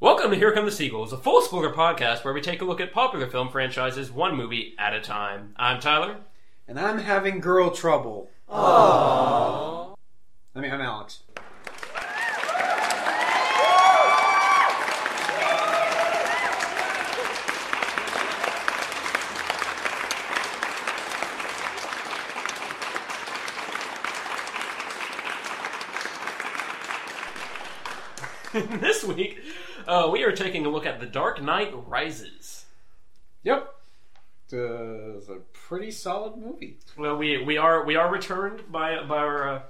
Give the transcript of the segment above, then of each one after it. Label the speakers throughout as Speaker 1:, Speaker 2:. Speaker 1: Welcome to Here Come the Sequels, a full spoiler podcast where we take a look at popular film franchises one movie at a time. I'm Tyler.
Speaker 2: And I'm having girl trouble. Aww. I mean, I'm Alex.
Speaker 1: this week, uh, we are taking a look at The Dark Knight Rises.
Speaker 2: Yep. It's a pretty solid movie.
Speaker 1: Well, we, we are we are returned by by our uh,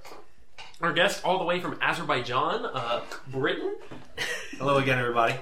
Speaker 1: our guest all the way from Azerbaijan, uh, Britain.
Speaker 3: Hello again, everybody.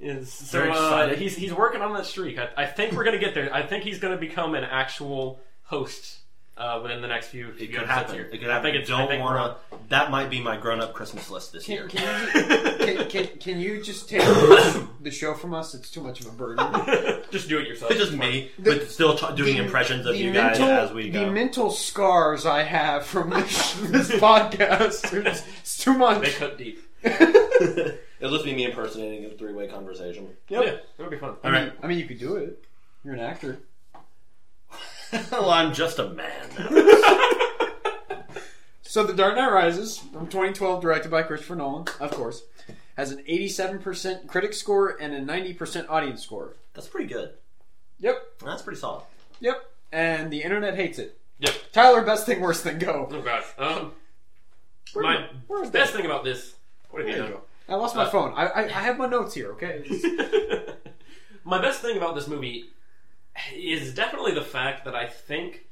Speaker 1: Is, so
Speaker 3: Very
Speaker 1: uh,
Speaker 3: excited.
Speaker 1: he's he's working on that streak. I, I think we're gonna get there. I think he's gonna become an actual host uh, within the next few.
Speaker 3: It
Speaker 1: few
Speaker 3: could
Speaker 1: episodes
Speaker 3: happen.
Speaker 1: here.
Speaker 3: It could happen.
Speaker 1: I think it's. I
Speaker 3: Don't
Speaker 1: think
Speaker 3: want to. That might be my grown-up Christmas list this year.
Speaker 2: Can, can, you, can, can, can you just take the show from us? It's too much of a burden.
Speaker 1: to just do it yourself.
Speaker 3: It's just me, but still t- doing impressions of
Speaker 2: The
Speaker 3: you guys
Speaker 2: mental-
Speaker 3: as we
Speaker 2: The
Speaker 3: go.
Speaker 2: mental scars I have from this, this podcast, it's, it's too
Speaker 1: They
Speaker 2: much.
Speaker 1: cut deep.
Speaker 3: It'll just be me impersonating a three-way conversation.
Speaker 1: Yeah, it would be fun.
Speaker 3: All right.
Speaker 2: I mean, you could do it. You're an actor.
Speaker 3: well, I'm just a man.
Speaker 2: So, The Dark Knight Rises from 2012, directed by Christopher Nolan, of course, has an 87% critic score and a 90% audience score.
Speaker 3: That's pretty good.
Speaker 2: Yep,
Speaker 3: That's pretty solid.
Speaker 2: yep. And the internet hates it.
Speaker 1: Yep.
Speaker 2: Tyler, best thing, worst thing, go.
Speaker 1: Oh god. Um,
Speaker 2: Where-
Speaker 1: my
Speaker 2: where's that?
Speaker 1: best thing about this. What have you
Speaker 2: There you
Speaker 1: done?
Speaker 2: go. I lost
Speaker 3: Uh,
Speaker 2: my phone. I, I, I have my notes here, okay?
Speaker 1: My best thing about this movie is definitely the fact that I think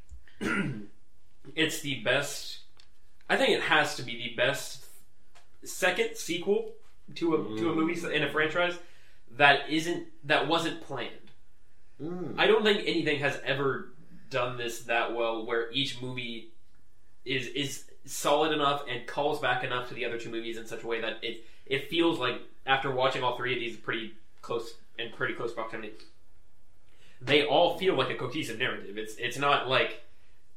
Speaker 1: it's the best. I think it has to be the best second sequel to a to a movie in a franchise that isn't that wasn't planned.
Speaker 2: Mm.
Speaker 1: I don't think anything has ever done this that well, where each movie is is solid enough and calls back enough to the other two movies in such a way that it it feels like after watching all three of these pretty close and pretty close proximity, they all feel like a cohesive narrative. It's it's not like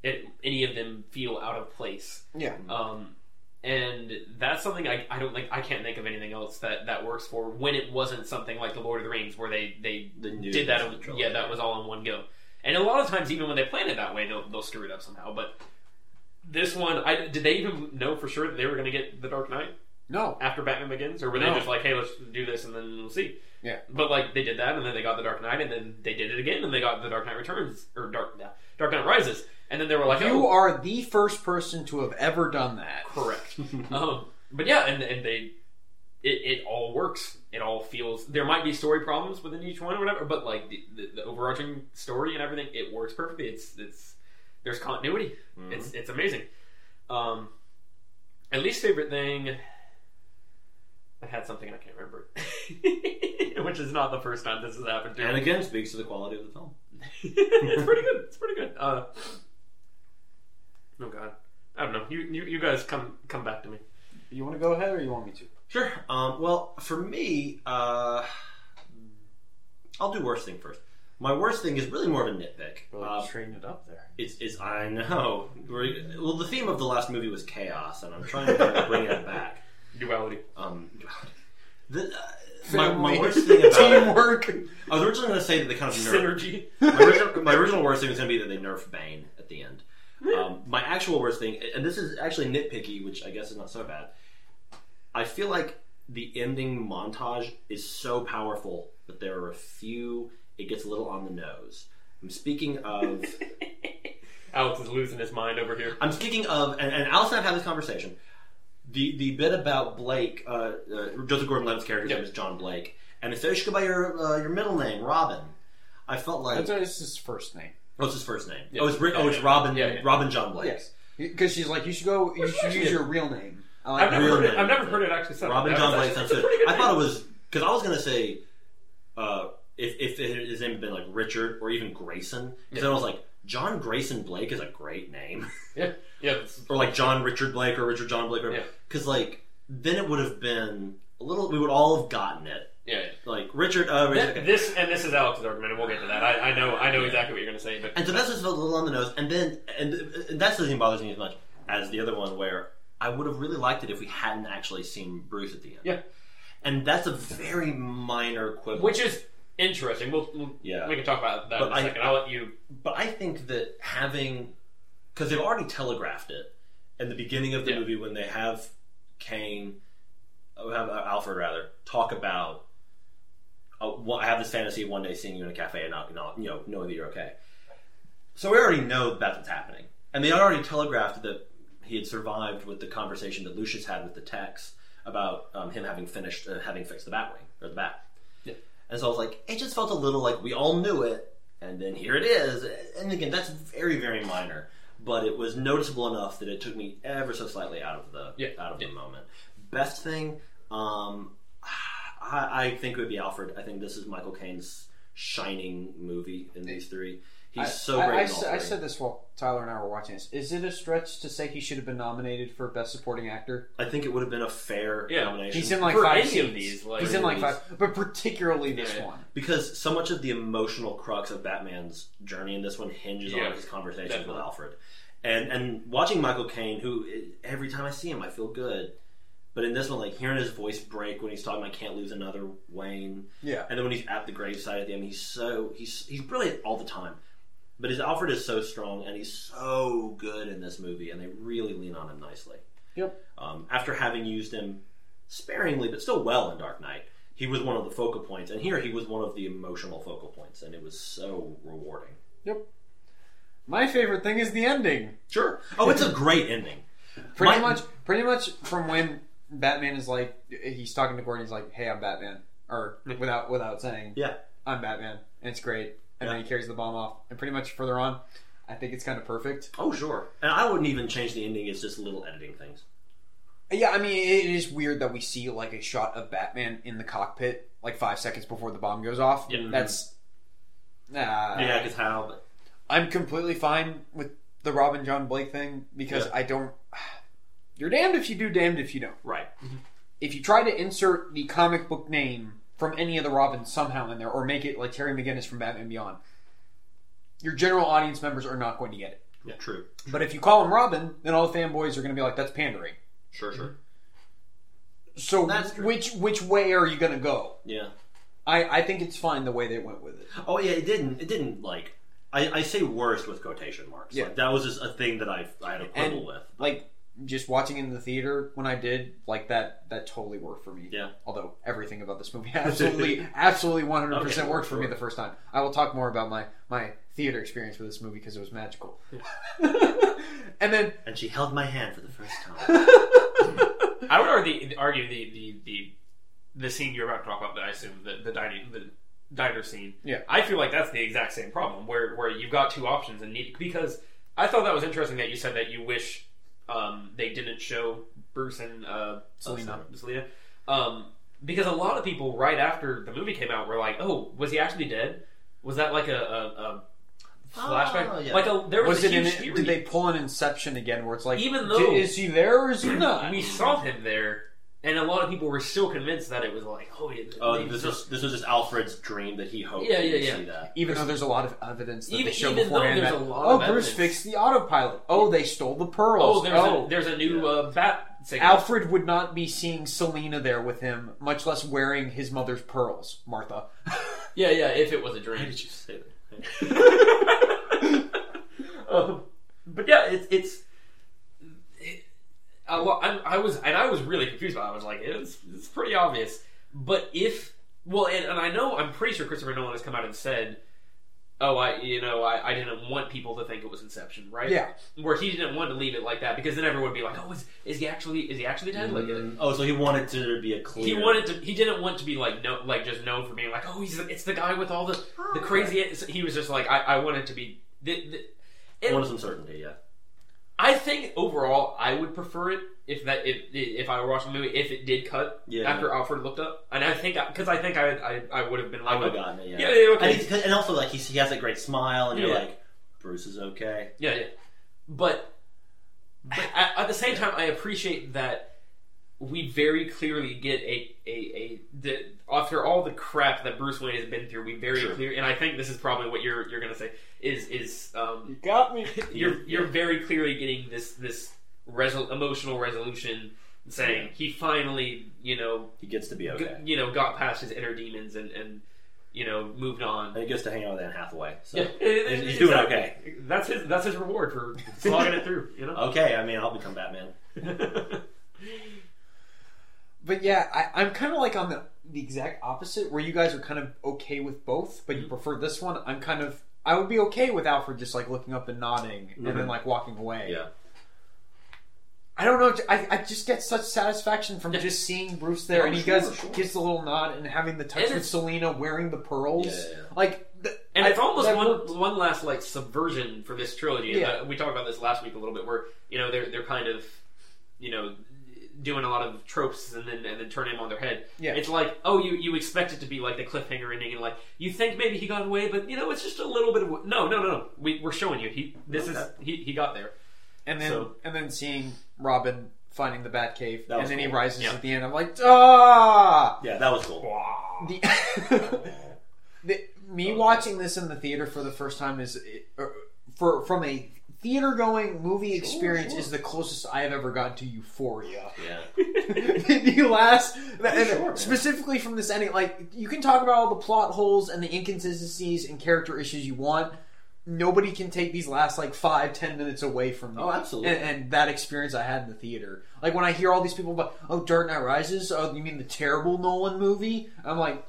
Speaker 1: it, any of them feel out of place.
Speaker 2: Yeah.
Speaker 1: Um, and that's something I, I don't like. I can't think of anything else that, that works for when it wasn't something like the Lord of the Rings where they they
Speaker 3: The new
Speaker 1: did that.
Speaker 3: Disney
Speaker 1: In,
Speaker 3: trilogy.
Speaker 1: yeah, that was all in one go. And a lot of times, even when they plan it that way, they'll they'll screw it up somehow. But this one, I did they even know for sure that they were going to get the Dark Knight
Speaker 2: No.
Speaker 1: after Batman Begins, or were they
Speaker 2: No.
Speaker 1: just like, hey, let's do this and then we'll see?
Speaker 2: Yeah.
Speaker 1: But like they did that, and then they got the Dark Knight, and then they did it again, and they got the Dark Knight Returns or Dark yeah, Dark Knight Rises, and then they were like, oh,
Speaker 2: You are the first person to have ever done that.
Speaker 1: Correct. um, but yeah, and and they, it, it all works. It all feels. There might be story problems within each one or whatever, but like the, the, the overarching story and everything, it works perfectly. It's it's there's continuity.
Speaker 3: Mm-hmm.
Speaker 1: It's it's amazing. Um, and least favorite thing. I had something and I can't remember, it. which is not the first time this has happened to me
Speaker 3: Mm. And again, speaks to the quality of the film.
Speaker 1: it's pretty good. It's pretty good. Uh, oh God, I don't know. You, you you guys come come back to me.
Speaker 2: You want to go ahead or you want me to?
Speaker 3: Sure. Um, well, for me, uh, I'll do worst thing first. My worst thing is really more of a nitpick. Uh,
Speaker 2: train it up there.
Speaker 3: It's, it's I know. We're- well, the theme of the last movie was chaos, and I'm trying to kind of bring it back.
Speaker 1: Duality.
Speaker 3: Um, the, uh, my, my
Speaker 2: Family.
Speaker 3: worst thing about it,
Speaker 2: Teamwork.
Speaker 3: I was originally going to say that they kind of nerfed.
Speaker 1: Synergy.
Speaker 3: My original, my original worst thing was going to be that they nerfed Bane at the end. Um, my actual worst thing, and this is actually nitpicky, which I guess is not so bad. I feel like the ending montage is so powerful, but there are a few. It gets a little on the nose. I'm speaking of.
Speaker 1: Alex is losing his mind over here.
Speaker 3: I'm speaking of, and, and Alice and I have had this conversation. The the bit about Blake, uh, uh, Joseph Gordon-Levitt's character's
Speaker 1: Yep.
Speaker 3: name is John Blake, and it says you go by your uh, your middle name, Robin. I felt like
Speaker 2: That's it's his first name.
Speaker 3: what's his first name?
Speaker 1: Yeah.
Speaker 3: Oh, it's Rick, oh, it's Robin.
Speaker 1: Yeah, yeah.
Speaker 3: Robin John Blake.
Speaker 2: Oh, Yes. Because she's like, you should go, you should use your real name. I like
Speaker 1: I've never
Speaker 3: Real
Speaker 1: heard it.
Speaker 3: name.
Speaker 1: I've never heard it actually said.
Speaker 3: Robin
Speaker 1: That
Speaker 3: John
Speaker 1: was
Speaker 3: Blake.
Speaker 1: actually-
Speaker 3: That's it.
Speaker 1: that's a pretty good
Speaker 3: I thought it was because I was gonna say uh, if if it- his name had been like Richard or even Grayson, because then I was like John Grayson Blake is a great name.
Speaker 1: name. Yeah. Yeah. it's-
Speaker 3: or like John Richard Blake or Richard John Blake,
Speaker 1: Yeah.
Speaker 3: because like then it would have been a little. We would all have gotten it.
Speaker 1: yeah, yeah.
Speaker 3: Like Richard, uh, Richard okay.
Speaker 1: This and this is Alex's argument, and we'll get to that. I, I know I know exactly what you're going to say, but
Speaker 3: and so that's just a little on the nose. And then and, and that's the thing that bothers me as much as the other one where I would have really liked it if we hadn't actually seen Bruce at the end.
Speaker 1: Yeah.
Speaker 3: and that's a very minor quibble.
Speaker 1: which is interesting. We'll, we'll
Speaker 3: Yeah.
Speaker 1: we can talk about that
Speaker 3: But
Speaker 1: in a
Speaker 3: I-
Speaker 1: second. I'll let you.
Speaker 3: But I think that having, because they've already telegraphed it in the beginning of the
Speaker 1: Yeah.
Speaker 3: movie when they have Kane, uh, have uh, Alfred rather, talk about, oh, well, I have this fantasy of one day seeing you in a cafe and not, not you know, knowing that you're okay. So we already know that that's what's happening, and they already telegraphed that he had survived with the conversation that Lucius had with the Tex about um, him having finished, uh, having fixed the Batwing or the Bat. And so I was like, it just felt a little like we all knew it, and then here it is. And again, that's very, very minor, but it was noticeable enough that it took me ever so slightly out of the
Speaker 1: Yeah.
Speaker 3: out of the moment. Best thing, um, I, I think it would be Alfred. I think this is Michael Caine's shining movie in these three. He's
Speaker 2: I-
Speaker 3: so
Speaker 2: I,
Speaker 3: great.
Speaker 2: I,
Speaker 3: in all
Speaker 2: said, I
Speaker 3: three.
Speaker 2: said this while Tyler and I were watching this. Is it a stretch to say he should have been nominated for Best Supporting Actor?
Speaker 3: I think it would have been a fair
Speaker 1: Yeah.
Speaker 3: nomination.
Speaker 2: He's in like
Speaker 1: For
Speaker 2: five
Speaker 1: any of
Speaker 2: scenes.
Speaker 1: these, like-
Speaker 2: he's in like
Speaker 3: These.
Speaker 2: five, but particularly this
Speaker 1: Yeah.
Speaker 2: one.
Speaker 3: because so much of the emotional crux of Batman's journey in this one hinges
Speaker 1: Yeah,
Speaker 3: on his conversations
Speaker 1: definitely.
Speaker 3: with Alfred, and and watching Michael Caine, who eh, every time I see him I feel good, but in this one like hearing his voice break when he's talking, I can't lose another Wayne,
Speaker 2: Yeah,
Speaker 3: and then when he's at the graveside at the end, he's so he's he's brilliant all the time, but his Alfred is so strong and he's so good in this movie, and they really lean on him nicely.
Speaker 2: Yep.
Speaker 3: Um, after having used him sparingly but still well in Dark Knight, he was one of the focal points, and here he was one of the emotional focal points, and it was so rewarding.
Speaker 2: my favorite thing is the ending.
Speaker 3: Sure. Oh, it's a great ending.
Speaker 2: Pretty
Speaker 3: My-
Speaker 2: much, pretty much from when Batman is like, he's talking to Gordon. He's like, "Hey, I'm Batman," or without without saying,
Speaker 3: Yeah.
Speaker 2: I'm Batman," and it's great. And then
Speaker 3: Yeah.
Speaker 2: he carries the bomb off, and pretty much further on, I think it's kind of perfect.
Speaker 3: Oh, sure. And I wouldn't even change the ending. It's just little editing things.
Speaker 2: Yeah, I mean, it is weird that we see like a shot of Batman in the cockpit like five seconds before the bomb goes off.
Speaker 1: Yeah.
Speaker 2: That's. Nah.
Speaker 3: yeah, because how? But
Speaker 2: I'm completely fine with the Robin John Blake thing because
Speaker 3: Yeah.
Speaker 2: I don't. You're damned if you do, damned if you don't.
Speaker 3: right.
Speaker 2: If you try to insert the comic book name from any of the Robins somehow in there, or make it like Terry McGinnis from Batman Beyond, your general audience members are not going to get it.
Speaker 3: Yeah. True.
Speaker 2: But if you call him Robin, then all the fanboys are going to be like, "That's pandering."
Speaker 3: Sure. Sure.
Speaker 2: So
Speaker 3: That's true.
Speaker 2: which which way are you going to go?
Speaker 3: Yeah.
Speaker 2: I, I think it's fine the way they went with it.
Speaker 3: Oh yeah, it didn't. It didn't like. I, I say worst with quotation marks.
Speaker 2: Yeah.
Speaker 3: Like, that was just a thing that I I had a quibble
Speaker 2: And-
Speaker 3: with.
Speaker 2: Like just watching in the theater when I did, like that that totally worked for me.
Speaker 3: Yeah.
Speaker 2: Although everything about this movie absolutely absolutely one hundred percent
Speaker 3: Okay,
Speaker 2: worked for me
Speaker 3: sure.
Speaker 2: the first time. I will talk more about my my theater experience with this movie because it was magical. and then
Speaker 3: And she held my hand for the first time.
Speaker 1: I would argue the argue the the the, the scene you're about to talk about. That I assume the the dining the diner scene.
Speaker 2: Yeah.
Speaker 1: I feel like that's the exact same problem where where you've got two options and need because I thought that was interesting that you said that you wish um, they didn't show Bruce and uh,
Speaker 2: Selena.
Speaker 1: uh, Selena. Um, because a lot of people right after the movie came out were like, "Oh, was he actually dead? Was that like a, a, a flashback?
Speaker 3: Oh, yeah.
Speaker 1: Like a there was,
Speaker 2: was
Speaker 1: a
Speaker 2: it in,
Speaker 1: huge theory.
Speaker 2: did they pull an Inception again where it's like
Speaker 1: Even
Speaker 2: "D-
Speaker 1: though-
Speaker 2: is he there or is he not?
Speaker 1: we saw him there, and a lot of people were still convinced that it was like, oh, yeah,
Speaker 3: oh,
Speaker 1: maybe
Speaker 3: this
Speaker 1: so-
Speaker 3: was this was just Alfred's dream that he hoped.
Speaker 1: Yeah,
Speaker 3: he
Speaker 1: yeah,
Speaker 3: would
Speaker 1: yeah.
Speaker 3: See that.
Speaker 2: even though there's a lot of evidence that
Speaker 1: Even-
Speaker 2: they show
Speaker 1: even though
Speaker 2: beforehand
Speaker 1: there's
Speaker 2: that,
Speaker 1: a lot
Speaker 2: oh
Speaker 1: of
Speaker 2: Bruce
Speaker 1: evidence.
Speaker 2: fixed the autopilot. Oh, they stole the pearls.
Speaker 1: Oh, there's
Speaker 2: oh.
Speaker 1: a there's a new
Speaker 3: Yeah.
Speaker 1: uh, bat. signal.
Speaker 2: Alfred would not be seeing Selena there with him, much less wearing his mother's pearls, Martha.
Speaker 1: Yeah, yeah. If it was a
Speaker 3: Why
Speaker 1: dream.
Speaker 3: did you say that?
Speaker 1: um, but yeah, it's it's. It, a lot, I'm, I was and I was really confused about. it. I was like, it's it's pretty obvious. But if well, and, and I know I'm pretty sure Christopher Nolan has come out and said, "Oh, I you know I, I didn't want people to think it was Inception, right?
Speaker 2: Yeah.
Speaker 1: where he didn't want to leave it like that because then everyone would be like, "Oh, is, is he actually is he actually dead?" Like,
Speaker 3: Mm, oh, so he wanted to be a clear.
Speaker 1: He wanted to. He didn't want to be like no, like just known for being like, oh, he's the, it's the guy with all the the crazy. He was just like, I, I wanted to be. The, the,
Speaker 3: He wanted some certainty. Yeah.
Speaker 1: I think overall, I would prefer it if that if if I were watching the movie if it did cut
Speaker 3: Yeah.
Speaker 1: after Alfred looked up, and I think because I think I I, I would have been
Speaker 3: I
Speaker 1: like, "Oh,
Speaker 3: would have gotten it. Yeah.
Speaker 1: yeah, yeah, okay.
Speaker 3: And, he's, and also, like, he's, he has a great smile, and you're
Speaker 1: Yeah.
Speaker 3: like, Bruce is okay.
Speaker 1: Yeah, yeah. But, but at, at the same time, I appreciate that we very clearly get a a, a the, after all the crap that Bruce Wayne has been through, we very
Speaker 3: Sure.
Speaker 1: clear, and I think this is probably what you're you're gonna say is is um,
Speaker 2: got me.
Speaker 1: you're you're very clearly getting this this resol- emotional resolution saying he finally, you know,
Speaker 3: He gets to be
Speaker 1: g-
Speaker 3: okay.
Speaker 1: you know, got past his inner demons and and you know moved on.
Speaker 3: And he gets to hang out with Anne Hathaway. So
Speaker 1: Yeah,
Speaker 3: he's, he's doing okay.
Speaker 1: That's his. That's his reward for slogging it through. You know.
Speaker 3: Okay, I mean, I'll become Batman.
Speaker 2: But yeah, I, I'm kind of like on the, the exact opposite, where you guys are kind of okay with both, but
Speaker 1: Mm-hmm.
Speaker 2: you prefer this one. I'm kind of I would be okay with Alfred just like looking up and nodding, and
Speaker 1: Mm-hmm.
Speaker 2: then
Speaker 3: Mhm.
Speaker 2: like walking away.
Speaker 3: Yeah.
Speaker 2: I don't know. I, I just get such satisfaction from
Speaker 1: Yeah.
Speaker 2: just seeing Bruce there,
Speaker 3: Oh,
Speaker 2: and he
Speaker 3: sure,
Speaker 2: does
Speaker 3: sure.
Speaker 2: gives the little nod and having the touch
Speaker 1: And
Speaker 2: with
Speaker 1: it's-
Speaker 2: Selena wearing the pearls.
Speaker 3: Yeah, yeah, yeah.
Speaker 2: Like, th-
Speaker 1: And
Speaker 2: I-
Speaker 1: it's almost
Speaker 2: that
Speaker 1: one
Speaker 2: worked.
Speaker 1: one last like subversion for this trilogy.
Speaker 2: Yeah.
Speaker 1: Uh, we talked about this last week a little bit, where you know they're they're kind of you know doing a lot of tropes and then and then turning them on their head.
Speaker 2: Yeah.
Speaker 1: It's like oh you you expect it to be like the cliffhanger ending and like you think maybe he got away, but you know it's just a little bit of no no no no we we're showing you he this is
Speaker 3: Okay.
Speaker 1: he he got there.
Speaker 2: and then
Speaker 1: so-
Speaker 2: and then seeing Robin finding the Batcave,
Speaker 3: That
Speaker 2: and
Speaker 3: was
Speaker 2: then he
Speaker 3: cool.
Speaker 2: rises
Speaker 1: Yeah.
Speaker 2: at the end. I'm like, ah.
Speaker 3: Yeah, that was cool.
Speaker 2: The, the, me watching this in the theater for the first time is uh, for from a theater going movie experience
Speaker 3: sure.
Speaker 2: is the closest I have ever gotten to Euphoria.
Speaker 3: Yeah.
Speaker 2: the last and
Speaker 3: sure, man.
Speaker 2: specifically from this ending, like you can talk about all the plot holes and the inconsistencies and character issues you want. Nobody can take these last like five, ten minutes away from me.
Speaker 3: Oh, absolutely.
Speaker 2: And, and that experience I had in the theater, like when I hear all these people about, oh, Dark Knight Rises. Oh, you mean the terrible Nolan movie? I'm like,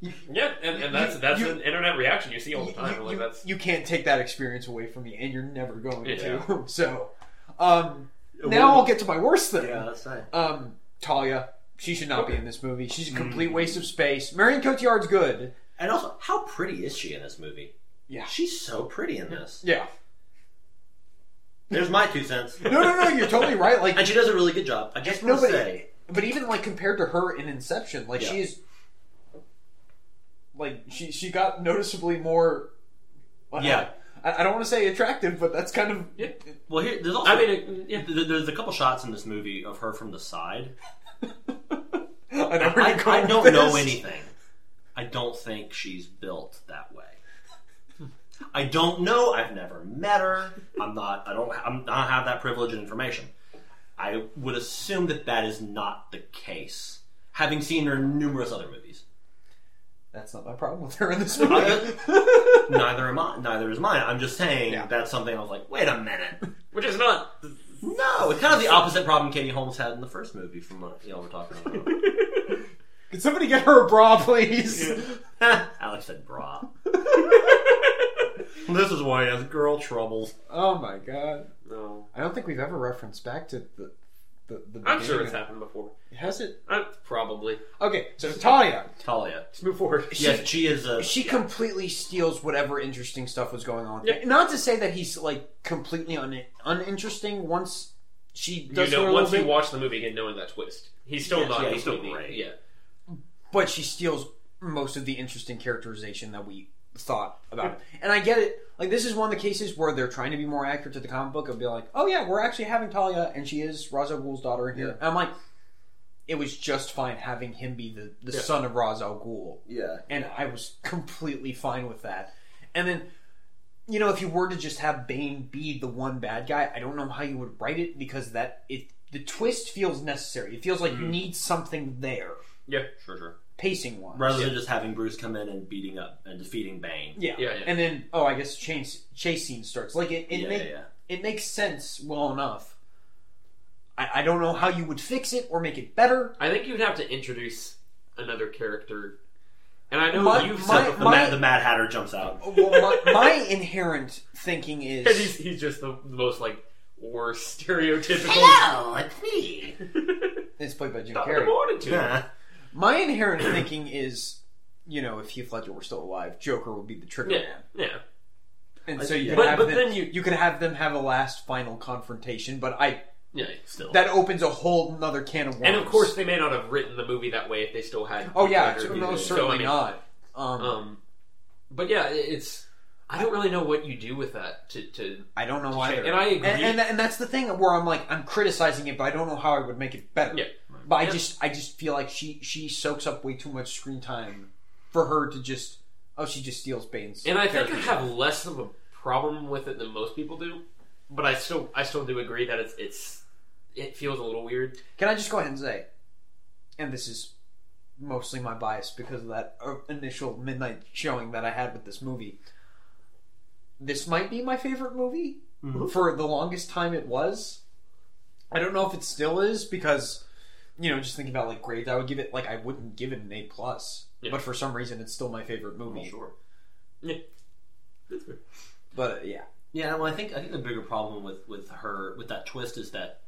Speaker 1: Yeah, and, and that's
Speaker 2: You-
Speaker 1: that's
Speaker 2: you-
Speaker 1: an internet reaction you see all the time.
Speaker 2: you,
Speaker 1: like
Speaker 2: you-
Speaker 1: Oh, that's
Speaker 2: you can't take that experience away from me, and you're never going
Speaker 1: Yeah.
Speaker 2: to. so, um,
Speaker 3: It
Speaker 2: now I'll
Speaker 3: wouldn't-
Speaker 2: get to my worst thing.
Speaker 3: Yeah, that's right.
Speaker 2: Um, Talia, she should not be in this movie.
Speaker 3: Hmm.
Speaker 2: She's a complete waste of space. Marion Cotillard's good.
Speaker 3: And also, how pretty is she in this movie?
Speaker 2: Yeah.
Speaker 3: She's so pretty in this.
Speaker 2: Yeah.
Speaker 3: There's my two cents.
Speaker 2: No, no, no. You're totally right. Like
Speaker 3: And she does a really good job. I just want to
Speaker 2: nobody.
Speaker 3: say.
Speaker 2: But even like compared to her in Inception, like she
Speaker 3: Yeah.
Speaker 2: is. Like she she got noticeably more.
Speaker 3: Yeah.
Speaker 2: I, I don't want to say attractive, but that's kind of
Speaker 1: Yeah.
Speaker 3: Well, here, there's also.
Speaker 1: I mean it, yeah.
Speaker 3: th- there's a couple shots in this movie of her from the side.
Speaker 2: I, know where
Speaker 3: I,
Speaker 2: you're going
Speaker 3: I
Speaker 2: with
Speaker 3: don't know
Speaker 2: this.
Speaker 3: anything. I don't think she's built that way. I don't know. I've never met her. I'm not. I don't. I'm, I don't have that privilege and information. I would assume that that is not the case, having seen her in numerous other movies.
Speaker 2: That's not my problem with her in this movie.
Speaker 3: Neither am I. Neither is mine. I'm just saying
Speaker 2: Yeah.
Speaker 3: that's something I was like, wait a minute.
Speaker 1: which is not
Speaker 3: No, it's kind of the opposite problem Katie Holmes had in the first movie from what y'all were talking
Speaker 2: Could somebody get her a bra, please?
Speaker 3: about. Alex said bra. this is why he has girl troubles.
Speaker 2: Oh my god.
Speaker 1: no.
Speaker 2: I don't think we've ever referenced back to the the, the
Speaker 1: I'm sure it's
Speaker 2: beginning.
Speaker 1: happened before.
Speaker 2: has it.
Speaker 1: i probably.
Speaker 2: Okay, so Talia,
Speaker 3: Talia.
Speaker 1: Let's move forward.
Speaker 2: she,
Speaker 3: Yes, she is a.
Speaker 2: she
Speaker 3: yeah.
Speaker 2: completely steals whatever interesting stuff was going on. with
Speaker 1: Yeah.
Speaker 2: it. Not to say that he's like completely un- uninteresting once she does
Speaker 1: you
Speaker 2: her
Speaker 1: know,
Speaker 2: a
Speaker 1: once you
Speaker 2: little bit,
Speaker 1: watch the movie and knowing that twist, he's still
Speaker 3: Yes,
Speaker 1: not.
Speaker 3: yeah, he's still
Speaker 1: completely-
Speaker 3: great.
Speaker 1: Yeah,
Speaker 2: but she steals most of the interesting characterization that we thought about. him. And I get it. Like this is one of the cases where they're trying to be more accurate to the comic book and be like, "Oh yeah, we're actually having Talia, and she is Ra's al Ghul's daughter in here."
Speaker 3: Yeah.
Speaker 2: And I'm like, it was just fine having him be the, the
Speaker 1: Yeah.
Speaker 2: son of Ra's al Ghul
Speaker 3: Yeah.
Speaker 2: and I was completely fine with that. And then, you know, if you were to just have Bane be the one bad guy, I don't know how you would write it because that it the twist feels necessary. It feels like
Speaker 3: Mm.
Speaker 2: you need something there,
Speaker 1: yeah,
Speaker 3: Sure, sure.
Speaker 2: pacing wise.
Speaker 3: Rather than just having Bruce come in and beating up and defeating Bane.
Speaker 2: Yeah.
Speaker 1: Yeah, yeah.
Speaker 2: and then oh, I guess chase chase scene starts. Like it, it,
Speaker 3: yeah,
Speaker 2: make,
Speaker 3: yeah, yeah.
Speaker 2: it makes sense well enough. I, I don't know how you would fix it or make it better.
Speaker 1: I think you'd have to introduce another character, and I know
Speaker 2: My-
Speaker 1: you've
Speaker 2: my-
Speaker 1: said
Speaker 3: The,
Speaker 1: before
Speaker 2: my-
Speaker 3: Mad, the Mad Hatter jumps out.
Speaker 2: Well, my, my inherent thinking is
Speaker 1: that he's, he's just the most like worst stereotypical.
Speaker 3: it's me.
Speaker 2: it's played by Jim
Speaker 1: Stop
Speaker 2: Carrey.
Speaker 1: the morning to him.
Speaker 2: My inherent thinking is, you know, if Heath Ledger were still alive, Joker would be the trigger
Speaker 1: Yeah,
Speaker 2: man,
Speaker 1: yeah.
Speaker 2: and so you
Speaker 3: Yeah.
Speaker 2: could
Speaker 1: But-
Speaker 2: have
Speaker 1: but
Speaker 2: them,
Speaker 1: then you-
Speaker 2: could have them have a last final confrontation. But I
Speaker 1: Yeah,
Speaker 3: Still.
Speaker 2: that opens a whole another can of worms.
Speaker 1: and of course they may not have written the movie that way if they still had.
Speaker 2: oh yeah,
Speaker 1: Peter
Speaker 2: no,
Speaker 1: Dinklage. So,
Speaker 2: certainly
Speaker 1: I mean,
Speaker 2: not. Um,
Speaker 1: Um, but yeah, it- it's. I don't really know what you do with that to. to
Speaker 2: I don't know either,
Speaker 1: and I agree.
Speaker 2: and, and, and that's the thing where I'm like, I'm criticizing it, but I don't know how I would make it better.
Speaker 1: Yeah.
Speaker 2: But I
Speaker 1: Yeah.
Speaker 2: just, I just feel like she, she soaks up way too much screen time for her to just, oh, she just steals Bane's.
Speaker 1: and I think I
Speaker 2: character.
Speaker 1: have less of a problem with it than most people do, but I still I still do agree that it's it's it feels a little weird.
Speaker 2: Can I just go ahead and say, and this is mostly my bias because of that uh, initial midnight showing that I had with this movie. This might be my favorite movie
Speaker 3: Mhm.
Speaker 2: for the longest time. It was. I don't know if it still is because, you know, just thinking about like grades, I would give it like I wouldn't give it an A plus,
Speaker 1: Yeah.
Speaker 2: but for some reason it's still my favorite movie.
Speaker 3: sure.
Speaker 1: That's weird.
Speaker 2: But uh, yeah,
Speaker 3: Yeah, well, I think I think the bigger problem with with her with that twist is that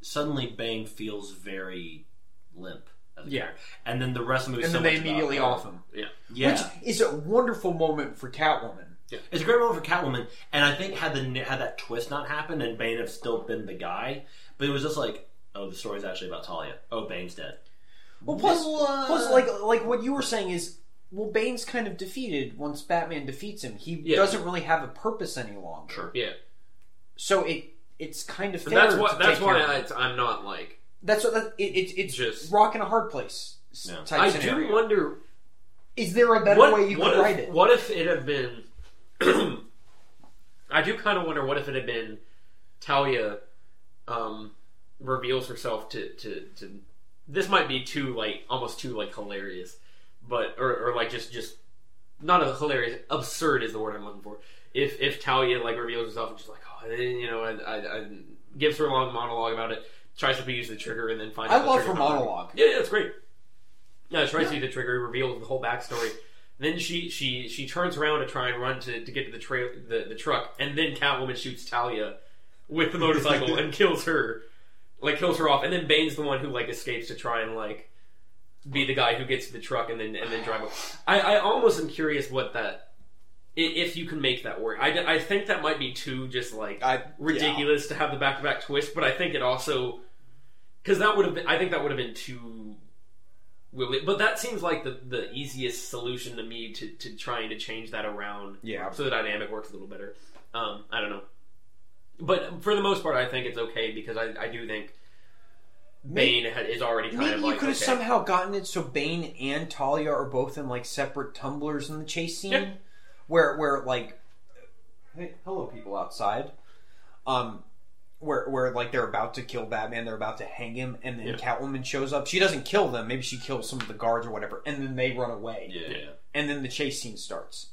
Speaker 3: suddenly Bane feels very limp. As a
Speaker 2: Yeah.
Speaker 3: character. and then the rest of the movie.
Speaker 2: and then they immediately off him,
Speaker 1: Yeah.
Speaker 3: Yeah,
Speaker 2: which is a wonderful moment for Catwoman.
Speaker 3: it's a great moment for Catwoman, and I think had the had that twist not happened, and Bane have still been the guy, but it was just like, oh, the story's actually about Talia. Oh, Bane's dead.
Speaker 2: Well, plus, uh,
Speaker 3: What?
Speaker 2: plus, like, like what you were saying is, well, Bane's kind of defeated once Batman defeats him. He
Speaker 1: Yeah.
Speaker 2: doesn't really have a purpose any longer.
Speaker 3: Sure.
Speaker 1: Yeah,
Speaker 2: So it it's kind of
Speaker 1: but
Speaker 2: fair
Speaker 1: that's
Speaker 2: to
Speaker 1: what that's
Speaker 2: take
Speaker 1: why
Speaker 2: care of
Speaker 1: I,
Speaker 2: him.
Speaker 1: it's- I'm not like
Speaker 2: that's what that, it, it, it's
Speaker 1: Just-
Speaker 2: rock in a hard place s-
Speaker 3: Yeah.
Speaker 2: type
Speaker 1: I
Speaker 2: scenario.
Speaker 1: do wonder
Speaker 2: is there a better
Speaker 1: what,
Speaker 2: way you
Speaker 1: what
Speaker 2: could
Speaker 1: if,
Speaker 2: write it?
Speaker 1: What if it had been? I do kind of wonder what if it had been Talia um, reveals herself to, to to this might be too like almost too like hilarious, but or, or like just just not a hilarious absurd is the word I'm looking for. If if Talia like reveals herself and just like oh eh, you know I, I, I gives her a long monologue about it, tries to use the trigger and then finds
Speaker 2: I
Speaker 1: out the
Speaker 2: love her
Speaker 1: trigger's not working.
Speaker 2: monologue.
Speaker 1: Yeah, yeah, it's great. Yeah, she tries to do the trigger, reveals the whole backstory. Then she she she turns around to try and run to, to get to the trail the, the truck, and then Catwoman shoots Talia with the motorcycle and kills her, like kills her off. And then Bane's the one who like escapes to try and like be the guy who gets to the truck and then and then drive. Away. I I almost am curious what that i- if you can make that work. I, d- I think that might be too just like
Speaker 2: I-
Speaker 1: ridiculous to have the back to back twist, but I think it also because that would have been I think that would have been too willy. But that seems like the the easiest solution to me to to trying to change that around
Speaker 2: Yeah.
Speaker 1: so the dynamic works a little better. Um, I don't know, but for the most part, I think it's okay because I I do think
Speaker 2: Maybe-
Speaker 1: Bane ha- is already kind
Speaker 2: Maybe
Speaker 1: of
Speaker 2: you
Speaker 1: like
Speaker 2: could have
Speaker 1: okay.
Speaker 2: somehow gotten it so Bane and Talia are both in like separate tumblers in the chase scene,
Speaker 1: Yeah.
Speaker 2: where where like, hey, hello people outside, um, where where like they're about to kill Batman, they're about to hang him, and then
Speaker 1: Yeah.
Speaker 2: Catwoman shows up. She doesn't kill them. Maybe she kills some of the guards or whatever, and then they run away,
Speaker 3: yeah.
Speaker 2: and then the chase scene starts.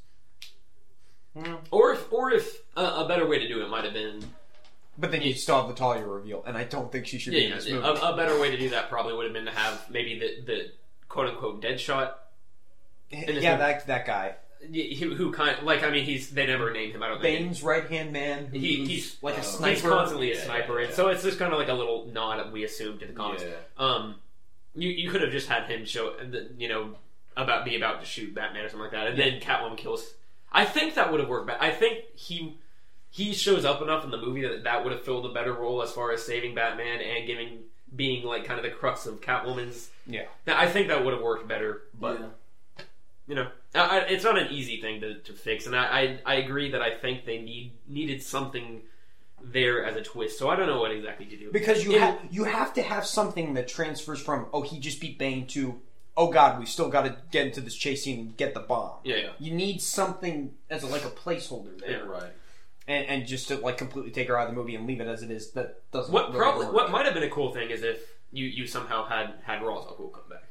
Speaker 1: or if or if uh, a better way to do it might have been
Speaker 2: But then you still have the Talia reveal, and I don't think she should be in
Speaker 1: Yeah,
Speaker 2: this
Speaker 1: yeah, uh,
Speaker 2: movie.
Speaker 1: a, a better way to do that probably would have been to have maybe the, the quote unquote dead shot,
Speaker 2: yeah,
Speaker 1: movie.
Speaker 2: that that guy,
Speaker 1: who, who kind like I mean he's they never name him. I don't think
Speaker 2: Bane's right hand man, who's
Speaker 1: He- he's-
Speaker 2: like
Speaker 3: uh,
Speaker 2: a
Speaker 3: he's
Speaker 2: sniper.
Speaker 1: he's constantly a
Speaker 3: Yeah,
Speaker 1: sniper,
Speaker 3: yeah,
Speaker 1: and
Speaker 3: yeah.
Speaker 1: so it's just kind of like a little nod we assume to the comics. Um, you you could have just had him show and the- you know about be about to shoot Batman or something like that, and then Catwoman kills. I think that would have worked. But I think he he shows up enough in the movie that that would have filled a better role as far as saving Batman and giving being like kind of the crux of Catwoman's.
Speaker 2: Yeah.
Speaker 1: Now, I think that would have worked better, but
Speaker 3: But
Speaker 1: you know, I, I, it's not an easy thing to, to fix, and I, I I agree that I think they need needed something there as a twist. So I don't know what exactly to do.
Speaker 2: Because you
Speaker 1: It-
Speaker 2: ha- you have to have something that transfers from oh he just beat Bane to oh god we still got to get into this chase scene and get the bomb.
Speaker 1: yeah, yeah.
Speaker 2: You need something as a, like a placeholder there,
Speaker 1: Yeah.
Speaker 3: right.
Speaker 2: and, and just to like completely take her out of the movie and leave it as it is. That doesn't.
Speaker 1: What
Speaker 2: really
Speaker 1: probably
Speaker 2: work.
Speaker 1: what might have been a cool thing is if you you somehow had had Ra's al Ghul come back.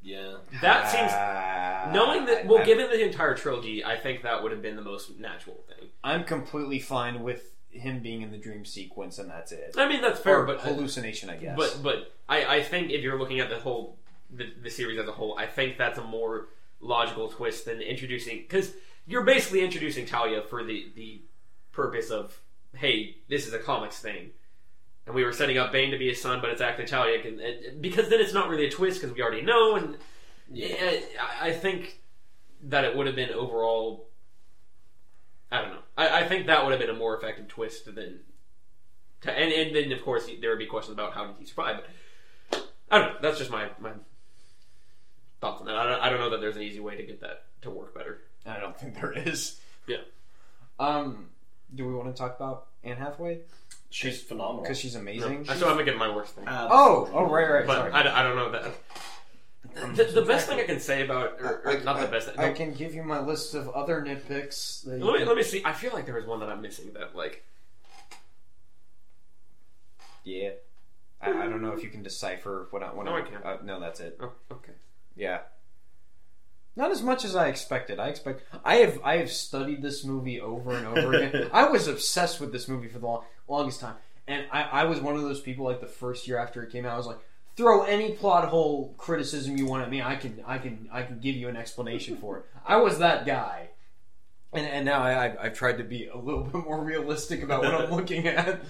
Speaker 3: Yeah.
Speaker 1: That seems
Speaker 2: Ah,
Speaker 1: knowing that
Speaker 2: I-
Speaker 1: well,
Speaker 2: I'm,
Speaker 1: given the entire trilogy, I think that would have been the most natural thing.
Speaker 2: I'm completely fine with him being in the dream sequence and that's it.
Speaker 1: I mean, that's fair,
Speaker 2: or
Speaker 1: but uh,
Speaker 2: hallucination, I guess.
Speaker 1: but but I I think if you're looking at the whole the, the series as a whole, I think that's a more logical twist than introducing because you're basically introducing Talia for the the purpose of hey, this is a comics thing. And we were setting up Bane to be his son, but it's actually Talia. And, and- because then it's not really a twist because we already know, and Yeah, I I think that it would have been overall. I don't know. I, I think that would have been a more effective twist than. To, and, and then, of course, there would be questions about how did he survive. But I don't know. That's just my, my thoughts on that. I don't, I don't know that there's an easy way to get that to work better.
Speaker 2: I don't think there is.
Speaker 1: Yeah.
Speaker 2: Um, do we want to talk about Anne Hathaway
Speaker 3: She's phenomenal. Uh,
Speaker 2: because she's amazing?
Speaker 1: I still haven't given my worst thing.
Speaker 2: Oh, oh, right, right.
Speaker 1: but
Speaker 2: sorry.
Speaker 1: I, I don't know that. The, the best thing I can say about. Or, or
Speaker 2: I-
Speaker 1: not the best thing.
Speaker 2: I can give you my list of other nitpicks. That you
Speaker 1: let, me,
Speaker 2: can-
Speaker 1: let me see. I feel like there was one that I'm missing that, like.
Speaker 2: Yeah. I, I don't know if you can decipher what I. What
Speaker 1: No,
Speaker 2: I'm-
Speaker 1: I can't.
Speaker 2: Uh, no, that's it.
Speaker 1: Oh, okay.
Speaker 2: Yeah. Not as much as I expected. I expect I have I have studied this movie over and over again. I was obsessed with this movie for the long, longest time, and I, I was one of those people. Like the first year after it came out, I was like, throw any plot hole criticism you want at me. I can I can I can give you an explanation for it. I was that guy, and and now I I've, I've tried to be a little bit more realistic about what I'm looking at.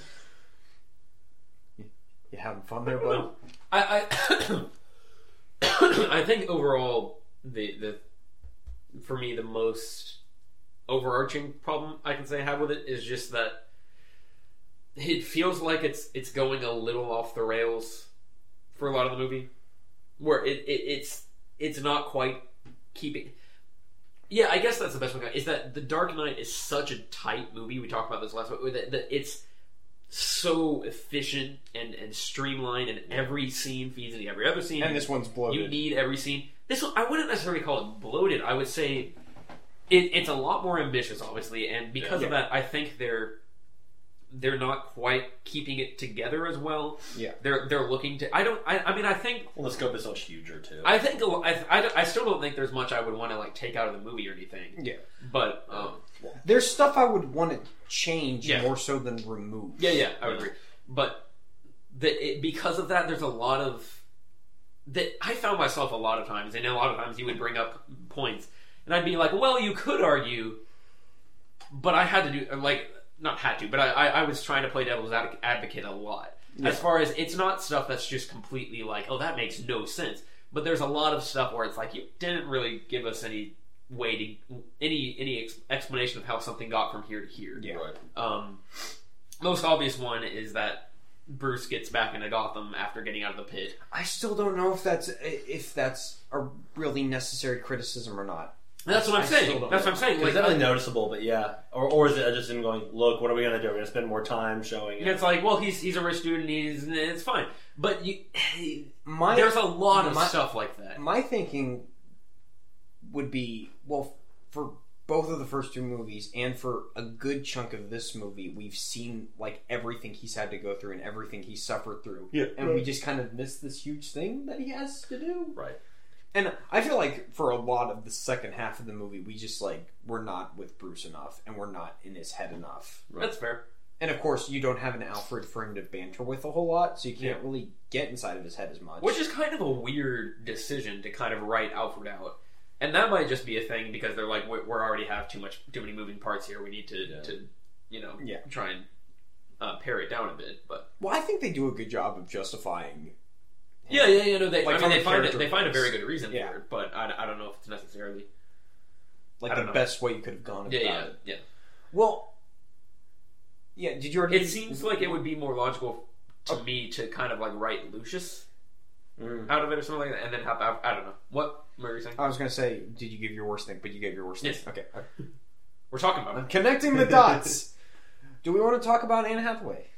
Speaker 2: You, you having fun there, bud?
Speaker 1: I I, I think overall the the for me the most overarching problem I can say I have with it is just that it feels like it's it's going a little off the rails for a lot of the movie where it, it it's it's not quite keeping yeah I guess that's the best one is that the Dark Knight is such a tight movie we talked about this last week that, that it's so efficient and, and streamlined, and every scene feeds into every other scene.
Speaker 2: And this one's bloated.
Speaker 1: you need every scene. This one, I wouldn't necessarily call it bloated. I would say it, it's a lot more ambitious, obviously, and because of that, I think they're they're not quite keeping it together as well.
Speaker 2: Yeah.
Speaker 1: they're they're looking to. I don't. I, I mean, I think
Speaker 3: Well, the scope is so much huger too.
Speaker 1: I think a lo- I, I, don't- I still don't think there's much I would want to like take out of the movie or anything.
Speaker 2: Yeah.
Speaker 1: But um,
Speaker 2: There's stuff I would want to change
Speaker 1: Yeah.
Speaker 2: more so than remove.
Speaker 1: Yeah, yeah, I would
Speaker 3: Yeah.
Speaker 1: agree. But the, it, because of that, there's a lot of that I found myself a lot of times, and a lot of times you would bring up points, and I'd be like, "Well, you could argue," but I had to do like not had to, but I, I, I was trying to play devil's ad- advocate a lot. As far as it's not stuff that's just completely like, "Oh, that makes no sense," but there's a lot of stuff where it's like you didn't really give us any way to any any ex- explanation of how something got from here to here.
Speaker 2: Yeah.
Speaker 3: Right.
Speaker 1: Um, most obvious one is that Bruce gets back into Gotham after getting out of the pit.
Speaker 2: I still don't know if that's if that's a really necessary criticism or not.
Speaker 1: And that's what I'm
Speaker 2: I still
Speaker 1: saying.
Speaker 2: don't
Speaker 1: That's what I'm saying.
Speaker 3: It's
Speaker 1: Like,
Speaker 3: definitely noticeable, but yeah. Or, or is it just him going, look, what are we going to do? We're going to spend more time showing it.
Speaker 1: it's like, well, he's he's a rich dude and he's and it's fine. But you,
Speaker 2: My
Speaker 1: there's a lot of
Speaker 2: my-
Speaker 1: stuff like that.
Speaker 2: my thinking would be well for both of the first two movies and for a good chunk of this movie we've seen like everything he's had to go through and everything he suffered through
Speaker 3: Yeah.
Speaker 2: and we just kind of miss this huge thing that he has to do
Speaker 3: Right.
Speaker 2: and i feel like for a lot of the second half of the movie we just like we're not with bruce enough and we're not in his head enough
Speaker 1: That's fair.
Speaker 2: and of course you don't have an alfred for him to banter with a whole lot so you can't
Speaker 1: Yeah.
Speaker 2: really get inside of his head as much
Speaker 1: Which is kind of a weird decision to kind of write Alfred out. And that might just be a thing because they're like, we we already have too much, too many moving parts here. We need to,
Speaker 3: Yeah.
Speaker 1: to you know,
Speaker 2: Yeah.
Speaker 1: try and uh, pare it down a bit. But
Speaker 2: well i think they do a good job of justifying
Speaker 1: Yeah, yeah, yeah. No, they,
Speaker 2: Like,
Speaker 1: I
Speaker 2: from
Speaker 1: mean,
Speaker 2: a
Speaker 1: they find it,
Speaker 2: character
Speaker 1: they find a
Speaker 2: place.
Speaker 1: very good reason
Speaker 2: Yeah.
Speaker 1: for it, but I, I don't know if it's necessarily. I
Speaker 2: like the
Speaker 1: don't know.
Speaker 2: best way you could have gone about
Speaker 1: Yeah, yeah,
Speaker 2: it.
Speaker 1: yeah.
Speaker 2: Well, yeah. Did you already?
Speaker 1: It seems like it would be more logical to me to kind of like write Lucius
Speaker 3: Mm.
Speaker 1: out of it or something like that, and then have I, I don't know what were you saying?
Speaker 2: I was gonna say, did you give your worst thing? But you gave your worst
Speaker 1: Yes.
Speaker 2: thing. Okay.
Speaker 1: We're talking about
Speaker 2: I'm
Speaker 1: it.
Speaker 2: connecting the dots. Do we want to talk about Anne Hathaway?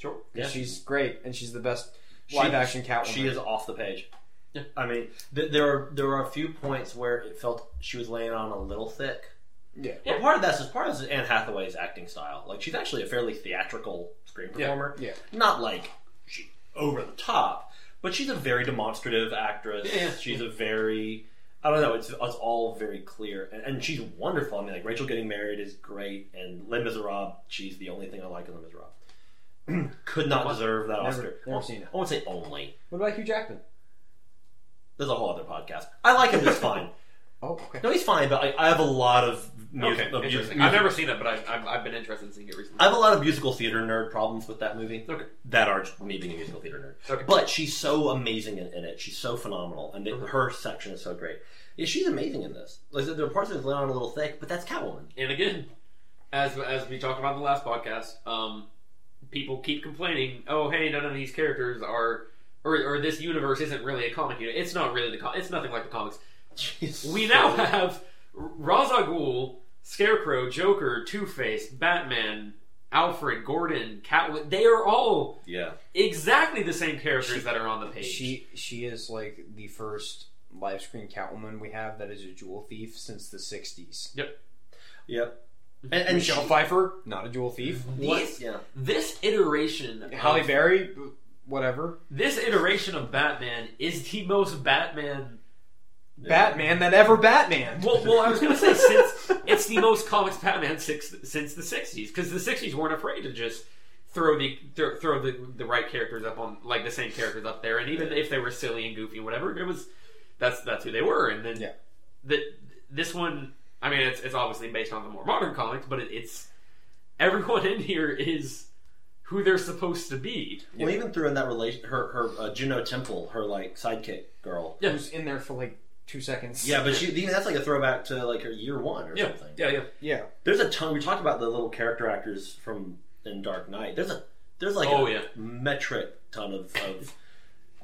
Speaker 1: sure.
Speaker 2: 'Cause
Speaker 3: Yeah.
Speaker 2: She's great, and she's the best
Speaker 3: She-
Speaker 2: live action Catwoman.
Speaker 3: She is off the page.
Speaker 1: Yeah.
Speaker 3: I mean, th- there are there are a few points where it felt she was laying on a little thick.
Speaker 2: Yeah.
Speaker 1: Yeah.
Speaker 3: But part of that's is part of this is Anne Hathaway's acting style. Like she's actually a fairly theatrical screen
Speaker 1: Yeah.
Speaker 3: performer.
Speaker 2: Yeah.
Speaker 3: Not like she over the top, but she's a very demonstrative actress.
Speaker 1: Yeah, yeah.
Speaker 3: She's a very I don't know. It's, it's all very clear, and, and she's wonderful. I mean, like Rachel getting married is great, and Les Miserables. She's the only thing I like in Les Miserables. Could not deserve that
Speaker 2: Never-
Speaker 3: Oscar.
Speaker 2: never
Speaker 3: I-
Speaker 2: seen it.
Speaker 3: I won't say only.
Speaker 2: What about Hugh Jackman?
Speaker 3: There's a whole other podcast. I like him. He's fine.
Speaker 2: Oh, okay.
Speaker 3: No, he's fine. But I, I have a lot of music.
Speaker 1: Okay,
Speaker 3: of music Uh,
Speaker 1: interesting. I've never seen it, but I've, I've, I've been interested in seeing it recently.
Speaker 3: I have a lot of musical theater nerd problems with that movie.
Speaker 1: Okay.
Speaker 3: That are just me being a musical theater nerd.
Speaker 1: Okay.
Speaker 3: But she's so amazing in, in it. She's so phenomenal, and it-
Speaker 1: Mm-hmm.
Speaker 3: her section is so great. Yeah, she's amazing in this. Like there are parts that's laid on a little thick, but that's Catwoman.
Speaker 1: And again, as as we talked about in the last podcast, um, people keep complaining. Oh, hey, none of these characters are, or, or this universe isn't really a comic. unit. It's not really the. Com- it's nothing like the comics.
Speaker 3: She's
Speaker 1: We
Speaker 3: so-
Speaker 1: now have Ra's al Ghul, Scarecrow, Joker, Two Face, Batman, Alfred, Gordon, Catwoman. They are all
Speaker 3: yeah.
Speaker 1: exactly the same characters
Speaker 2: She-
Speaker 1: that are on the page.
Speaker 2: She she is like the first live screen Catwoman we have that is a jewel thief since the '60s.
Speaker 3: Yep. And, and
Speaker 2: Michelle
Speaker 3: she-
Speaker 2: Pfeiffer, not a jewel thief.
Speaker 1: These-
Speaker 3: Yeah.
Speaker 1: This iteration, of-
Speaker 2: Halle Berry, whatever.
Speaker 1: This iteration of Batman is the most Batman.
Speaker 2: Batman that ever Batman.
Speaker 1: Well, well I was going to say since it's the most comics Batman six, since the '60s because the '60s weren't afraid to just throw the throw, throw the the right characters up on like the same characters up there, and even if they were silly and goofy, whatever, it was that's that's who they were. And then
Speaker 2: Yeah.
Speaker 1: the, this one, I mean, it's it's obviously based on the more modern comics, but it, it's everyone in here is who they're supposed to be.
Speaker 3: Well, even threw in that relation, her her uh, Juno Temple, her like sidekick girl.
Speaker 1: Yeah.
Speaker 2: Who's in there for like two seconds?
Speaker 3: Yeah, but she you know, that's like a throwback to like her year one or
Speaker 1: Yeah,
Speaker 3: something.
Speaker 1: yeah, yeah.
Speaker 2: yeah.
Speaker 3: There's a ton. We talked about the little character actors from in Dark Knight. There's a there's like
Speaker 1: Oh,
Speaker 3: a
Speaker 1: yeah.
Speaker 3: metric ton of, of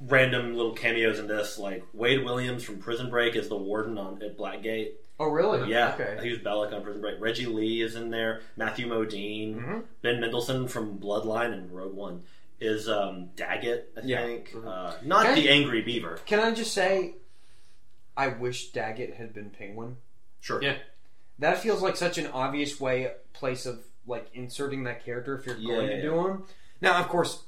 Speaker 3: random little cameos in this. Like Wade Williams from Prison Break is the warden on at Blackgate.
Speaker 2: Oh, really?
Speaker 3: Yeah,
Speaker 2: Okay.
Speaker 3: he was Belloc on Prison Break. Reggie Lee is in there. Matthew Modine, Ben Mendelsohn from Bloodline and Rogue One is um, Daggett. I
Speaker 2: Yeah.
Speaker 3: think uh, not
Speaker 2: Can I-
Speaker 3: the Angry Beaver.
Speaker 2: Can I just say, I wish Daggett had been Penguin.
Speaker 3: Sure.
Speaker 1: Yeah.
Speaker 2: That feels like such an obvious way place of like inserting that character if you're
Speaker 3: Yeah,
Speaker 2: going
Speaker 3: yeah,
Speaker 2: to do him. Now, of course,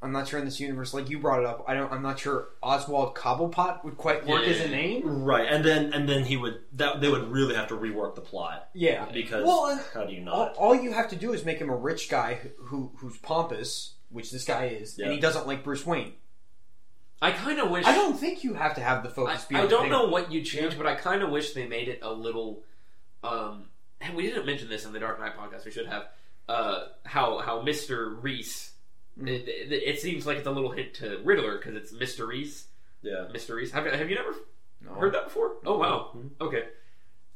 Speaker 2: I'm not sure in this universe. Like you brought it up, I don't. I'm not sure Oswald Cobblepot would quite work
Speaker 1: Yeah,
Speaker 2: as a
Speaker 1: yeah, yeah.
Speaker 2: name.
Speaker 3: Right, and then and then he would that they would really have to rework the plot
Speaker 2: Yeah.
Speaker 3: because
Speaker 2: Well, and-
Speaker 3: how do you
Speaker 2: All,
Speaker 3: not?
Speaker 2: all you have to do is make him a rich guy who who's pompous, which this guy is, and
Speaker 3: Yeah.
Speaker 2: he doesn't like Bruce Wayne.
Speaker 1: I kind of wish.
Speaker 2: I don't think you have to have the
Speaker 1: I,
Speaker 2: focus. be
Speaker 1: I
Speaker 2: on
Speaker 1: don't
Speaker 2: Penguin.
Speaker 1: know what you changed, but I kind of wish they made it a little. Um, and we didn't mention this in the Dark Knight podcast. We should have. Uh, how how Mister Reese.
Speaker 2: Hmm.
Speaker 1: It, it, it seems like it's a little hint to Riddler because it's Mister Reese.
Speaker 3: Yeah,
Speaker 1: Mister Reese. Have, you- have you never
Speaker 2: No.
Speaker 1: heard that before? Oh wow.
Speaker 2: Hmm.
Speaker 1: Okay.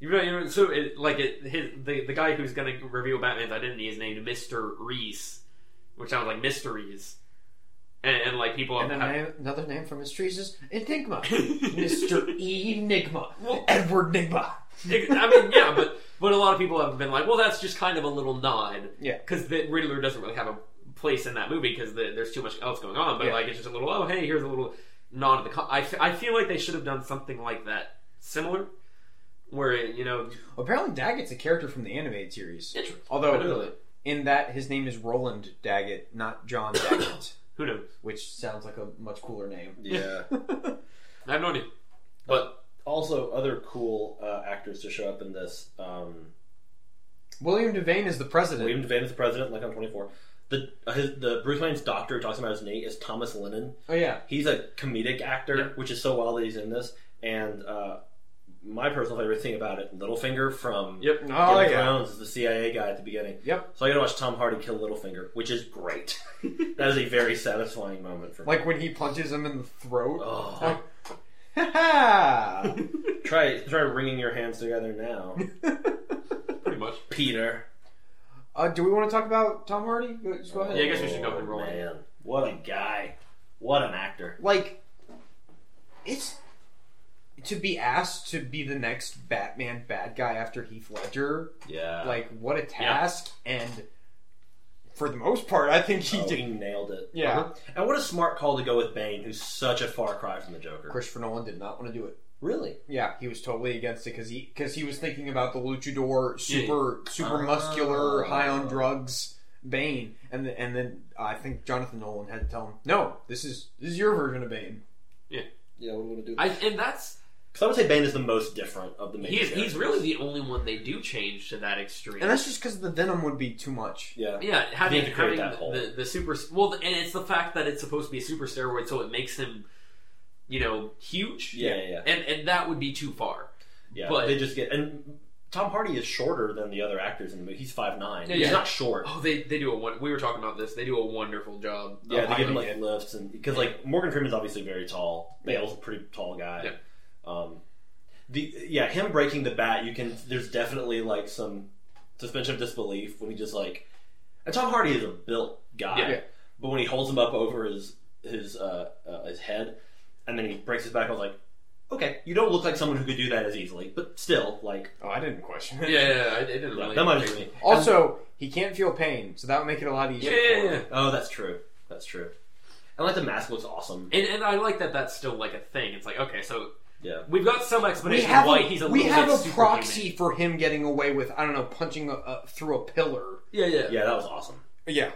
Speaker 1: You know, you know so it, like it, his, the the guy who's going to reveal Batman's identity is named Mister Reese, which sounds like mysteries, and, and like people
Speaker 2: And
Speaker 1: have-
Speaker 2: then I- another name for mysteries is Enigma, Mister Enigma,
Speaker 1: Well-
Speaker 2: Edward Nigma.
Speaker 1: Ex- I mean, yeah, but but a lot of people have been like, well, that's just kind of a little nod,
Speaker 2: Yeah.
Speaker 1: because the Riddler doesn't really have a place in that movie because the, there's too much else going on. But
Speaker 2: Yeah.
Speaker 1: like, it's just a little, oh, hey, here's a little nod to the. Co-. I f- I feel like they should have done something like that, similar, where you know,
Speaker 2: Apparently, Daggett's a character from the animated series.
Speaker 1: Interesting.
Speaker 2: Although,
Speaker 1: I didn't know that.
Speaker 2: in that, his name is Roland Daggett, not John Daggett,
Speaker 1: who knows?
Speaker 2: which sounds like a much cooler name.
Speaker 3: yeah.
Speaker 1: I have no idea. But
Speaker 3: also, other cool uh, actors to show up in this. Um,
Speaker 2: William Devane is the president.
Speaker 3: William Devane is the president. Like I'm 24. The uh, his, the Bruce Wayne's doctor who talks about his knee is Thomas Lennon.
Speaker 2: Oh yeah,
Speaker 3: He's a comedic actor,
Speaker 1: Yeah.
Speaker 3: which is so wild that he's in this. And uh, my personal favorite thing about it, Littlefinger from
Speaker 1: yep,
Speaker 2: oh
Speaker 3: Game of
Speaker 2: yeah,
Speaker 3: Thrones is the CIA guy at the beginning.
Speaker 2: yep.
Speaker 3: So I got to watch Tom Hardy kill Littlefinger, which is great. that is a very satisfying moment for me.
Speaker 2: Like when he punches him in the throat.
Speaker 3: Oh.
Speaker 2: Like, ha ha!
Speaker 3: try try wringing your hands together now,
Speaker 1: pretty much.
Speaker 3: Peter.
Speaker 2: Uh, do we want to talk about Tom Hardy? Go- Just go ahead.
Speaker 1: Uh, Yeah, I guess we should go
Speaker 3: Oh,
Speaker 1: ahead and roll it.
Speaker 3: Man, what a guy! What an actor!
Speaker 2: Like, it's to be asked to be the next Batman bad guy after Heath Ledger.
Speaker 3: Yeah,
Speaker 2: like what a task and for the most part i think he
Speaker 3: oh, he
Speaker 2: did
Speaker 3: nailed it.
Speaker 2: Yeah.
Speaker 3: Uh-huh. and what a smart call to go with Bane, who's such a far cry from the Joker.
Speaker 2: christopher nolan did not want to do it
Speaker 3: Really?
Speaker 2: yeah he was totally against it because he because he was thinking about the luchador super super
Speaker 3: Oh.
Speaker 2: muscular high on drugs bane and the, and then i think jonathan nolan had to tell him no this is this is your version of bane
Speaker 3: Yeah, what are we gonna do?
Speaker 1: I, and that's
Speaker 3: Because I would say Bane is the most different of the main.
Speaker 1: he's he's
Speaker 3: characters.
Speaker 1: really the only one they do change to that extreme.
Speaker 2: and that's just because the venom would be too much
Speaker 3: yeah.
Speaker 1: Yeah, having,
Speaker 3: They have to
Speaker 1: having
Speaker 3: create that hole.
Speaker 1: the, the, the super well, and it's the fact that it's supposed to be a super steroid, so it makes him, you know, huge.
Speaker 3: Yeah, yeah, yeah.
Speaker 1: and and that would be too far.
Speaker 3: Yeah,
Speaker 1: But-
Speaker 3: they just get and Tom Hardy is shorter than the other actors in the movie. He's five nine.
Speaker 1: Yeah,
Speaker 3: he's
Speaker 1: yeah.
Speaker 3: not short.
Speaker 1: Oh, they they do a one. We were talking about this. They do a wonderful job.
Speaker 3: yeah,
Speaker 1: of
Speaker 3: they give him like
Speaker 1: highlighting-
Speaker 3: lifts and because like Morgan Freeman's obviously very tall. Bale's a pretty tall guy.
Speaker 1: Yeah.
Speaker 3: Um, the yeah, him breaking the bat, you can. There's definitely like some suspension of disbelief when he just like. And Tom Hardy is a built guy,
Speaker 1: Yeah. Yeah.
Speaker 3: but when he holds him up over his his uh, uh, his head, and then he breaks his back, I was like, okay, you don't look like someone who could do that as easily, but still, like
Speaker 2: oh i didn't question it
Speaker 1: yeah, yeah, yeah, I, I didn't really.
Speaker 3: that might have
Speaker 1: think-
Speaker 3: been me.
Speaker 2: also he can't feel pain so that would make it a lot
Speaker 1: Yeah,
Speaker 2: easier
Speaker 1: yeah,
Speaker 2: for him.
Speaker 1: yeah.
Speaker 3: Oh, that's true. That's true. And like the mask looks awesome.
Speaker 1: And and I like that. That's still like a thing. It's like okay, so
Speaker 3: Yeah.
Speaker 1: we've got some
Speaker 2: we
Speaker 1: explanation
Speaker 2: have
Speaker 1: why
Speaker 2: a,
Speaker 1: he's a
Speaker 2: we
Speaker 1: little
Speaker 2: have
Speaker 1: bit
Speaker 2: a
Speaker 1: superhuman.
Speaker 2: proxy for him getting away with I don't know punching a, a, through a pillar.
Speaker 1: Yeah, yeah,
Speaker 3: Yeah, that was awesome.
Speaker 2: Yeah,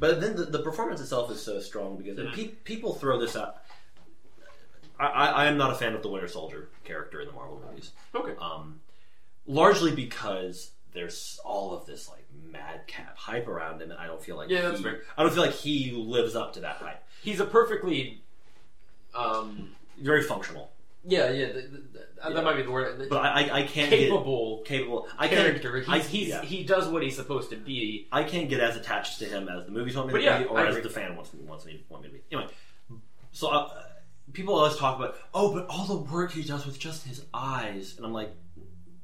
Speaker 3: But then the, the performance itself is so strong because
Speaker 1: Mm-hmm.
Speaker 3: and pe- people throw this out. I, I, I am not a fan of the Winter Soldier character in the Marvel movies,
Speaker 1: Okay.
Speaker 3: um, largely because there's all of this like madcap hype around him, and I don't feel like
Speaker 1: Yeah,
Speaker 3: he,
Speaker 1: that's fair.
Speaker 3: I don't feel like he lives up to that hype.
Speaker 1: He's a perfectly. Um,
Speaker 3: Very functional,
Speaker 1: yeah, yeah, th th th-
Speaker 3: Yeah.
Speaker 1: That might be the word.
Speaker 3: but I, I, I can't
Speaker 1: capable
Speaker 3: get capable. I can't,
Speaker 1: character.
Speaker 3: I,
Speaker 1: He's, he's,
Speaker 3: yeah.
Speaker 1: He does what he's supposed to be.
Speaker 3: I can't get as attached to him as the movies want me
Speaker 1: But
Speaker 3: to
Speaker 1: yeah,
Speaker 3: be, or
Speaker 1: I
Speaker 3: as
Speaker 1: agree.
Speaker 3: the fan wants me, wants me want me to be. Anyway, so uh, people always talk about, oh, but all the work he does with just his eyes, and I'm like,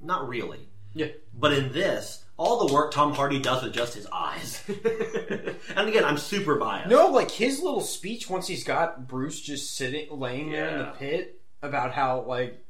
Speaker 3: not really.
Speaker 1: Yeah.
Speaker 3: But in this, all the work Tom Hardy does with just his eyes, and again, I'm super biased.
Speaker 2: No, like his little speech once he's got Bruce just sitting, laying there in the
Speaker 3: Yeah.
Speaker 2: pit about how like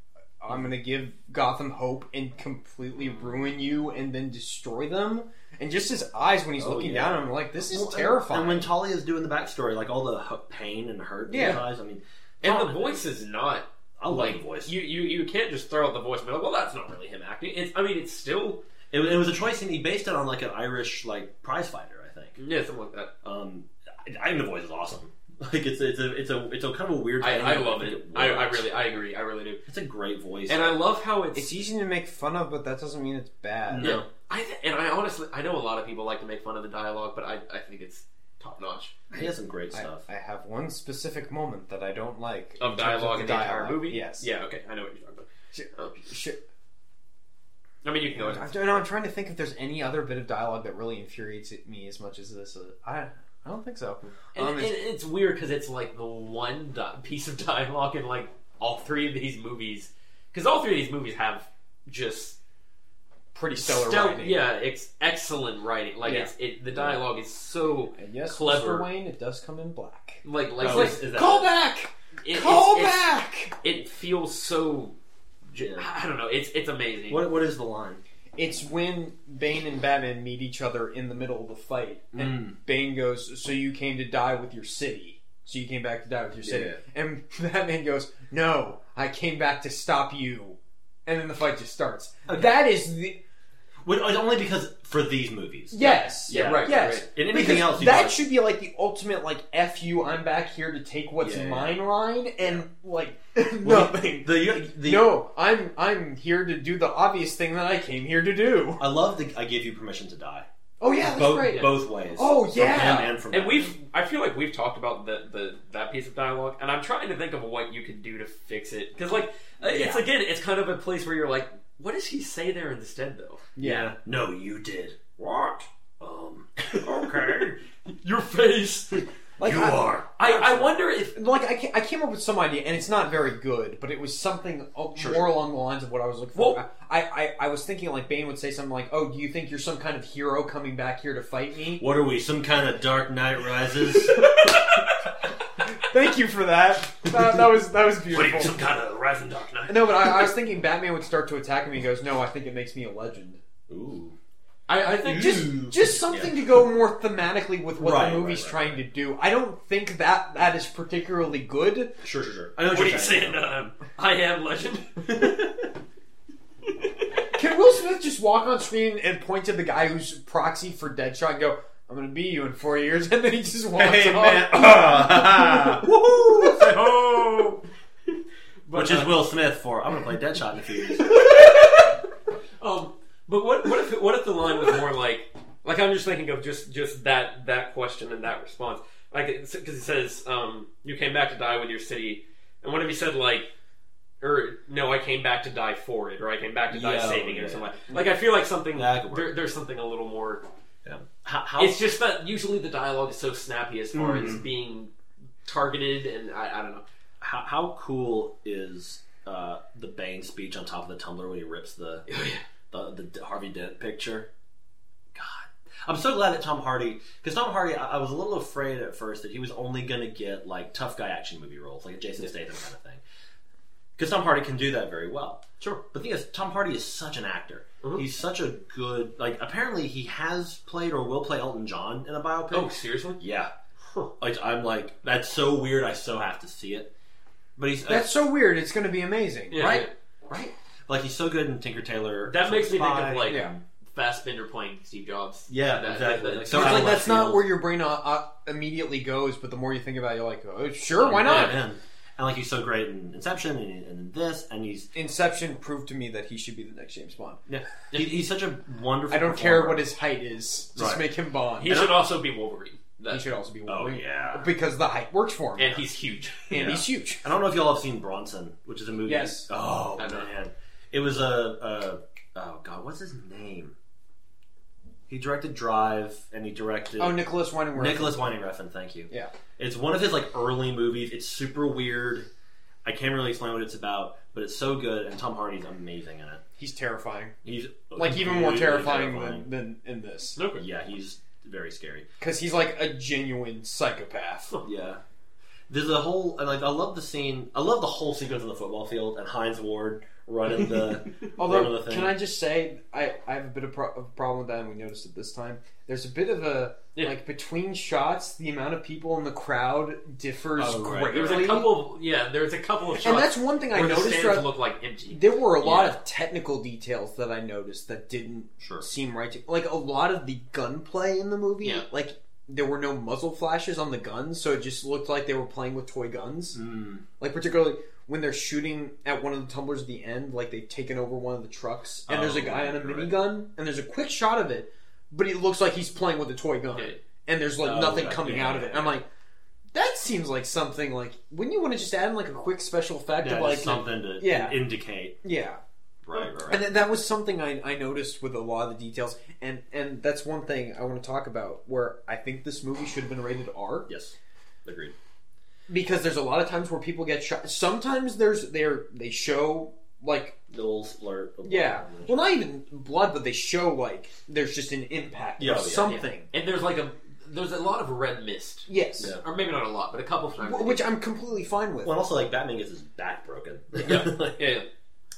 Speaker 2: I'm gonna give Gotham hope and completely ruin you and then destroy them. And just his eyes when he's
Speaker 3: Oh,
Speaker 2: looking
Speaker 3: yeah.
Speaker 2: down, I'm like, this is
Speaker 3: Well, and-
Speaker 2: terrifying.
Speaker 3: And when Talia's doing the backstory, like all the hu- pain and hurt in his
Speaker 2: Yeah.
Speaker 3: eyes, I mean,
Speaker 1: Oh, And the
Speaker 3: Tom-
Speaker 1: voice is not
Speaker 3: I love
Speaker 1: like
Speaker 3: the voice.
Speaker 1: You, you you can't just throw out the voice and be like, well, that's not really him acting. It's I mean, it's still
Speaker 3: It, it was a choice, and he based it on like an Irish like prize fighter, I think.
Speaker 1: yeah, something like that.
Speaker 3: Um, I, I think the voice is awesome. Like it's it's a it's a it's a kind of a weird.
Speaker 1: I,
Speaker 3: thing.
Speaker 1: I love
Speaker 3: think
Speaker 1: it. I, I
Speaker 3: works.
Speaker 1: really I agree. I really do.
Speaker 3: It's a great voice.
Speaker 1: And I love how it's,
Speaker 2: it's easy to make fun of, but that doesn't mean it's bad.
Speaker 1: yeah. I th- and I honestly I know a lot of people like to make fun of the dialogue, but I I think it's top notch
Speaker 3: he has some great
Speaker 2: I,
Speaker 3: stuff.
Speaker 2: I have one specific moment that I don't like
Speaker 1: of
Speaker 2: in terms
Speaker 1: dialogue in the entire
Speaker 2: dialogue.
Speaker 1: movie.
Speaker 2: Yes.
Speaker 1: Yeah. Okay. I know what you're talking
Speaker 2: Sh-
Speaker 1: about. Um,
Speaker 2: Sh-
Speaker 1: I mean, you can go.
Speaker 2: I'm,
Speaker 1: ahead.
Speaker 2: no, I'm trying to think if there's any other bit of dialogue that really infuriates me as much as this. Uh, I I don't think so.
Speaker 1: And,
Speaker 2: Um,
Speaker 1: and it's weird because it's like the one di- piece of dialogue in like all three of these movies, because all three of these movies have just
Speaker 2: pretty stellar
Speaker 1: stel-
Speaker 2: writing.
Speaker 1: Yeah, it's excellent writing. Like
Speaker 2: Yeah.
Speaker 1: it's it, the dialogue is so
Speaker 2: And yes,
Speaker 1: Clever.
Speaker 2: Mr. Wayne, it does come in black.
Speaker 1: like like
Speaker 3: Oh,
Speaker 1: it's-
Speaker 3: is- is that-
Speaker 2: Call back!
Speaker 1: it-
Speaker 2: Call
Speaker 1: it's- it's-
Speaker 2: back!
Speaker 1: It feels so. j-
Speaker 3: Yeah.
Speaker 1: I don't know. It's it's amazing.
Speaker 3: What what is the line?
Speaker 2: It's when Bane and Batman meet each other in the middle of the fight, and
Speaker 1: Mm.
Speaker 2: Bane goes, "So you came to die with your city? So you came back to die with your city?"
Speaker 3: Yeah.
Speaker 2: And Batman goes, "No, I came back to stop you." And then the fight just starts. That is the
Speaker 3: Well, it's only because for these movies.
Speaker 2: Yes.
Speaker 1: Yeah, right,
Speaker 2: Yes.
Speaker 1: right.
Speaker 3: And anything
Speaker 2: Because
Speaker 3: else you
Speaker 2: that
Speaker 3: watch-
Speaker 2: should be like the ultimate like "f you," I'm back here to take what's
Speaker 3: Yeah, yeah.
Speaker 2: mine line, and like
Speaker 3: Well,
Speaker 2: nothing.
Speaker 3: The, the
Speaker 2: no, I'm I'm here to do the obvious thing that I came here to do.
Speaker 3: I love the I give you permission to die.
Speaker 2: Oh yeah, that's
Speaker 3: both
Speaker 2: right.
Speaker 3: both ways.
Speaker 2: Oh, yeah.
Speaker 3: From him and from
Speaker 1: Uh, and
Speaker 3: Batman.
Speaker 1: we've I feel like we've talked about the, the that piece of dialogue, and I'm trying to think of what you could do to fix it because like uh, it's
Speaker 3: Yeah.
Speaker 1: again it's kind of a place where you're like, what does he say there instead though?
Speaker 3: yeah. No, you did. What? Um.
Speaker 1: Your face.
Speaker 2: Like
Speaker 3: you
Speaker 2: I,
Speaker 3: are.
Speaker 1: I, I wonder if
Speaker 2: Like I, ca- I came up with some idea, and it's not very good, but it was something o-
Speaker 3: Sure.
Speaker 2: more along the lines of what I was looking for.
Speaker 1: Well-
Speaker 2: I, I, I was thinking like Bane would say something like, "Oh, do you think you're some kind of hero coming back here to fight me?"
Speaker 3: What are we? Some kind of Dark Knight Rises?
Speaker 2: Thank you for that. That, that was that was
Speaker 1: what
Speaker 2: beautiful.
Speaker 1: are you, some kind of rising dark knight.
Speaker 2: No, but I, I was thinking Batman would start to attack him. and He goes, "No, I think it makes me a legend."
Speaker 3: Ooh.
Speaker 1: I, I think
Speaker 2: Just,
Speaker 3: Ooh.
Speaker 2: just something to go more thematically with what
Speaker 3: Right,
Speaker 2: the movie's
Speaker 3: right, right,
Speaker 2: trying to do. I don't think that that is particularly good.
Speaker 3: Sure, sure, sure. I know what,
Speaker 1: what are you
Speaker 3: you're
Speaker 1: saying? Um, I am legend.
Speaker 2: Can Will Smith just walk on screen and point to the guy who's proxy for Deadshot and go, "I'm going to be you in four years," and then he just walks
Speaker 3: Hey
Speaker 2: off?
Speaker 3: man!
Speaker 2: Woohoo!
Speaker 1: oh. But,
Speaker 3: Which is
Speaker 1: uh,
Speaker 3: Will Smith for I'm gonna play Deadshot in a few years.
Speaker 1: Um, but what what if what if the line was more like like I'm just thinking of just just that that question and that response like because he says um, you came back to die with your city and what if he said like or no I came back to die for it or I came back to die
Speaker 3: Yeah,
Speaker 1: saving it
Speaker 3: yeah.
Speaker 1: or something like, like I feel like something
Speaker 3: That could work.
Speaker 1: there, there's something a little more
Speaker 3: Yeah. How, how,
Speaker 1: it's just that usually the dialogue is so snappy as far
Speaker 3: Mm-hmm.
Speaker 1: as being targeted and I, I don't know
Speaker 3: how, how cool is uh, the Bane speech on top of the tumbler when he rips the
Speaker 1: Oh,
Speaker 3: the, the D- Harvey Dent picture? God, I'm so glad that Tom Hardy because Tom Hardy I, I was a little afraid at first that he was only gonna get like tough guy action movie roles like a Jason Statham kind of thing because Tom Hardy can do that very well.
Speaker 1: sure Mm-hmm.
Speaker 3: The thing is, Tom Hardy is such an actor. He's such a good like. Apparently, he has played or will play Elton John in a biopic.
Speaker 1: oh seriously
Speaker 3: Yeah. Like, I'm like, that's so weird. I so have to see it. But he's
Speaker 2: That's so weird. It's going to be amazing.
Speaker 1: Yeah,
Speaker 3: right,
Speaker 1: yeah.
Speaker 3: right. Like he's so good in Tinker Tailor.
Speaker 1: that makes me think
Speaker 3: Spy.
Speaker 1: of like
Speaker 2: Yeah.
Speaker 1: Fassbender playing Steve Jobs.
Speaker 3: Yeah,
Speaker 1: That-
Speaker 3: exactly.
Speaker 1: that- that-
Speaker 3: So
Speaker 2: it's
Speaker 3: Out
Speaker 2: like
Speaker 3: of
Speaker 2: that's
Speaker 3: left
Speaker 2: not
Speaker 3: field.
Speaker 2: where your brain uh, uh, immediately goes, but the more you think about it, you're like, oh, sure, why not?
Speaker 3: Yeah, man. And like he's so great in Inception and, and in this, and he's
Speaker 2: Inception proved to me that he should be the next James Bond.
Speaker 3: yeah, he, he's such a wonderful.
Speaker 2: I don't care
Speaker 3: performer.
Speaker 2: what his height is, just
Speaker 3: Right.
Speaker 2: make him Bond.
Speaker 1: He should also be Wolverine. That-
Speaker 2: He should also be
Speaker 3: Oh
Speaker 2: Wolverine.
Speaker 3: yeah.
Speaker 2: Because the height works for him.
Speaker 1: and he's huge.
Speaker 2: And
Speaker 3: Yeah.
Speaker 2: he's huge.
Speaker 3: I don't know if y'all have seen Bronson, which is a movie.
Speaker 2: Yes.
Speaker 3: Oh
Speaker 1: I know.
Speaker 3: man, it was a, a oh god, what's his name? He directed Drive, and he directed
Speaker 2: Oh, Nicholas Winding Refn.
Speaker 3: Nicholas Winding Refn. Thank you.
Speaker 2: Yeah.
Speaker 3: It's one of his like early movies. It's super weird. I can't really explain what it's about, but it's so good, and Tom Hardy's amazing in it.
Speaker 2: He's terrifying.
Speaker 3: He's
Speaker 2: Like, even more
Speaker 3: completely
Speaker 2: terrifying, Than, than in this.
Speaker 1: Okay.
Speaker 3: Yeah, he's very scary.
Speaker 2: Because he's like a genuine psychopath.
Speaker 3: Yeah. There's a whole and, like I love the scene. I love the whole sequence on the football field and Heinz Ward running the running
Speaker 2: Although,
Speaker 3: the thing.
Speaker 2: can I just say, I, I have a bit of, pro- of problem with that, and we noticed it this time. There's a bit of a,
Speaker 1: Yeah.
Speaker 2: like, between shots, the amount of people in the crowd differs
Speaker 3: Oh, right.
Speaker 2: greatly.
Speaker 1: There was a couple. Of, yeah, there was a couple of shots.
Speaker 2: and that's one thing I
Speaker 1: where the
Speaker 2: noticed
Speaker 1: stands
Speaker 2: throughout
Speaker 1: look like empty.
Speaker 2: There were a lot
Speaker 3: Yeah.
Speaker 2: of technical details that I noticed that didn't
Speaker 3: Sure.
Speaker 2: seem right to like a lot of the gunplay in the movie.
Speaker 1: Yeah.
Speaker 2: Like there were no muzzle flashes on the guns, so it just looked like they were playing with toy guns.
Speaker 3: Mm.
Speaker 2: Like particularly when they're shooting at one of the tumblers at the end, like they've taken over one of the trucks, and there's a
Speaker 3: Oh,
Speaker 2: guy on a
Speaker 3: right.
Speaker 2: minigun, and there's a quick shot of it, but it looks like he's playing with a toy gun,
Speaker 1: Yeah.
Speaker 2: and there's like
Speaker 3: Oh,
Speaker 2: nothing
Speaker 3: right.
Speaker 2: coming
Speaker 3: Yeah,
Speaker 2: out of
Speaker 3: yeah,
Speaker 2: it. I'm like. That seems like something like wouldn't you want to just add in like a quick special effect of
Speaker 3: Yeah, just
Speaker 2: like
Speaker 3: something to
Speaker 2: yeah.
Speaker 3: indicate.
Speaker 2: yeah
Speaker 3: Right, right, right.
Speaker 2: and th- that was something I, I noticed with a lot of the details and and that's one thing i want to talk about where i think this movie should have been rated r
Speaker 3: yes, agreed.
Speaker 2: because there's a lot of times where people get shot sometimes there's they're they show like
Speaker 3: The little splurt.
Speaker 2: yeah well not even blood but they show like there's just an impact
Speaker 3: Yeah,
Speaker 2: or
Speaker 3: yeah, yeah.
Speaker 2: something
Speaker 1: And there's like a there's a lot of red mist,
Speaker 2: yes
Speaker 3: Yeah.
Speaker 1: or maybe not a lot, but a couple times.
Speaker 2: Wh- which i'm completely fine with
Speaker 3: Well, and also like Batman gets his back broken.
Speaker 1: yeah, yeah.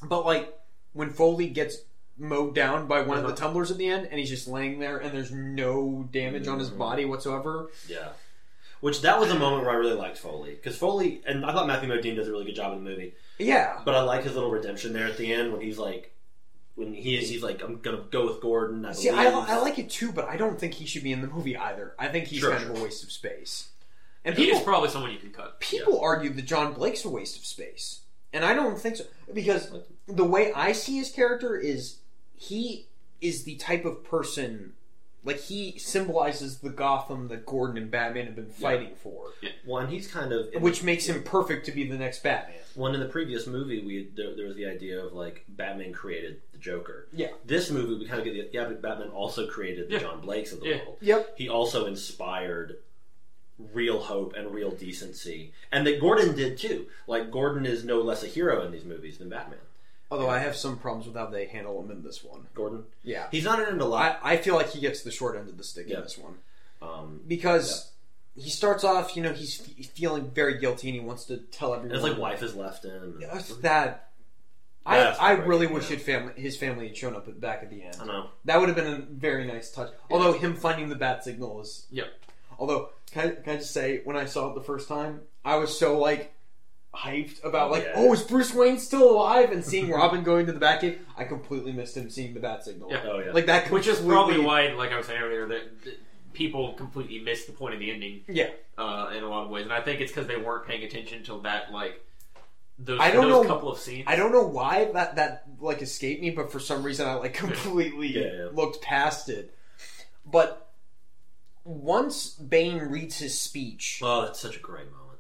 Speaker 2: but like when foley gets mowed down by one of
Speaker 1: Uh-huh.
Speaker 2: the tumblers at the end and he's just laying there and there's no damage on
Speaker 3: Mm-hmm.
Speaker 2: his body whatsoever
Speaker 3: Yeah. Which that was a moment where I really liked Foley because Foley and I thought Matthew Modine does a really good job in the movie,
Speaker 2: yeah
Speaker 3: but I like his little redemption there at the end when he's like, when he is he's like, I'm gonna go with Gordon. I
Speaker 2: See, I,
Speaker 3: believe.
Speaker 2: I like it too, but I don't think he should be in the movie either. I think he's
Speaker 3: Sure,
Speaker 2: kind of
Speaker 3: sure.
Speaker 2: a waste of space. And
Speaker 1: He
Speaker 2: people
Speaker 1: is probably someone you can cut.
Speaker 2: people argue that John Blake's a waste of space, and I don't think so because the way I see his character is he is the type of person like he symbolizes the Gotham that Gordon and Batman have been fighting for,
Speaker 3: Well, and he's kind of
Speaker 2: which makes him perfect to be the next Batman.
Speaker 3: One in the previous movie, we there, there was the idea of like Batman created the Joker.
Speaker 2: Yeah.
Speaker 3: This movie, we kind of get the yeah, but Batman also created the
Speaker 1: Yeah.
Speaker 3: John Blakes of the
Speaker 1: Yeah.
Speaker 3: world.
Speaker 2: Yep.
Speaker 3: He also inspired real hope and real decency, and that Gordon did too. Like Gordon is no less a hero in these movies than Batman.
Speaker 2: Although I have some problems with how they handle him in this one.
Speaker 3: Gordon,
Speaker 2: Yeah.
Speaker 3: he's not in it a lot.
Speaker 2: I, I feel like he gets the short end of the stick
Speaker 3: Yeah.
Speaker 2: in this one.
Speaker 3: Um,
Speaker 2: because he starts off, you know, he's f- feeling very guilty and he wants to tell everyone.
Speaker 3: and it's like wife is left in. and-
Speaker 2: That's that. I,
Speaker 3: That's
Speaker 2: I
Speaker 3: heartbreaking,
Speaker 2: really wish
Speaker 3: yeah.
Speaker 2: his family his family had shown up at, back at the end.
Speaker 3: I know.
Speaker 2: That would have been a very nice touch. Although him finding the bat signal is.
Speaker 1: Yep.
Speaker 2: Although can I, can I just say when I saw it the first time, I was so like hyped about like
Speaker 3: Yeah.
Speaker 2: oh is Bruce Wayne still alive and seeing Robin going to the Batcave. I completely missed him seeing the bat signal.
Speaker 1: Yeah.
Speaker 3: Oh yeah.
Speaker 2: Like that,
Speaker 1: Which is
Speaker 2: completely-
Speaker 1: probably why, like I was saying earlier, that that people completely missed the point of the ending
Speaker 2: Yeah,
Speaker 1: uh, in a lot of ways, and I think it's because they weren't paying attention till that like those,
Speaker 2: I don't
Speaker 1: those
Speaker 2: know-
Speaker 1: couple of scenes.
Speaker 2: I don't know why that that like escaped me, but for some reason I like completely
Speaker 3: Yeah, yeah.
Speaker 2: looked past it. But once Bane reads his speech,
Speaker 3: oh, that's such a great moment.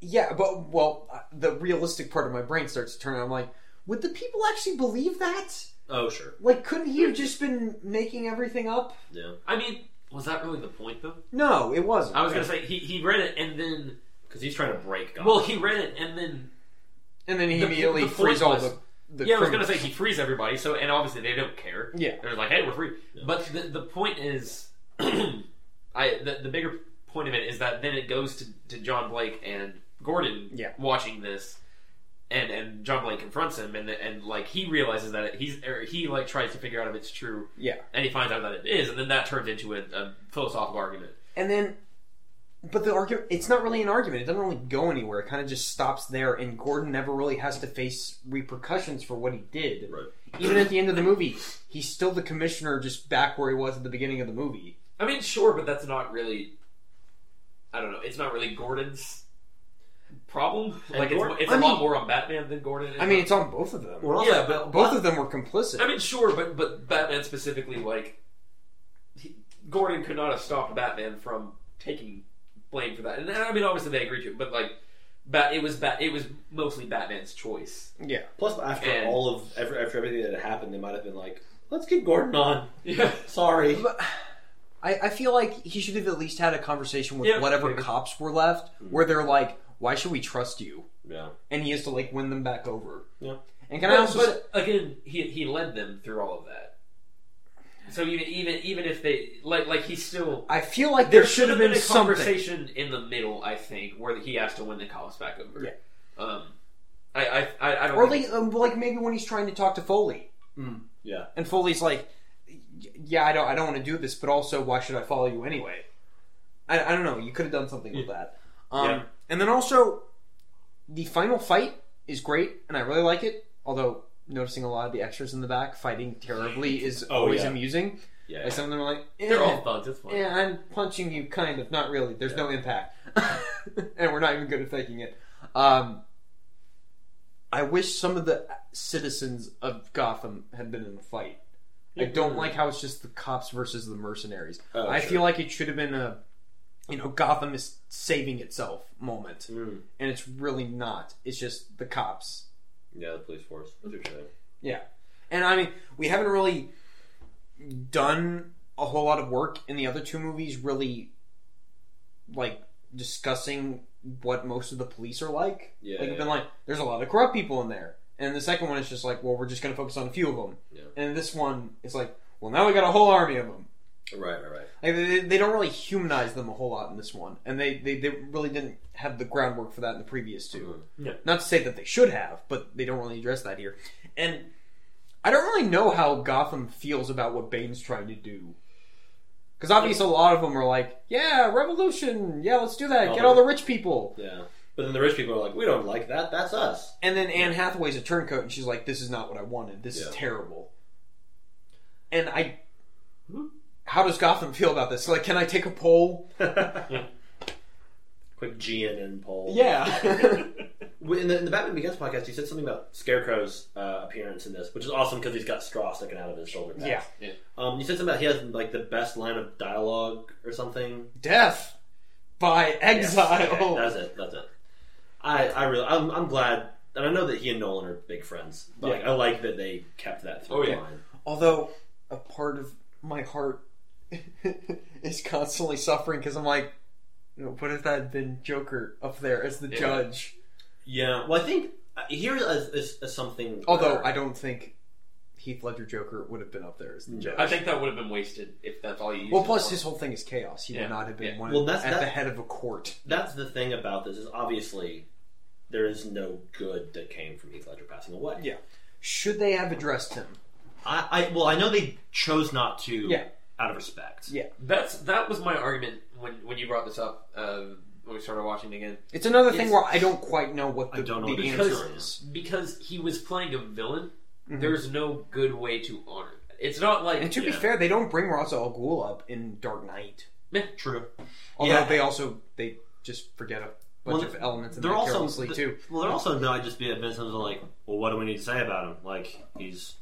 Speaker 2: yeah, but well, uh, the realistic part of my brain starts to turn. I'm like, would the people actually believe that?
Speaker 3: Oh sure.
Speaker 2: Like, couldn't he have just been making everything up?
Speaker 3: Yeah.
Speaker 1: I mean, was that really the point though?
Speaker 2: No, it wasn't.
Speaker 1: I was gonna say he he read it and then
Speaker 3: Because he's trying to break God.
Speaker 1: well he read it and then
Speaker 2: and then he
Speaker 1: the-
Speaker 2: immediately
Speaker 1: the point
Speaker 2: frees all
Speaker 1: was-
Speaker 2: the. the
Speaker 1: yeah, I was gonna
Speaker 2: criminals.
Speaker 1: say he frees everybody. So, and obviously they don't care.
Speaker 2: Yeah.
Speaker 1: they're like, hey, we're free. But the, the point is, I the, the bigger point of it is that then it goes to, to John Blake and Gordon.
Speaker 2: Yeah.
Speaker 1: watching this, and and John Blake confronts him, and and like he realizes that it, he's or he like tries to figure out if it's true,
Speaker 2: Yeah,
Speaker 1: and he finds out that it is, and then that turns into a, a philosophical argument.
Speaker 2: and then But the argument, it's not really an argument. It doesn't really go anywhere. It kind of just stops there, and Gordon never really has to face repercussions for what he did.
Speaker 3: Right.
Speaker 2: Even at the end of the movie, he's still the commissioner, just back where he was at the beginning of the movie.
Speaker 1: I mean, sure, but that's not really. I don't know. It's not really Gordon's problem.
Speaker 3: And
Speaker 1: like
Speaker 3: Gordon-
Speaker 1: it's, it's
Speaker 2: I
Speaker 1: a lot
Speaker 2: mean-
Speaker 1: more on Batman than Gordon. Is
Speaker 2: I mean, it's on both of them.
Speaker 3: Well, also,
Speaker 1: Yeah,
Speaker 3: but
Speaker 2: Both of them were complicit.
Speaker 1: I mean, sure, but but Batman specifically, like he, Gordon could not have stopped Batman from taking blame for that. And I mean, obviously they agreed to it, but like, bat it was bat it was mostly Batman's choice.
Speaker 2: yeah.
Speaker 3: plus after
Speaker 1: And-
Speaker 3: all of every, after everything that had happened, they might have been like, "Let's get Gordon on."
Speaker 1: Yeah,
Speaker 3: Sorry.
Speaker 2: I, I feel like he should have at least had a conversation with
Speaker 1: Yeah,
Speaker 2: whatever
Speaker 1: maybe.
Speaker 2: cops were left, where they're like, "Why should we trust you?"
Speaker 3: Yeah.
Speaker 2: And he has to like win them back over.
Speaker 3: Yeah.
Speaker 2: And can
Speaker 1: but,
Speaker 2: I also? say-
Speaker 1: but again, he he led them through all of that. So even even even if they like like he still
Speaker 2: I feel like
Speaker 1: there,
Speaker 2: there should have been,
Speaker 1: a
Speaker 2: something.
Speaker 1: conversation in the middle. I think where he has to win the cops back over.
Speaker 2: Yeah.
Speaker 1: Um, I I I, I don't.
Speaker 2: Or
Speaker 1: think-
Speaker 2: like, um, like maybe when he's trying to talk to Foley,
Speaker 3: Mm, Yeah.
Speaker 2: and Foley's like, "Y- "Yeah, I don't, I don't want to do this, but also, why should I follow you anyway?" I, I don't know. You could have done something with that. Um,
Speaker 3: Yeah.
Speaker 2: And then also, the final fight is great, and I really like it. Although noticing a lot of the extras in the back fighting terribly is
Speaker 3: Oh,
Speaker 2: always
Speaker 3: yeah.
Speaker 2: amusing.
Speaker 3: Yeah.
Speaker 2: Like some of them are like, eh,
Speaker 1: they're all thugs. It's fine.
Speaker 2: eh, I'm punching you, kind of, not really. There's no impact, and we're not even good at faking it. Um, I wish some of the citizens of Gotham had been in the fight. I don't like how it's just the cops versus the mercenaries.
Speaker 3: Oh,
Speaker 2: I
Speaker 3: sure.
Speaker 2: feel like it should have been a, you know, Gotham is saving itself moment,
Speaker 3: Mm.
Speaker 2: and it's really not. It's just the cops
Speaker 3: Yeah. The police force. That's what you're saying.
Speaker 2: yeah. And I mean, we haven't really done a whole lot of work in the other two movies really like discussing what most of the police are like.
Speaker 3: Yeah,
Speaker 2: Like we've
Speaker 3: yeah.
Speaker 2: been like there's a lot of corrupt people in there. And the second one is just like, well, we're just going to focus on a few of them.
Speaker 3: Yeah.
Speaker 2: And this one is like, well, now we got a whole army of them.
Speaker 3: Right. Right. Right.
Speaker 2: Like they, they don't really humanize them a whole lot in this one, and they, they, they really didn't have the groundwork for that in the previous two.
Speaker 1: Yeah.
Speaker 2: Not to say that they should have, but they don't really address that here. And I don't really know how Gotham feels about what Bane's trying to do, because obviously a lot of them are like, "Yeah, revolution, yeah, let's do that,
Speaker 3: Oh,
Speaker 2: get all
Speaker 3: but-
Speaker 2: the rich people."
Speaker 3: Yeah. But then the rich people are like, "We don't like that. That's us."
Speaker 2: And then Anne Hathaway's a turncoat, and she's like, "This is not what I wanted. This
Speaker 3: Yeah.
Speaker 2: is terrible." And I,
Speaker 1: Hmm.
Speaker 2: how does Gotham feel about this? Like, can I take a poll?
Speaker 3: Quick GNN poll.
Speaker 2: Yeah.
Speaker 3: In the, in the Batman Begins podcast, he said something about Scarecrow's uh, appearance in this, which is awesome because he's got straw sticking out of his shoulder. pads.
Speaker 2: Yeah.
Speaker 1: Yeah.
Speaker 3: Um, you said something about he has like the best line of dialogue or something.
Speaker 2: Death by exile.
Speaker 3: Okay, that's it. That's it. I I really I'm, I'm glad, and I know that he and Nolan are big friends. But like, I like that they kept that through
Speaker 1: Oh, yeah.
Speaker 3: line.
Speaker 2: Although a part of my heart is constantly suffering because I'm like, you know, what if that had been Joker up there as the
Speaker 1: Yeah.
Speaker 2: judge?
Speaker 3: Yeah. Well, I think uh, here is, is, is something.
Speaker 2: Although
Speaker 3: where-
Speaker 2: I don't think Heath Ledger Joker would have been up there as
Speaker 3: Mm.
Speaker 2: the judge.
Speaker 1: I think that would have been wasted if that's all you. Used
Speaker 2: well,
Speaker 1: it
Speaker 2: plus
Speaker 1: for.
Speaker 2: his whole thing is chaos. He
Speaker 1: Yeah.
Speaker 2: would not have been
Speaker 1: Yeah.
Speaker 2: one
Speaker 3: Well, that's-
Speaker 2: at the
Speaker 3: that-
Speaker 2: head of a court.
Speaker 3: that's the thing about this is obviously there is no good that came from Heath Ledger passing away.
Speaker 2: Yeah. Should they have addressed him?
Speaker 3: I, I well, I know they chose not to.
Speaker 2: Yeah.
Speaker 3: Out of respect.
Speaker 2: Yeah.
Speaker 1: That's that was my argument when when you brought this up uh, when we started watching it again
Speaker 2: It's another thing
Speaker 1: It's-
Speaker 2: where I don't quite know what
Speaker 3: I
Speaker 2: the,
Speaker 3: don't know
Speaker 2: the
Speaker 3: what the
Speaker 2: answer
Speaker 3: answer
Speaker 2: is.
Speaker 1: because he was playing a villain. There's no good way to honor. That. It's not like
Speaker 2: Mm-hmm. And to be
Speaker 3: Yeah.
Speaker 2: fair, they don't bring Ra's al Ghul up in Dark Knight.
Speaker 3: True.
Speaker 2: Although
Speaker 3: Yeah.
Speaker 2: they also they just forget a bunch
Speaker 3: Well,
Speaker 2: of elements in
Speaker 3: They're
Speaker 2: there
Speaker 3: also
Speaker 2: carelessly
Speaker 3: th-
Speaker 2: too.
Speaker 3: Well, they're also no. I just be Vincent's like, well, what do we need to say about him? Like he's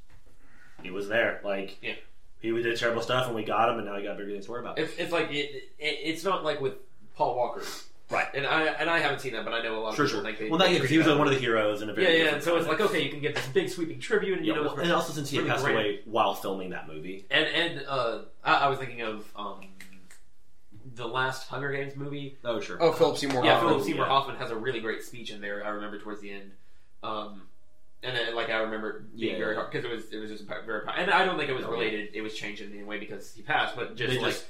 Speaker 3: he was there. Like
Speaker 1: Yeah.
Speaker 3: he did terrible stuff, and we got him, and now we got bigger things to worry about.
Speaker 1: it's, it's like it, it, it's not like with Paul Walker,
Speaker 3: Right.
Speaker 1: And I and I haven't seen that, but I know a lot
Speaker 3: Sure,
Speaker 1: of people
Speaker 3: sure.
Speaker 1: think they.
Speaker 3: Well, not
Speaker 1: they
Speaker 3: because he was
Speaker 1: treat
Speaker 3: one of the heroes in a
Speaker 1: that- Yeah,
Speaker 3: very
Speaker 1: yeah.
Speaker 3: different
Speaker 1: And so it's like
Speaker 3: context.
Speaker 1: okay, you can get this big sweeping tribute, and you
Speaker 3: Yeah,
Speaker 1: know,
Speaker 3: well,
Speaker 1: it's
Speaker 3: and also since he had
Speaker 1: really
Speaker 3: passed
Speaker 1: grand.
Speaker 3: away while filming that movie.
Speaker 1: And and uh, I, I was thinking of um, the last Hunger Games movie.
Speaker 3: Oh sure.
Speaker 2: Oh, Philip Seymour
Speaker 1: yeah,
Speaker 2: Hoffman.
Speaker 1: Philip Seymour
Speaker 3: yeah.
Speaker 1: Hoffman has a really great speech in there. I remember towards the end, um, and then, like I remember it being
Speaker 3: Yeah.
Speaker 1: very hard because it was it was just pa- very. pa- And I don't think it was
Speaker 3: Oh, yeah.
Speaker 1: related. It was changed in any way because he passed, but just
Speaker 3: They
Speaker 1: like
Speaker 3: just-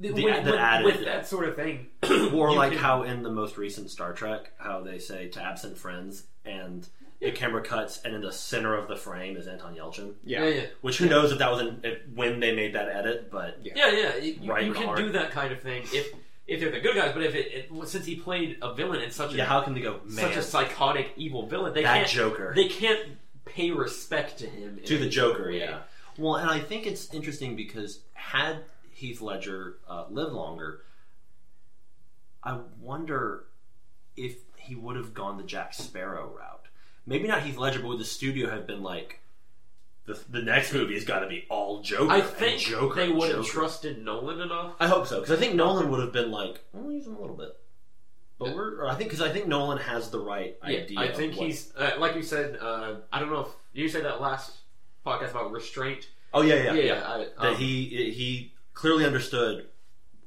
Speaker 1: th-
Speaker 3: the-
Speaker 1: with,
Speaker 3: the
Speaker 1: with-
Speaker 3: added-
Speaker 1: with that sort of thing,
Speaker 3: Or
Speaker 1: you
Speaker 3: like
Speaker 1: can-
Speaker 3: how in the most recent Star Trek, how they say to absent friends, and the camera cuts, and in the center of the frame is Anton Yelchin.
Speaker 1: yeah, yeah,
Speaker 3: Which who knows if that was in, if, when they made that edit, but
Speaker 1: yeah, yeah. You,
Speaker 3: Right
Speaker 1: you
Speaker 3: in the
Speaker 1: can
Speaker 3: heart.
Speaker 1: do that kind of thing if if they're the good guys, but if it, it since he played a villain in such a
Speaker 3: Yeah, how can they go, man,
Speaker 1: such a psychotic evil villain, they
Speaker 3: that
Speaker 1: can't
Speaker 3: Joker?
Speaker 1: they can't pay respect to him in
Speaker 3: to the
Speaker 1: any
Speaker 3: Joker,
Speaker 1: way.
Speaker 3: yeah. Well, and I think it's interesting because had Heath Ledger uh, lived longer, I wonder if he would have gone the Jack Sparrow route. Maybe not Heath Ledger, but would the studio have been like, the, the next movie has got to be all Joker?
Speaker 1: I
Speaker 3: and
Speaker 1: think
Speaker 3: Joker
Speaker 1: they
Speaker 3: and
Speaker 1: would have
Speaker 3: Joker."
Speaker 1: trusted Nolan enough.
Speaker 3: I hope so because I think Nolan would have been like, "We'll use him a little bit," but we're. Or I think because I think Nolan has the right idea.
Speaker 1: I think
Speaker 3: of what-
Speaker 1: he's uh, like you said. Uh, I don't know if you said that last podcast about restraint.
Speaker 3: Oh yeah, yeah, yeah.
Speaker 1: I,
Speaker 3: that
Speaker 1: um,
Speaker 3: he he clearly understood.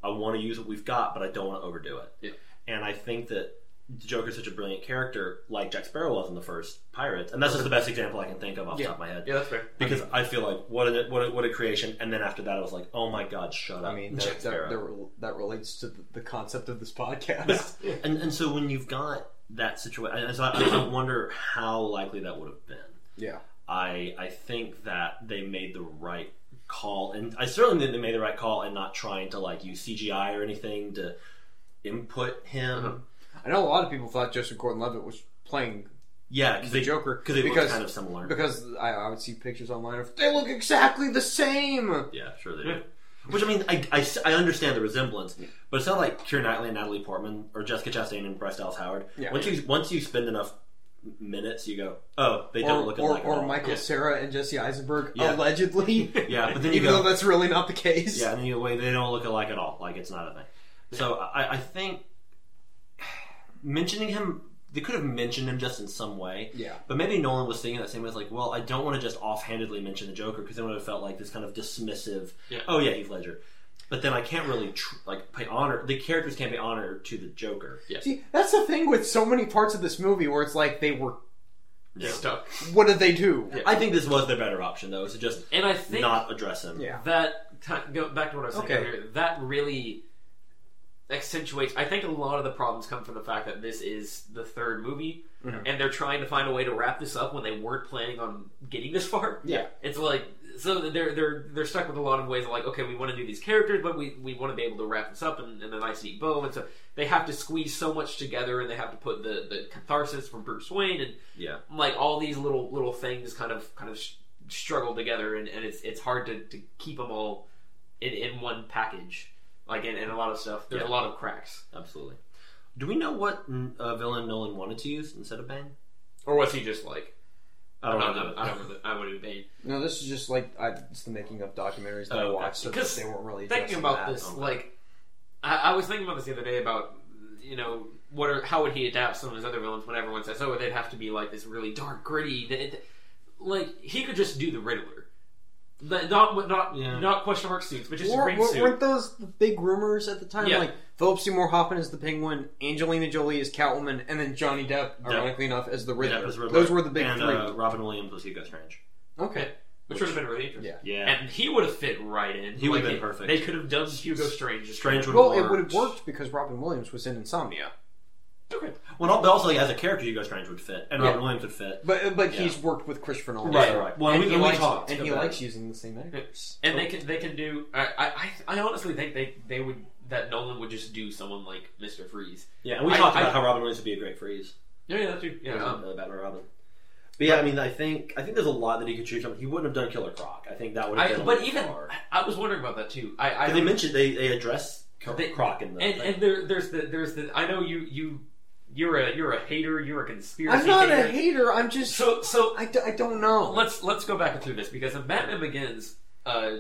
Speaker 3: I want to use what we've got, but I don't want to overdo it.
Speaker 1: Yeah.
Speaker 3: And I think that the Joker's such a brilliant character, like Jack Sparrow was in the first Pirates, and that's just the best example I can think of off the
Speaker 1: Yeah.
Speaker 3: top of my head.
Speaker 1: Yeah, that's fair.
Speaker 3: Because I feel like what a what a, what a creation, and then after that I was like, oh my god, shut
Speaker 2: I
Speaker 3: up,
Speaker 2: mean,
Speaker 3: Jack
Speaker 2: that, that,
Speaker 3: Sparrow.
Speaker 2: that, rel- that relates to the, the concept of this podcast.
Speaker 3: And and so when you've got that situation, and so I, I wonder how likely that would have been.
Speaker 2: Yeah.
Speaker 3: I I think that they made the right call, and I certainly think they made the right call in not trying to like use CGI or anything to input him.
Speaker 1: Uh-huh.
Speaker 2: I know a lot of people thought Joseph Gordon-Levitt was playing
Speaker 3: Yeah, cause
Speaker 2: the
Speaker 3: they
Speaker 2: Joker
Speaker 3: because they look
Speaker 2: because
Speaker 3: kind of similar.
Speaker 2: because I, I would see pictures online of they look exactly the same.
Speaker 3: yeah, sure they
Speaker 1: Yeah.
Speaker 3: do. Which I mean, I, I s- I understand the resemblance, but it's not like Keira Knightley and Natalie Portman or Jessica Chastain and Bryce Dallas Howard.
Speaker 2: Yeah.
Speaker 3: Once you once you spend enough minutes, you go, oh, they don't
Speaker 2: or
Speaker 3: look
Speaker 2: or,
Speaker 3: alike. at
Speaker 2: or
Speaker 3: all.
Speaker 2: Michael
Speaker 1: Yeah.
Speaker 2: Sarah and Jesse Eisenberg
Speaker 3: Yeah.
Speaker 2: allegedly.
Speaker 3: Yeah, but then you
Speaker 2: even
Speaker 3: go,
Speaker 2: though that's really not the case.
Speaker 3: Yeah, and then you way they don't look alike at all. Like it's not a thing. So I, I think mentioning him, they could have mentioned him just in some way.
Speaker 2: Yeah.
Speaker 3: But maybe Nolan was thinking that same way. It's like, well, I don't want to just offhandedly mention the Joker because then it would have felt like this kind of dismissive.
Speaker 1: Yeah.
Speaker 3: Oh yeah, Heath Ledger. But then I can't really tr- like pay honor. The characters can't pay honor to the Joker.
Speaker 2: See, that's the thing with so many parts of this movie where it's like they were.
Speaker 1: Yeah. Stuck.
Speaker 2: What did they do?
Speaker 1: Yeah.
Speaker 3: I think this was the better option though, is to just
Speaker 1: And I think
Speaker 3: not address him.
Speaker 2: Yeah.
Speaker 1: that ti- go back to what I was saying
Speaker 2: Okay.
Speaker 1: earlier. That really accentuates. I think a lot of the problems come from the fact that this is the third movie,
Speaker 2: Mm-hmm.
Speaker 1: and they're trying to find a way to wrap this up when they weren't planning on getting this far.
Speaker 2: Yeah.
Speaker 1: It's like so they're they're they're stuck with a lot of ways of like okay we want to do these characters but we, we want to be able to wrap this up in, in a nice neat bow and so they have to squeeze so much together and they have to put the, the catharsis from Bruce Wayne and
Speaker 3: Yeah.
Speaker 1: like all these little little things kind of kind of sh- struggle together and, and it's it's hard to, to keep them all in, in one package like in, in a lot of stuff there's
Speaker 3: Yeah.
Speaker 1: a lot of cracks
Speaker 3: Absolutely. Do we know what mm, uh, villain Nolan wanted to use instead of Bane?
Speaker 1: or what's he just like
Speaker 3: I don't, know.
Speaker 1: I don't know I wouldn't be
Speaker 2: No, this is just like I, it's the making of documentaries that
Speaker 3: Oh,
Speaker 2: I
Speaker 3: okay.
Speaker 2: watched. So
Speaker 1: Because
Speaker 2: they weren't really
Speaker 1: thinking
Speaker 2: addressing
Speaker 1: about
Speaker 2: that.
Speaker 1: this,
Speaker 3: okay.
Speaker 1: like I, I was thinking about this the other day about you know what are how would he adapt some of his other villains when everyone says oh they'd have to be like this really dark gritty th- th- like he could just do the Riddler, But not with- not
Speaker 3: Yeah.
Speaker 1: not question mark suits, but just a
Speaker 2: Were,
Speaker 1: green suit.
Speaker 2: not those the big rumors at the time?
Speaker 1: Yeah.
Speaker 2: Like Philip Seymour Hoffman is the Penguin, Angelina Jolie is Catwoman, and then Johnny Depp, ironically enough, as the Riddler.
Speaker 3: Yeah, 'cause Riddler.
Speaker 2: Those were the big
Speaker 3: and,
Speaker 2: three.
Speaker 3: Uh, Robin Williams was Hugo Strange.
Speaker 2: okay.
Speaker 1: which would have been really interesting.
Speaker 2: Yeah.
Speaker 3: Yeah.
Speaker 1: And he would have fit right in.
Speaker 3: He would have
Speaker 1: Like,
Speaker 3: been perfect.
Speaker 1: They could have done Hugo Strange.
Speaker 3: Strange would
Speaker 2: Well,
Speaker 3: have
Speaker 2: it would
Speaker 3: worked.
Speaker 2: have worked because Robin Williams was in Insomnia,
Speaker 1: Okay.
Speaker 3: Well, no, but also like, as a character, Hugo Strange would fit, and
Speaker 2: Yeah.
Speaker 3: Robin Williams would fit.
Speaker 2: but uh, but
Speaker 3: Yeah.
Speaker 2: he's worked with Christopher Nolan,
Speaker 1: Right,
Speaker 2: so-
Speaker 3: right. Well,
Speaker 1: And
Speaker 3: we,
Speaker 1: he
Speaker 3: we
Speaker 1: likes-
Speaker 3: talked,
Speaker 2: and he
Speaker 3: about
Speaker 2: likes
Speaker 3: it.
Speaker 2: using the same actors.
Speaker 1: And
Speaker 3: Oh.
Speaker 1: they can they can do. I I I I honestly think they they would that Nolan would just do someone like Mister Freeze.
Speaker 3: Yeah, and we
Speaker 1: I-
Speaker 3: talked
Speaker 1: I-
Speaker 3: about how Robin Williams would be a great freeze.
Speaker 1: Yeah, yeah, that's true. Yeah, um,
Speaker 3: uh, Batman Robin. But yeah, I mean, I think I think there's a lot that he could choose from. He wouldn't have done Killer Croc. I think that would have
Speaker 1: I,
Speaker 3: been. a
Speaker 1: but
Speaker 3: little
Speaker 1: even
Speaker 3: far.
Speaker 1: I was wondering about that too. I, I
Speaker 3: 'Cause they mentioned they they address Killer
Speaker 1: They-
Speaker 3: Croc in the.
Speaker 1: and,
Speaker 3: thing.
Speaker 1: and there, there's the there's the I know you you you're a you're a hater. You're a conspiracy.
Speaker 2: I'm not a
Speaker 1: hater.
Speaker 2: hater. I'm just
Speaker 1: So so
Speaker 2: I, d- I don't know.
Speaker 1: let's let's go back through this because in Batman Begins, uh,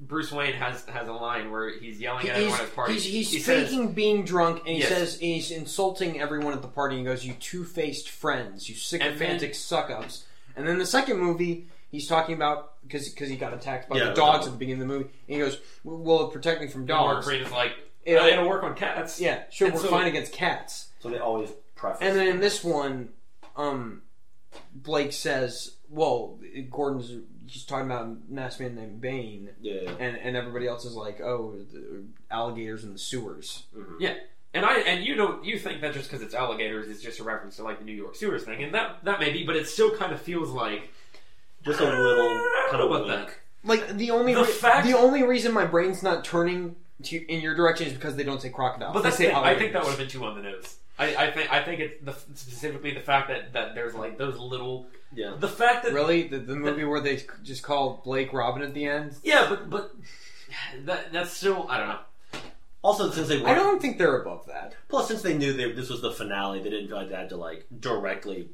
Speaker 1: Bruce Wayne has has a line where he's yelling at
Speaker 2: He's,
Speaker 1: everyone at his party.
Speaker 2: he's, he's
Speaker 1: he says,
Speaker 2: faking being drunk, and he
Speaker 1: Yes.
Speaker 2: says he's insulting everyone at the party. And he goes, "You two-faced friends, you
Speaker 1: And then-
Speaker 2: sycophantic suck-ups." And then the second movie, he's talking about because he got attacked by
Speaker 3: Yeah,
Speaker 2: the
Speaker 3: the
Speaker 2: dogs
Speaker 3: dog.
Speaker 2: at the beginning of the movie. And he goes, "Well, protect me from
Speaker 1: Mark
Speaker 2: dogs."
Speaker 1: Green is like,
Speaker 2: Yeah.
Speaker 1: "Uh, it'll work on cats.
Speaker 2: Yeah, sure,
Speaker 1: And
Speaker 2: we're
Speaker 1: so-
Speaker 2: fine against cats.
Speaker 3: so they always preface.
Speaker 2: And then in this one, um, Blake says, "Well, Gordon's he's talking about a masked man named Bane."
Speaker 3: yeah,
Speaker 2: And, and everybody else is like, oh, the alligators in the sewers.
Speaker 1: Yeah. And I and you don't you think that just because it's alligators it's just a reference to like the New York sewers thing, and that that may be, but it still kind of feels like
Speaker 3: just a little
Speaker 1: I don't
Speaker 3: kind
Speaker 1: know
Speaker 3: of
Speaker 1: about
Speaker 3: wink.
Speaker 1: that.
Speaker 2: Like the only
Speaker 1: The
Speaker 2: re-
Speaker 1: fact-
Speaker 2: the only reason my brain's not turning to, in your direction is because they don't say crocodile.
Speaker 1: But
Speaker 2: they
Speaker 1: that's
Speaker 2: say
Speaker 1: the thing, I
Speaker 2: alligators.
Speaker 1: think that would have been too on the nose. I, I think I think it's the, specifically the fact that, that there's like those little
Speaker 3: Yeah.
Speaker 1: the fact that
Speaker 2: really the, the movie where they just called Blake Robin at the end.
Speaker 1: yeah, but but that that's still I don't know.
Speaker 3: Also, since they were,
Speaker 2: I don't think they're above that.
Speaker 3: plus since they knew they, this was the finale, they didn't feel like they had to like directly,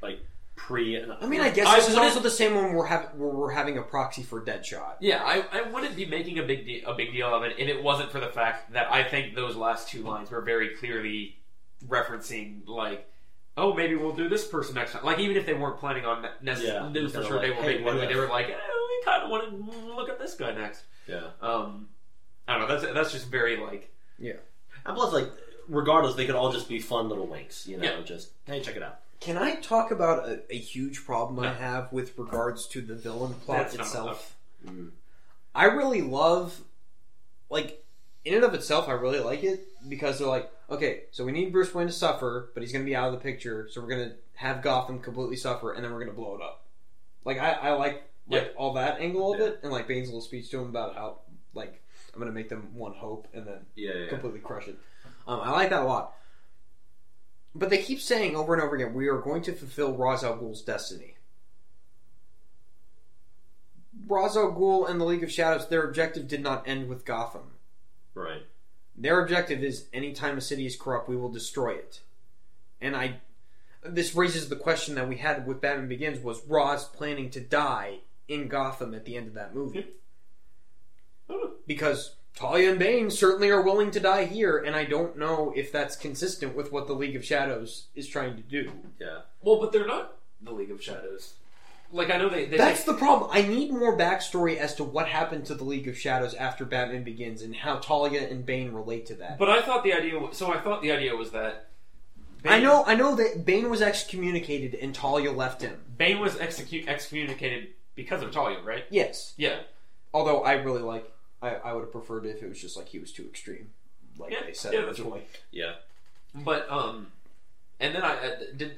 Speaker 3: like pre.
Speaker 2: I mean, I guess
Speaker 1: I
Speaker 2: this is
Speaker 1: wouldn't-
Speaker 2: also the same one we're having where we're having a proxy for Deadshot.
Speaker 1: Yeah, I, I wouldn't be making a big de- a big deal of it if it wasn't for the fact that I think those last two lines were very clearly referencing like, oh maybe we'll do this person next time. Like even if they weren't planning on that nec-
Speaker 3: Yeah,
Speaker 1: news for
Speaker 3: they're
Speaker 1: sure,
Speaker 3: like,
Speaker 1: they were
Speaker 3: "Hey,
Speaker 1: making
Speaker 3: what
Speaker 1: one.
Speaker 3: if?"
Speaker 1: They were like, eh, we kind of want to look at this guy next.
Speaker 3: yeah.
Speaker 1: Um, I don't know. That's that's just very like
Speaker 3: And plus, like regardless, they could all just be fun little winks. You know,
Speaker 1: Yeah.
Speaker 3: just hey, check it out.
Speaker 2: Can I talk about a, a huge problem I
Speaker 1: No.
Speaker 2: have with regards to the villain plot
Speaker 1: That's not
Speaker 2: itself?
Speaker 3: enough. Mm.
Speaker 2: I really love, like, in and of itself, I really like it because they're like, okay, so we need Bruce Wayne to suffer, but he's going to be out of the picture, so we're going to have Gotham completely suffer, and then we're going to blow it up. Like, I, I like like
Speaker 1: Yeah.
Speaker 2: all that angle of
Speaker 3: Yeah.
Speaker 2: it, and like Bane's little speech to him about how like I'm going to make them one hope, and then
Speaker 3: Yeah, yeah, yeah.
Speaker 2: completely crush it. Um, I like that a lot. But they keep saying over and over again, we are going to fulfill Ra's al Ghul's destiny. Ra's al Ghul and the League of Shadows, their objective did not end with Gotham.
Speaker 3: right.
Speaker 2: Their objective is anytime a city is corrupt, we will destroy it. And I. This raises the question that we had with Batman Begins was Ra's planning to die in Gotham at the end of that movie?
Speaker 1: Oh.
Speaker 2: Because Talia and Bane certainly are willing to die here, and I don't know if that's consistent with what the League of Shadows is trying to do.
Speaker 3: Yeah,
Speaker 1: Well, but they're not the League of Shadows. Like I know they. they
Speaker 2: That's the problem. I need more backstory as to what happened to the League of Shadows after Batman Begins and how Talia and Bane relate to that.
Speaker 1: but I thought the idea. Was, so I thought the idea was that.
Speaker 2: I know, I know that Bane was excommunicated and Talia left him.
Speaker 1: Bane was execu- excommunicated because of Talia, right?
Speaker 2: Yes.
Speaker 1: Yeah.
Speaker 2: Although I really like, I, I would have preferred if it was just like he was too extreme, like
Speaker 1: Yeah,
Speaker 2: they said
Speaker 1: yeah, that's
Speaker 2: originally.
Speaker 3: yeah.
Speaker 1: But um, and then I uh, did.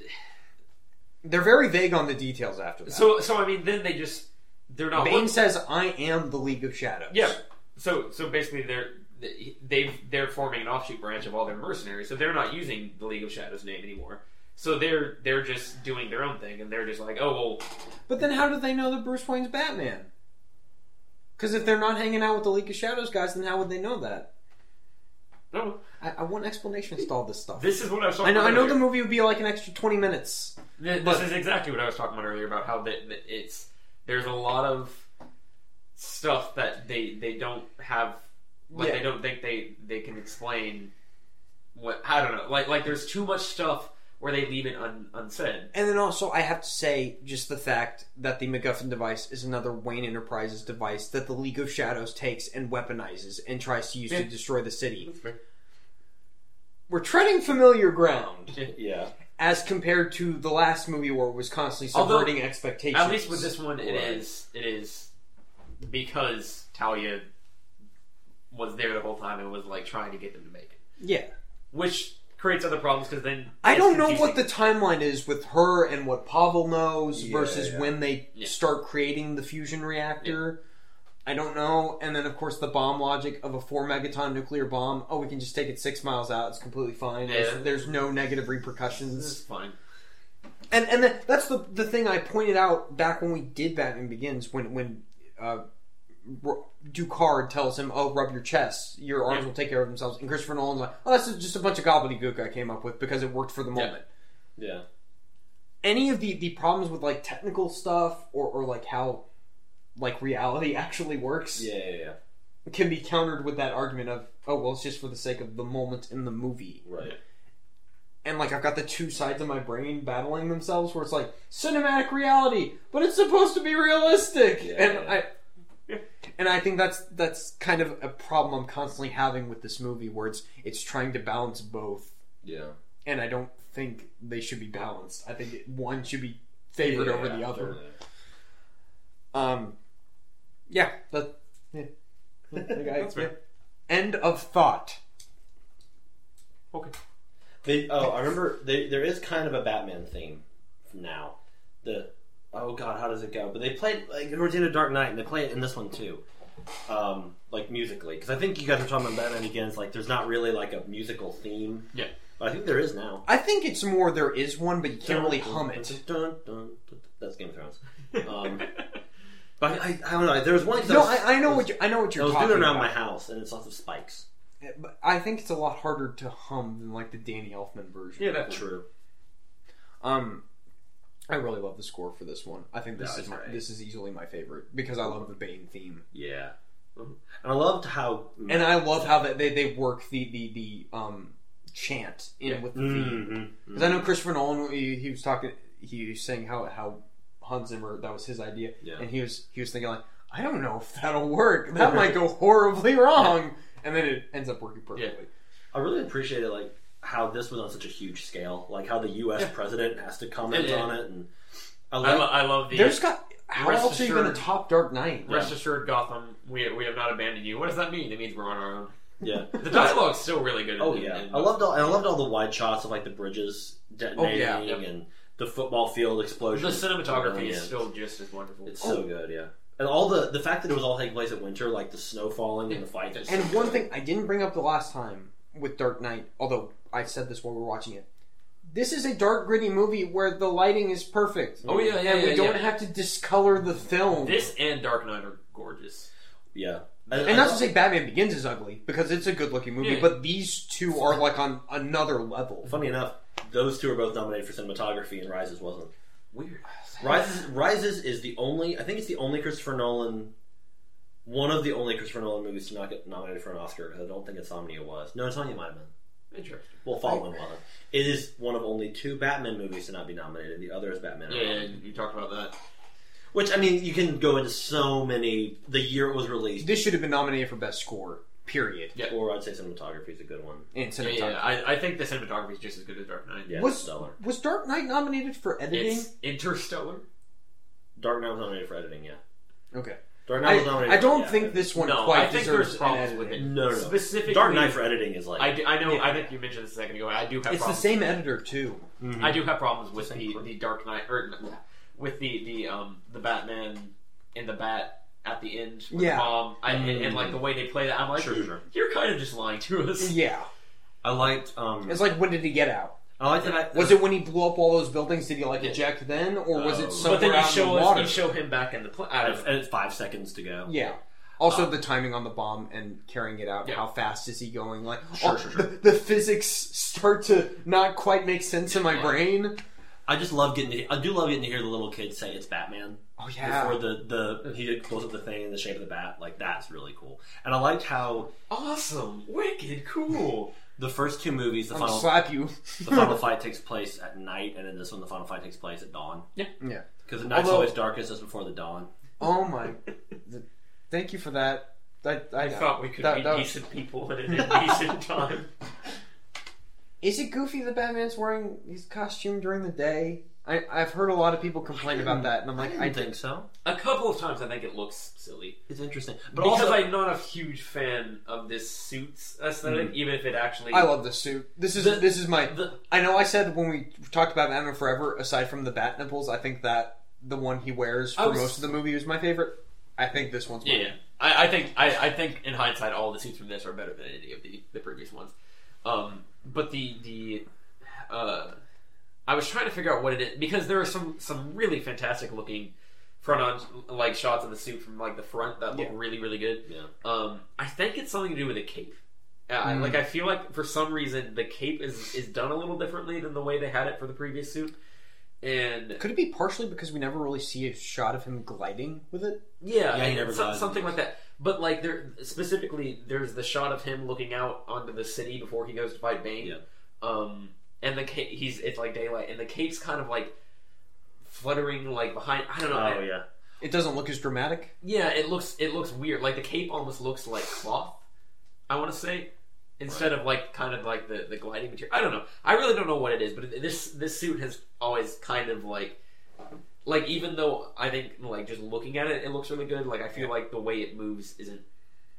Speaker 2: They're very vague on the details after that.
Speaker 1: So so I mean, then they just they're not.
Speaker 2: Bane says, "I am the League of Shadows."
Speaker 1: yeah. So so basically they're they've they're forming an offshoot branch of all their mercenaries, so they're not using the League of Shadows name anymore. So they're they're just doing their own thing, and they're just like, oh well,
Speaker 2: But then, how do they know that Bruce Wayne's Batman? Because if they're not hanging out with the League of Shadows guys, then how would they know that?
Speaker 1: no,
Speaker 2: I, I want explanations to all this stuff.
Speaker 1: this is what I was talking.
Speaker 2: I know,
Speaker 1: about
Speaker 2: I know
Speaker 1: earlier.
Speaker 2: the movie would be like an extra twenty minutes.
Speaker 1: Th- This
Speaker 2: But-
Speaker 1: is exactly what I was talking about earlier about how that that it's there's a lot of stuff that they they don't have like
Speaker 2: Yeah.
Speaker 1: they don't think they they can explain what I don't know like like there's too much stuff where they leave it un, unsaid.
Speaker 2: And then also, I have to say, just the fact that the MacGuffin device is another Wayne Enterprises device that the League of Shadows takes and weaponizes and tries to use to
Speaker 1: Yeah.
Speaker 2: destroy the city. We're treading familiar ground
Speaker 3: Yeah,
Speaker 2: as compared to the last movie where it was constantly
Speaker 1: Although,
Speaker 2: subverting expectations.
Speaker 1: At least with this one, it
Speaker 3: Right.
Speaker 1: is it is because Talia was there the whole time and was like trying to get them to make it,
Speaker 2: Yeah.
Speaker 1: which creates other problems because then
Speaker 2: I
Speaker 1: it's
Speaker 2: don't know
Speaker 1: confusing.
Speaker 2: what the timeline is with her and what Pavel knows
Speaker 3: Yeah,
Speaker 2: versus
Speaker 3: yeah.
Speaker 2: when they
Speaker 1: Yeah.
Speaker 2: start creating the fusion reactor. I don't know. And then, of course, the bomb logic of a four megaton nuclear bomb. Oh, we can just take it six miles out. It's completely fine.
Speaker 1: Yeah.
Speaker 2: There's, there's no negative
Speaker 1: this
Speaker 2: repercussions.
Speaker 1: is fine.
Speaker 2: And and the, that's the the thing I pointed out back when we did Batman Begins when when uh, R- Ducard tells him, "Oh, rub your chest. Your arms
Speaker 1: Yeah.
Speaker 2: will take care of themselves." And Christopher Nolan's like, "Oh, that's just a bunch of gobbledygook I came up with because it worked for the
Speaker 1: Yeah.
Speaker 2: moment."
Speaker 3: yeah.
Speaker 2: any of the the problems with like technical stuff or or like how like reality actually works
Speaker 3: Yeah, yeah, yeah.
Speaker 2: can be countered with that argument of oh well it's just for the sake of the moment in the movie
Speaker 3: Right.
Speaker 2: and like i've got the two sides of my brain battling themselves where it's like cinematic reality but it's supposed to be realistic
Speaker 3: Yeah.
Speaker 2: and i and i think that's that's kind of a problem i'm constantly having with this movie where it's it's trying to balance both
Speaker 3: Yeah.
Speaker 2: and i don't think they should be balanced i think one should be favored over the other Um, yeah, that, yeah. Like, I-
Speaker 1: That's fair.
Speaker 2: End of thought.
Speaker 1: Okay.
Speaker 3: They, oh, I remember. They, there is kind of a Batman theme now. The oh god, how does it go? But they played like towards the end of Dark Knight, and they play it in this one too. um, like musically, because I think you guys were talking about Batman Begins. Like, there's not really like a musical theme.
Speaker 1: Yeah.
Speaker 3: but I think there is now.
Speaker 2: I think it's more there is one, but you can't really hum it.
Speaker 3: Dun, dun, dun. That's Game of Thrones. Um, but I, I, I don't know. There was one. 'cause
Speaker 2: No,
Speaker 3: was-
Speaker 2: I, I know what you I know what
Speaker 3: I
Speaker 2: you're
Speaker 3: was
Speaker 2: talking
Speaker 3: doing it
Speaker 2: about.
Speaker 3: around my house, and it's lots of spikes.
Speaker 2: But I think it's a lot harder to hum than like the Danny Elfman version.
Speaker 1: Yeah, that-
Speaker 3: True.
Speaker 2: Um, I really love the score for this one. I think this
Speaker 3: No,
Speaker 2: is
Speaker 3: it's
Speaker 2: my,
Speaker 3: great.
Speaker 2: this is easily my favorite because I love the Bane theme,
Speaker 3: Yeah. Mhm. And I loved how.
Speaker 2: and I love how that they, they work the the the um chant in
Speaker 1: Yeah.
Speaker 2: with the theme.
Speaker 3: Mhm.
Speaker 2: Because I know Christopher Nolan, he, he was talking, he was saying how how Hans Zimmer that was his idea,
Speaker 3: Yeah.
Speaker 2: and he was he was thinking like, I don't know if that'll work. That might go horribly wrong, and then it ends up working perfectly.
Speaker 3: I really appreciated like how this was on such a huge scale, like how the U.S. president has to comment
Speaker 1: Yeah, yeah.
Speaker 3: on it, and I
Speaker 1: I,
Speaker 3: love.
Speaker 1: lo- I love the
Speaker 2: There's got how
Speaker 1: Rest
Speaker 2: else are you going
Speaker 1: assured-
Speaker 2: to top Dark Knight?
Speaker 1: rest assured Gotham. We we have not abandoned you. What does that mean? It means we're on our own.
Speaker 3: yeah.
Speaker 1: The dialogue's still really good. in-
Speaker 3: Oh
Speaker 1: in-
Speaker 3: yeah.
Speaker 1: in-
Speaker 3: I loved all. I loved all the wide shots of like the bridges detonating
Speaker 2: yeah.
Speaker 1: Yep.
Speaker 3: and the football field
Speaker 1: the
Speaker 3: explosion.
Speaker 1: cinematography
Speaker 3: Yeah.
Speaker 1: is still just as wonderful. Oh,
Speaker 3: It's so good, yeah. And all the the fact that it was all taking place at winter, like the snow falling and the fights. is
Speaker 2: And
Speaker 3: so
Speaker 2: one
Speaker 3: good.
Speaker 2: thing I didn't bring up the last time with Dark Knight, although I said this while we were watching it. This is a dark, gritty movie where the lighting is perfect.
Speaker 1: oh yeah, yeah,
Speaker 2: and
Speaker 1: yeah.
Speaker 2: we don't
Speaker 1: yeah.
Speaker 2: have to discolor the film.
Speaker 1: this and Dark Knight are gorgeous.
Speaker 3: yeah.
Speaker 2: and not to say Batman Begins is ugly, because it's a good looking movie,
Speaker 1: Yeah.
Speaker 2: but these two are like on another level.
Speaker 3: funny enough, those two are both nominated for cinematography, and Rises wasn't.
Speaker 1: Weird.
Speaker 3: Rises Rises is the only I think it's the only Christopher Nolan one of the only Christopher Nolan movies to not get nominated for an Oscar. I don't think Insomnia was. No, Insomnia might have been.
Speaker 1: Interesting.
Speaker 3: Well, following one. It is one of only two Batman movies to not be nominated. The other is Batman. and
Speaker 1: Yeah, yeah,
Speaker 3: Robin.
Speaker 1: you talked about that.
Speaker 3: Which I mean, you can go into so many. The year it was released,
Speaker 2: This should have been nominated for Best Score, period.
Speaker 1: Yeah.
Speaker 3: or I'd say cinematography is a good one.
Speaker 2: And
Speaker 1: Yeah,
Speaker 2: cinematography.
Speaker 1: yeah, I, I think the cinematography is just as good as Dark Knight.
Speaker 3: Yeah,
Speaker 2: Was-
Speaker 3: stellar.
Speaker 2: Was Dark Knight nominated for editing?
Speaker 1: It's Interstellar.
Speaker 3: Dark Knight was nominated for editing. Yeah,
Speaker 2: Okay.
Speaker 3: Dark Knight was
Speaker 2: I,
Speaker 3: nominated.
Speaker 2: I
Speaker 3: for-
Speaker 2: don't
Speaker 3: yeah,
Speaker 2: think
Speaker 3: editing.
Speaker 2: this one
Speaker 1: No,
Speaker 2: quite
Speaker 1: I think
Speaker 2: deserves
Speaker 1: there's
Speaker 2: an
Speaker 1: problems
Speaker 2: editing.
Speaker 1: with it.
Speaker 3: No, no, no.
Speaker 1: Specifically,
Speaker 3: Dark Knight for editing is like
Speaker 1: I, d- I know.
Speaker 2: Yeah.
Speaker 1: I think you mentioned this a second ago. I do have
Speaker 2: It's the
Speaker 1: problems.
Speaker 2: same editor, too.
Speaker 3: Mhm.
Speaker 1: I do have problems with the,
Speaker 3: Same.
Speaker 1: the Dark Knight or no, with the the um the Batman and the Bat at the end. With
Speaker 2: Yeah.
Speaker 1: the mom. I, and, and, like
Speaker 3: Mm.
Speaker 1: the way they play that. I'm like,
Speaker 3: Sure, sure.
Speaker 1: you're kind of just lying to us.
Speaker 2: Yeah.
Speaker 3: I liked. Um,
Speaker 2: It's like, when did he get out?
Speaker 3: I liked the fact.
Speaker 2: Was it when he blew up all those buildings? Did he like
Speaker 1: Yeah. Uh,
Speaker 2: eject then, or was
Speaker 3: Oh.
Speaker 2: it
Speaker 1: But
Speaker 2: somewhere
Speaker 1: then you
Speaker 2: out in
Speaker 1: show
Speaker 2: the water?
Speaker 1: us, you show him back in the pl- I
Speaker 3: And
Speaker 1: don't
Speaker 3: it's-
Speaker 1: know.
Speaker 3: and it's five seconds to go.
Speaker 2: yeah. Also, the timing on the bomb and carrying it out.
Speaker 1: Yeah.
Speaker 2: How fast is he going? Like,
Speaker 3: Sure,
Speaker 2: oh,
Speaker 3: sure, sure.
Speaker 2: The, the physics start to not quite make sense in my
Speaker 1: Yeah.
Speaker 2: brain.
Speaker 3: I just love getting. To, I do love getting to hear the little kids say it's Batman
Speaker 2: Oh yeah.
Speaker 3: before the the he blows up the thing in the shape of the bat. Like that's really cool. And I liked how
Speaker 1: Awesome, wicked, cool.
Speaker 3: the first two movies, the
Speaker 2: I'm gonna
Speaker 3: final
Speaker 2: slap you.
Speaker 3: the final fight takes place at night, and in this one, the final fight takes place at dawn.
Speaker 2: yeah.
Speaker 3: Because the night's
Speaker 2: Although-
Speaker 3: always darkest just before the dawn.
Speaker 2: Oh my. th- Thank you for that. That I,
Speaker 1: I thought we could
Speaker 2: that-
Speaker 1: be
Speaker 2: that was-
Speaker 1: decent people at an indecent time.
Speaker 2: Is it goofy that Batman's wearing his costume during the day? I, I've heard a lot of people complain about that, and I'm like, I,
Speaker 3: didn't think so.
Speaker 1: A couple of times, I think it looks silly.
Speaker 3: It's interesting, but
Speaker 1: But because
Speaker 3: also
Speaker 1: I'm not a huge fan of this suits aesthetic, even if it actually
Speaker 2: Mm. I love this suit. This is
Speaker 3: The-
Speaker 2: this is my.
Speaker 3: the-
Speaker 2: I know I said when we talked about Batman Forever. Aside from the bat nipples, I think that the one he wears
Speaker 1: I
Speaker 2: for
Speaker 3: Oh,
Speaker 1: was-
Speaker 2: most of the movie is my favorite. I think this one's my
Speaker 1: Yeah, yeah. I, I think I, I think in hindsight, all the scenes from this are better than any of the, the previous ones. Um, but the the uh, I was trying to figure out what it is because there are some some really fantastic looking front on like shots of the suit from like the front that look
Speaker 2: Yeah.
Speaker 1: really really good.
Speaker 3: Yeah.
Speaker 1: Um, I think it's something to do with the cape. Uh, I-
Speaker 2: Mm.
Speaker 1: Like I feel like for some reason the cape is is done a little differently than the way they had it for the previous suit. And
Speaker 2: Could it be partially because we never really see a shot of him gliding with it?
Speaker 1: Yeah,
Speaker 3: Yeah, he
Speaker 1: and
Speaker 3: never
Speaker 1: some-
Speaker 3: dies.
Speaker 1: something like that. But like there specifically, there's the shot of him looking out onto the city before he goes to fight Bane.
Speaker 3: Yeah.
Speaker 1: Um, and the ca- he's it's like daylight, and the cape's kind of like fluttering like behind. I don't know. I-
Speaker 3: oh yeah,
Speaker 2: It doesn't look as dramatic.
Speaker 1: yeah, it looks it looks weird. Like the cape almost looks like cloth. I want to say instead of like kind of like the the gliding material. I don't know. I really don't know what it is, but this this suit has always kind of like like even though I think like just looking at it, it looks really good. Like I feel like the way it moves isn't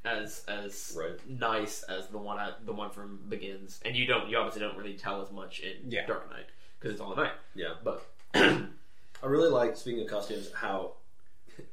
Speaker 1: as as
Speaker 3: right.
Speaker 1: nice as the one I, the one from Begins, and you don't you obviously don't really tell as much in
Speaker 2: Yeah.
Speaker 1: Dark Knight because it's all night.
Speaker 3: Yeah.
Speaker 1: but
Speaker 3: I really like speaking of costumes how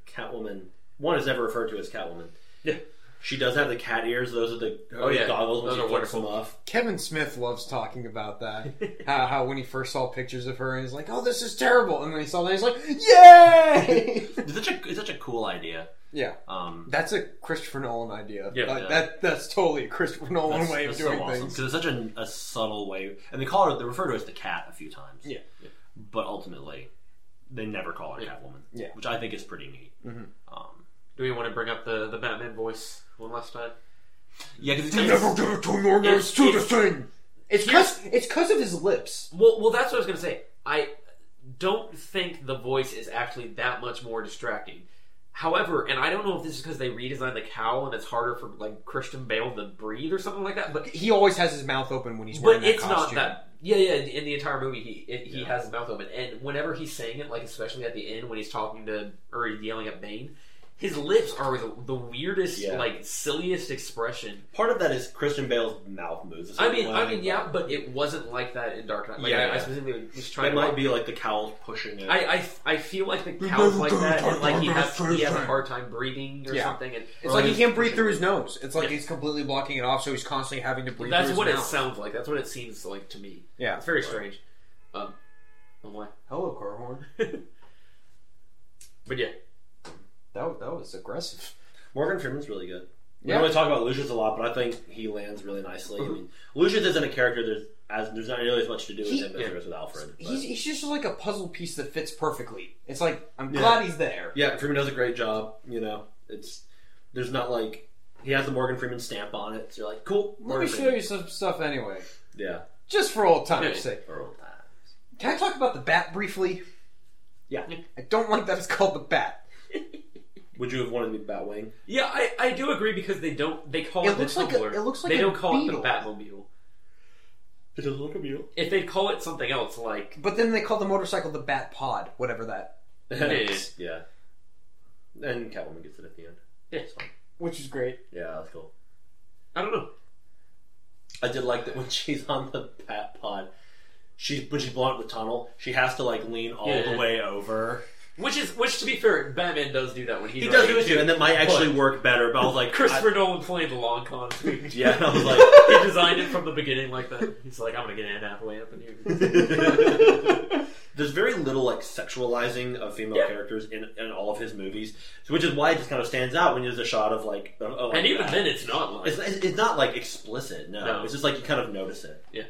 Speaker 3: Catwoman one is never referred to as Catwoman,
Speaker 1: Yeah.
Speaker 3: She does have the cat ears. Those are the
Speaker 1: Oh, yeah.
Speaker 3: goggles when
Speaker 1: Those
Speaker 3: she
Speaker 1: are
Speaker 3: flips
Speaker 1: wonderful.
Speaker 3: them off.
Speaker 2: Kevin Smith loves talking about that. how, how when he first saw pictures of her, he's like, "Oh, this is terrible," and then he saw that, he's like, "Yay!"
Speaker 3: It's such a, it's such a cool idea.
Speaker 2: yeah,
Speaker 3: Um,
Speaker 2: that's a Christopher Nolan idea.
Speaker 1: Yeah.
Speaker 2: Like, that that's totally a Christopher Nolan
Speaker 3: that's,
Speaker 2: way of
Speaker 3: that's
Speaker 2: doing
Speaker 3: so awesome
Speaker 2: things.
Speaker 3: because it's such a, a subtle way, and they call her. They refer to her as the cat a few times.
Speaker 2: Yeah.
Speaker 1: Yeah.
Speaker 3: but ultimately, they never call her Catwoman.
Speaker 2: Yeah.
Speaker 3: which I think is pretty neat.
Speaker 2: Mhm.
Speaker 3: Um,
Speaker 1: Do we want to bring up the, the Batman voice one last time?
Speaker 3: yeah, because
Speaker 2: You
Speaker 3: it's,
Speaker 2: did it to Norman.
Speaker 1: it's-
Speaker 2: the thing. It's cause it's cause of his lips.
Speaker 1: Well, well, that's what I was gonna say. I don't think the voice is actually that much more distracting. However, and I don't know if this is because they redesigned the cowl and it's harder for like Christian Bale to breathe or something like that. But
Speaker 2: He always has his mouth open when he's wearing
Speaker 1: but
Speaker 2: that
Speaker 1: it's not
Speaker 2: costume.
Speaker 1: that. Yeah, yeah. In, in the entire movie, he it, he has his mouth open, and whenever he's saying it, like especially at the end when he's talking to or he's yelling at Bane, his lips are the, the weirdest,
Speaker 3: Yeah.
Speaker 1: like silliest expression.
Speaker 3: part of that is Christian Bale's mouth moves. a
Speaker 1: I
Speaker 3: certain
Speaker 1: mean, I
Speaker 3: way.
Speaker 1: mean, yeah, but it wasn't like that in Dark Knight. Like,
Speaker 3: Yeah,
Speaker 1: I, I
Speaker 3: yeah.
Speaker 1: specifically was trying
Speaker 3: It
Speaker 1: to
Speaker 3: might be like the cowl pushing it.
Speaker 1: I, I, I feel like the cow's like that, and like he has he has a hard time breathing or
Speaker 2: Yeah.
Speaker 1: something. And
Speaker 2: It's like he can't breathe through his nose. It's like he's completely blocking it off, so he's constantly having to breathe.
Speaker 1: That's
Speaker 2: through
Speaker 1: what
Speaker 2: his
Speaker 1: it
Speaker 2: mouth.
Speaker 1: sounds like. That's what it seems like to me.
Speaker 2: Yeah.
Speaker 1: It's very strange. Um, I'm like,
Speaker 2: Hello, Carhorn.
Speaker 1: but yeah,
Speaker 2: That that was aggressive.
Speaker 3: Morgan Freeman's really good. We
Speaker 2: Yeah.
Speaker 3: don't really talk about Lucius a lot, but I think he lands really nicely.
Speaker 1: Mm-hmm.
Speaker 3: I mean, Lucius isn't a character. There's as there's not really as much to do with
Speaker 2: He-
Speaker 3: him as
Speaker 1: yeah.
Speaker 3: there is with Alfred. but-
Speaker 2: He's, he's just like a puzzle piece that fits perfectly. It's like I'm
Speaker 3: Yeah.
Speaker 2: glad he's there.
Speaker 3: yeah, Freeman does a great job. You know, it's there's not like he has the Morgan Freeman stamp on it. So you're like, cool.
Speaker 2: Let me
Speaker 3: Morgan
Speaker 2: show
Speaker 3: Freeman.
Speaker 2: you some stuff anyway,
Speaker 3: Yeah.
Speaker 2: just for old time's
Speaker 1: Yeah.
Speaker 2: sake.
Speaker 3: Or-
Speaker 2: Can I talk about the bat briefly?
Speaker 3: Yeah.
Speaker 2: I don't like that it's called the bat.
Speaker 3: Would you have wanted to be Batwing?
Speaker 1: yeah, I, I do agree because they don't they call
Speaker 2: It
Speaker 1: it, the
Speaker 2: looks like a-
Speaker 1: tumbler.
Speaker 2: it looks like
Speaker 1: they
Speaker 2: a
Speaker 1: don't call
Speaker 2: beetle.
Speaker 1: it the Batmobile.
Speaker 3: It doesn't look a mule.
Speaker 1: If they call it something else, like
Speaker 2: But then they call the motorcycle the bat pod, whatever that,
Speaker 1: is.
Speaker 3: yeah. And Catwoman gets it at the end.
Speaker 1: yeah,
Speaker 2: which is great.
Speaker 3: Yeah, that's cool.
Speaker 1: I don't know.
Speaker 3: I did like that when she's on the bat pod. She when she's blowing up the tunnel, she has to like lean all
Speaker 1: Yeah.
Speaker 3: the way over.
Speaker 1: Which is which to be fair, Batman does do that when he's
Speaker 3: He does
Speaker 1: riding,
Speaker 3: do it too, and that might actually work better. But I was like,
Speaker 1: Christopher Nolan played the long con.
Speaker 3: I- yeah, and I was
Speaker 1: he designed it from the beginning like that. He's like, I'm gonna get Anne Hathaway up in here.
Speaker 3: like, there's very little like sexualizing of female
Speaker 1: Yeah.
Speaker 3: characters in, in all of his movies, so- which is why it just kind of stands out when there's a shot of oh, like, a- a-
Speaker 1: And even then, Oh, it's not like
Speaker 3: It's, it's it's not like explicit. No.
Speaker 1: No.
Speaker 3: it's just like you kind of notice it.
Speaker 1: Yeah.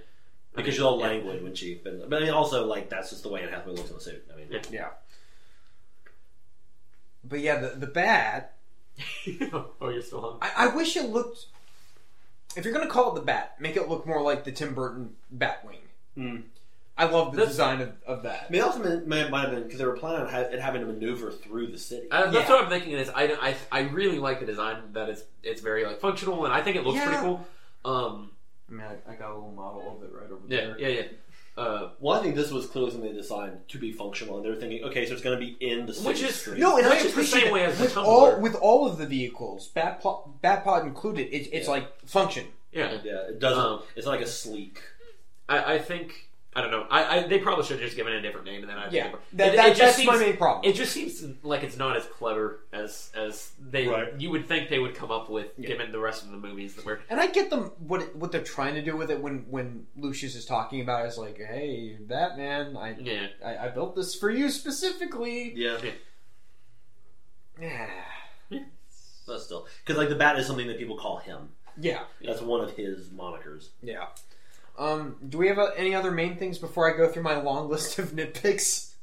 Speaker 3: because
Speaker 1: I mean,
Speaker 3: you'll
Speaker 1: yeah.
Speaker 3: languid when she. But, but I mean, also like that's just the way Anne Hathaway looks in the suit. I mean,
Speaker 1: Yeah.
Speaker 2: Yeah. But yeah, the, the bat.
Speaker 1: oh, you're still on.
Speaker 2: I, I wish it looked. If you're gonna call it the bat, make it look more like the Tim Burton Batwing.
Speaker 3: Mm.
Speaker 2: I love the
Speaker 1: That's-
Speaker 2: design of, of that.
Speaker 3: I mean, also may- may- might have been because they were planning on ha- it having to maneuver through the city.
Speaker 1: Uh, that's
Speaker 2: Yeah.
Speaker 1: what I'm thinking. Is I, I I really like the design that it's it's very like functional and I think it looks
Speaker 2: Yeah.
Speaker 1: pretty cool. Um,
Speaker 2: I mean, I, I got a little model of it right over
Speaker 1: yeah, yeah, yeah. Uh,
Speaker 3: well, I think this was clearly something they designed to be functional, and they were thinking, okay, so it's going to be in the city
Speaker 1: Which is-
Speaker 3: street.
Speaker 2: No, and I
Speaker 1: Which is the
Speaker 2: appreciate
Speaker 1: same
Speaker 2: that.
Speaker 1: way as the
Speaker 2: with
Speaker 1: tumbler.
Speaker 2: all with all of the vehicles, Bat Batpod included. It, it's
Speaker 3: Yeah.
Speaker 2: like function.
Speaker 1: yeah,
Speaker 3: yeah, it doesn't.
Speaker 1: Um,
Speaker 3: it's not like a sleek.
Speaker 1: I, I think I don't know. I, I they probably should have just given it a different name and then I think
Speaker 2: Yeah,
Speaker 1: it-
Speaker 2: that,
Speaker 1: it-
Speaker 2: that-
Speaker 1: it just
Speaker 2: that's my
Speaker 1: seems-
Speaker 2: main problem.
Speaker 1: It just seems like it's not as clever as as they
Speaker 3: Right.
Speaker 1: you would think they would come up with
Speaker 2: Yeah.
Speaker 1: given the rest of the movies that were.
Speaker 2: and I get them what it- what they're trying to do with it when when Lucius is talking about it, it's like, hey, Batman, I,
Speaker 1: Yeah,
Speaker 2: I I built this for you specifically.
Speaker 3: Yeah, but still, because like the bat is something that people call him.
Speaker 2: yeah,
Speaker 3: That's one of his monikers.
Speaker 2: yeah. Um, do we have uh any other main things before I go through my long list of nitpicks?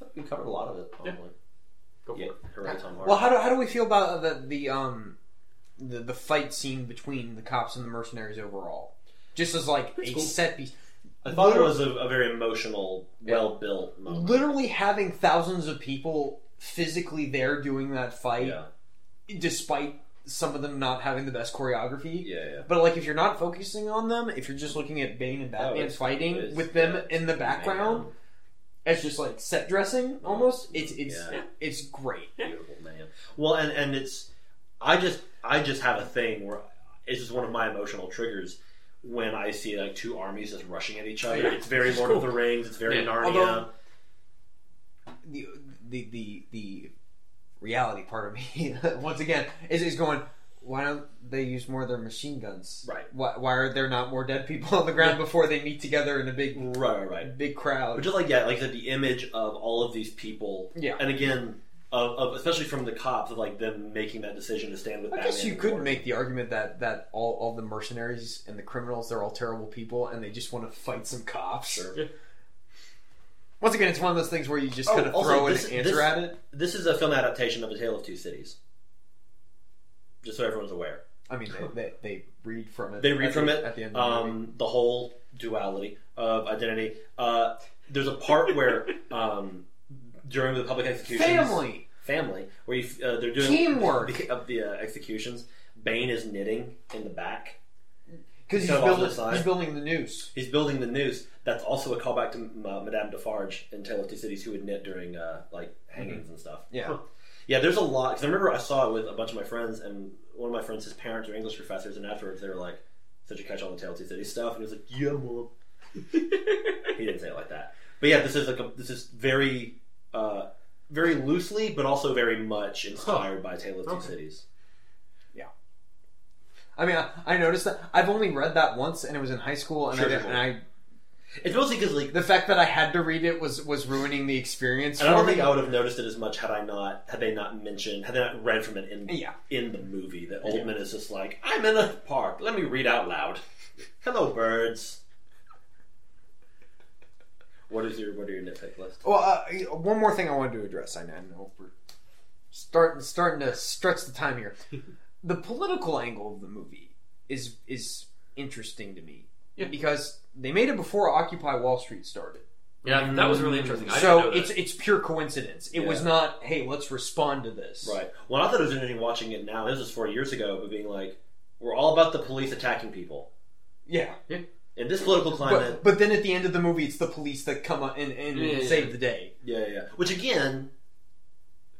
Speaker 3: I think we covered a lot of it. Probably.
Speaker 1: go
Speaker 3: Yeah,
Speaker 1: for it.
Speaker 3: hooray, Tom Hardy.
Speaker 2: Well, how do how do we feel about the the um the the fight scene between the cops and the mercenaries overall? Just as like a
Speaker 3: cool.
Speaker 2: set piece,
Speaker 3: I thought it was a, a very emotional, well built moment.
Speaker 2: literally having thousands of people physically there doing that fight,
Speaker 3: Yeah,
Speaker 2: despite some of them not having the best choreography.
Speaker 3: yeah, yeah.
Speaker 2: But like, if you're not focusing on them, if you're just looking at Bane and Batman
Speaker 3: Oh, it's-
Speaker 2: fighting
Speaker 3: it's-
Speaker 2: with them
Speaker 3: yeah, it's
Speaker 2: in the background, as just like set dressing almost, it's it's
Speaker 3: Yeah.
Speaker 2: it's great.
Speaker 3: beautiful man. Well, and and it's I just I just have a thing where it's just one of my emotional triggers when I see like two armies just rushing at each other.
Speaker 1: Yeah.
Speaker 3: It's very
Speaker 1: It's
Speaker 3: Lord of
Speaker 1: cool.
Speaker 3: the Rings. It's very
Speaker 1: Yeah.
Speaker 3: Narnia.
Speaker 2: Although- The the the the reality part of me once again is, is going. Why don't they use more of their machine guns?
Speaker 3: Right.
Speaker 2: Why, why are there not more dead people on the ground before they meet together in a big,
Speaker 3: Right, right, right.
Speaker 2: big crowd?
Speaker 3: But just like yeah, like I said, the image of all of these people,
Speaker 2: Yeah.
Speaker 3: and again, of, of especially from the cops, of like them making that decision to stand with.
Speaker 2: I guess
Speaker 3: Batman
Speaker 2: you
Speaker 3: in
Speaker 2: could
Speaker 3: court.
Speaker 2: make the argument that that all, all the mercenaries and the criminals they're all terrible people and they just want to fight some cops.
Speaker 3: Sure.
Speaker 1: Yeah.
Speaker 2: Once again, it's one of those things where you just
Speaker 3: Oh,
Speaker 2: kind of
Speaker 3: also,
Speaker 2: throw in
Speaker 3: this-
Speaker 2: an answer
Speaker 3: this-
Speaker 2: at it.
Speaker 3: This is a film adaptation of A Tale of Two Cities. Just so everyone's aware,
Speaker 2: I mean, they, they, they read from it.
Speaker 3: they read
Speaker 2: at
Speaker 3: from
Speaker 2: the-
Speaker 3: it
Speaker 2: at the end. Of the movie.
Speaker 3: um, the whole duality of identity. Uh, there's a part where um, during the public execution,
Speaker 2: Family.
Speaker 3: family, where you, uh, they're doing
Speaker 2: Teamwork.
Speaker 3: the, of the uh, executions. Bane is knitting in the back.
Speaker 2: Because he's,
Speaker 3: Cut off
Speaker 2: building-
Speaker 3: the side.
Speaker 2: he's building the noose.
Speaker 3: He's building the noose. That's also a callback to uh, Madame Defarge in Tale of Two Cities, who would knit during uh, like hangings and stuff.
Speaker 2: Yeah.
Speaker 1: Huh.
Speaker 3: Yeah, there's a lot. Because I remember I saw it with a bunch of my friends, and one of my friends, his parents are English professors, and afterwards they were like, "Such a catch all the Tale of Two Cities stuff," and he was like, "Yeah, mom." he didn't say it like that, but yeah, this is like a, this is very, uh, very loosely, but also very much inspired by Tale of Two
Speaker 1: Okay.
Speaker 3: Cities.
Speaker 2: I mean, I, I noticed that. I've only read that once, and it was in high school, and,
Speaker 3: Sure,
Speaker 2: I, didn't-
Speaker 3: sure.
Speaker 2: and I
Speaker 3: It's mostly because like,
Speaker 2: the fact that I had to read it was was ruining the experience.
Speaker 3: and I
Speaker 2: for
Speaker 3: don't
Speaker 2: me.
Speaker 3: think I would have noticed it as much had I not had they not mentioned had they not read from it in
Speaker 2: Yeah.
Speaker 3: in the movie that Oldman is just like, I'm in a park. Let me read out loud. Hello, birds. What is your what are your nitpick list?
Speaker 2: Well, uh, one more thing I wanted to address. I know, I know we're starting starting to stretch the time here. the political angle of the movie is is interesting to me
Speaker 1: Yeah.
Speaker 2: because they made it before Occupy Wall Street started.
Speaker 1: Yeah, that was really interesting. I
Speaker 2: Mm. so
Speaker 1: didn't know
Speaker 2: it's
Speaker 1: that.
Speaker 2: it's pure coincidence. It was
Speaker 3: Yeah.
Speaker 2: not, hey, let's respond to this.
Speaker 3: Right. Well, I thought it was interesting watching it now. This was four years ago, but being like, we're all about the police attacking people
Speaker 2: Yeah.
Speaker 3: in this political climate.
Speaker 2: But, but then at the end of the movie, it's the police that come up and, and
Speaker 1: Yeah, yeah,
Speaker 2: save
Speaker 1: yeah.
Speaker 2: the day.
Speaker 3: yeah, yeah, yeah. Which again,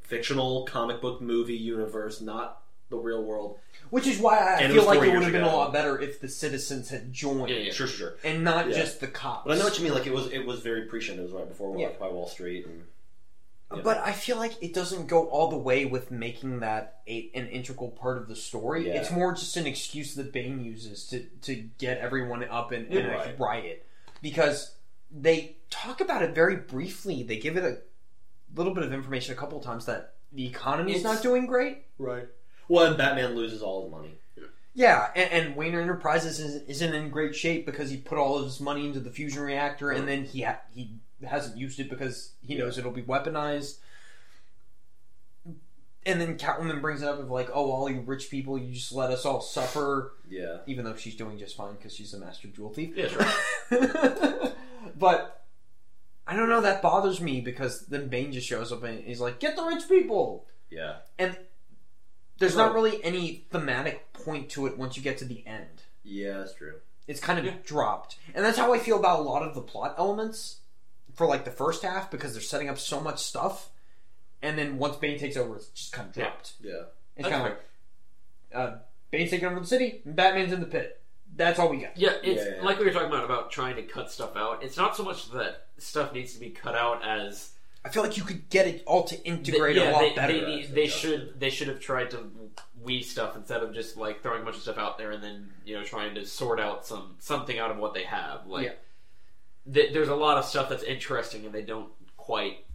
Speaker 3: fictional comic book movie universe, not the real world.
Speaker 2: Which is why I
Speaker 3: And it
Speaker 2: feel
Speaker 3: was
Speaker 2: like
Speaker 3: four
Speaker 2: it
Speaker 3: years
Speaker 2: would have been a
Speaker 3: ago.
Speaker 2: lot better if the citizens had joined
Speaker 1: Yeah, yeah.
Speaker 3: Sure, sure, sure.
Speaker 2: and not
Speaker 3: Yeah.
Speaker 2: just the cops.
Speaker 3: But I know what you mean. Like it was, it was very prescient. It was right before
Speaker 2: Yeah.
Speaker 3: Occupy Wall Street, and Yeah.
Speaker 2: But I feel like it doesn't go all the way with making that a, an integral part of the story.
Speaker 3: Yeah.
Speaker 2: It's more just an excuse that Bane uses to, to get everyone up in, in
Speaker 3: Right.
Speaker 2: a riot. Because they talk about it very briefly. They give it a little bit of information a couple of times that the economy is
Speaker 1: It's-
Speaker 2: not doing great.
Speaker 3: right. Well, and Batman loses all his money.
Speaker 2: Yeah, and, and Wayne Enterprises is, isn't in great shape because he put all of his money into the fusion reactor and then he ha- he hasn't used it because he knows it'll be weaponized. And then Catwoman brings it up of like, oh, all you rich people, you just let us all suffer,
Speaker 3: Yeah.
Speaker 2: even though she's doing just fine because she's a master jewel thief.
Speaker 1: Yeah, sure.
Speaker 2: but I don't know, that bothers me because then Bane just shows up and he's like, get the rich people.
Speaker 3: Yeah.
Speaker 2: There's not
Speaker 3: Right.
Speaker 2: really any thematic point to it once you get to the end.
Speaker 3: Yeah, that's true.
Speaker 2: It's kind of
Speaker 1: Yeah.
Speaker 2: dropped. And that's how I feel about a lot of the plot elements for like the first half because they're setting up so much stuff. And then once Bane takes over, it's just kind of
Speaker 1: Yeah.
Speaker 2: dropped.
Speaker 3: Yeah.
Speaker 2: It's kind of like uh, Bane's taking over the city, and Batman's in the pit. That's all we got.
Speaker 1: Yeah, it's
Speaker 3: Yeah, yeah.
Speaker 1: like we were talking about about trying to cut stuff out. It's not so much that stuff needs to be cut out as
Speaker 2: I feel like you could get it all to
Speaker 1: they-
Speaker 2: integrate
Speaker 1: yeah,
Speaker 2: a lot
Speaker 1: they,
Speaker 2: better.
Speaker 1: They, need- they
Speaker 3: Yeah.
Speaker 1: should they should have tried to weave stuff instead of just like throwing a bunch of stuff out there and then you know trying to sort out some something out of what they have. Like
Speaker 2: Yeah.
Speaker 1: th- there's a lot of stuff that's interesting and they don't quite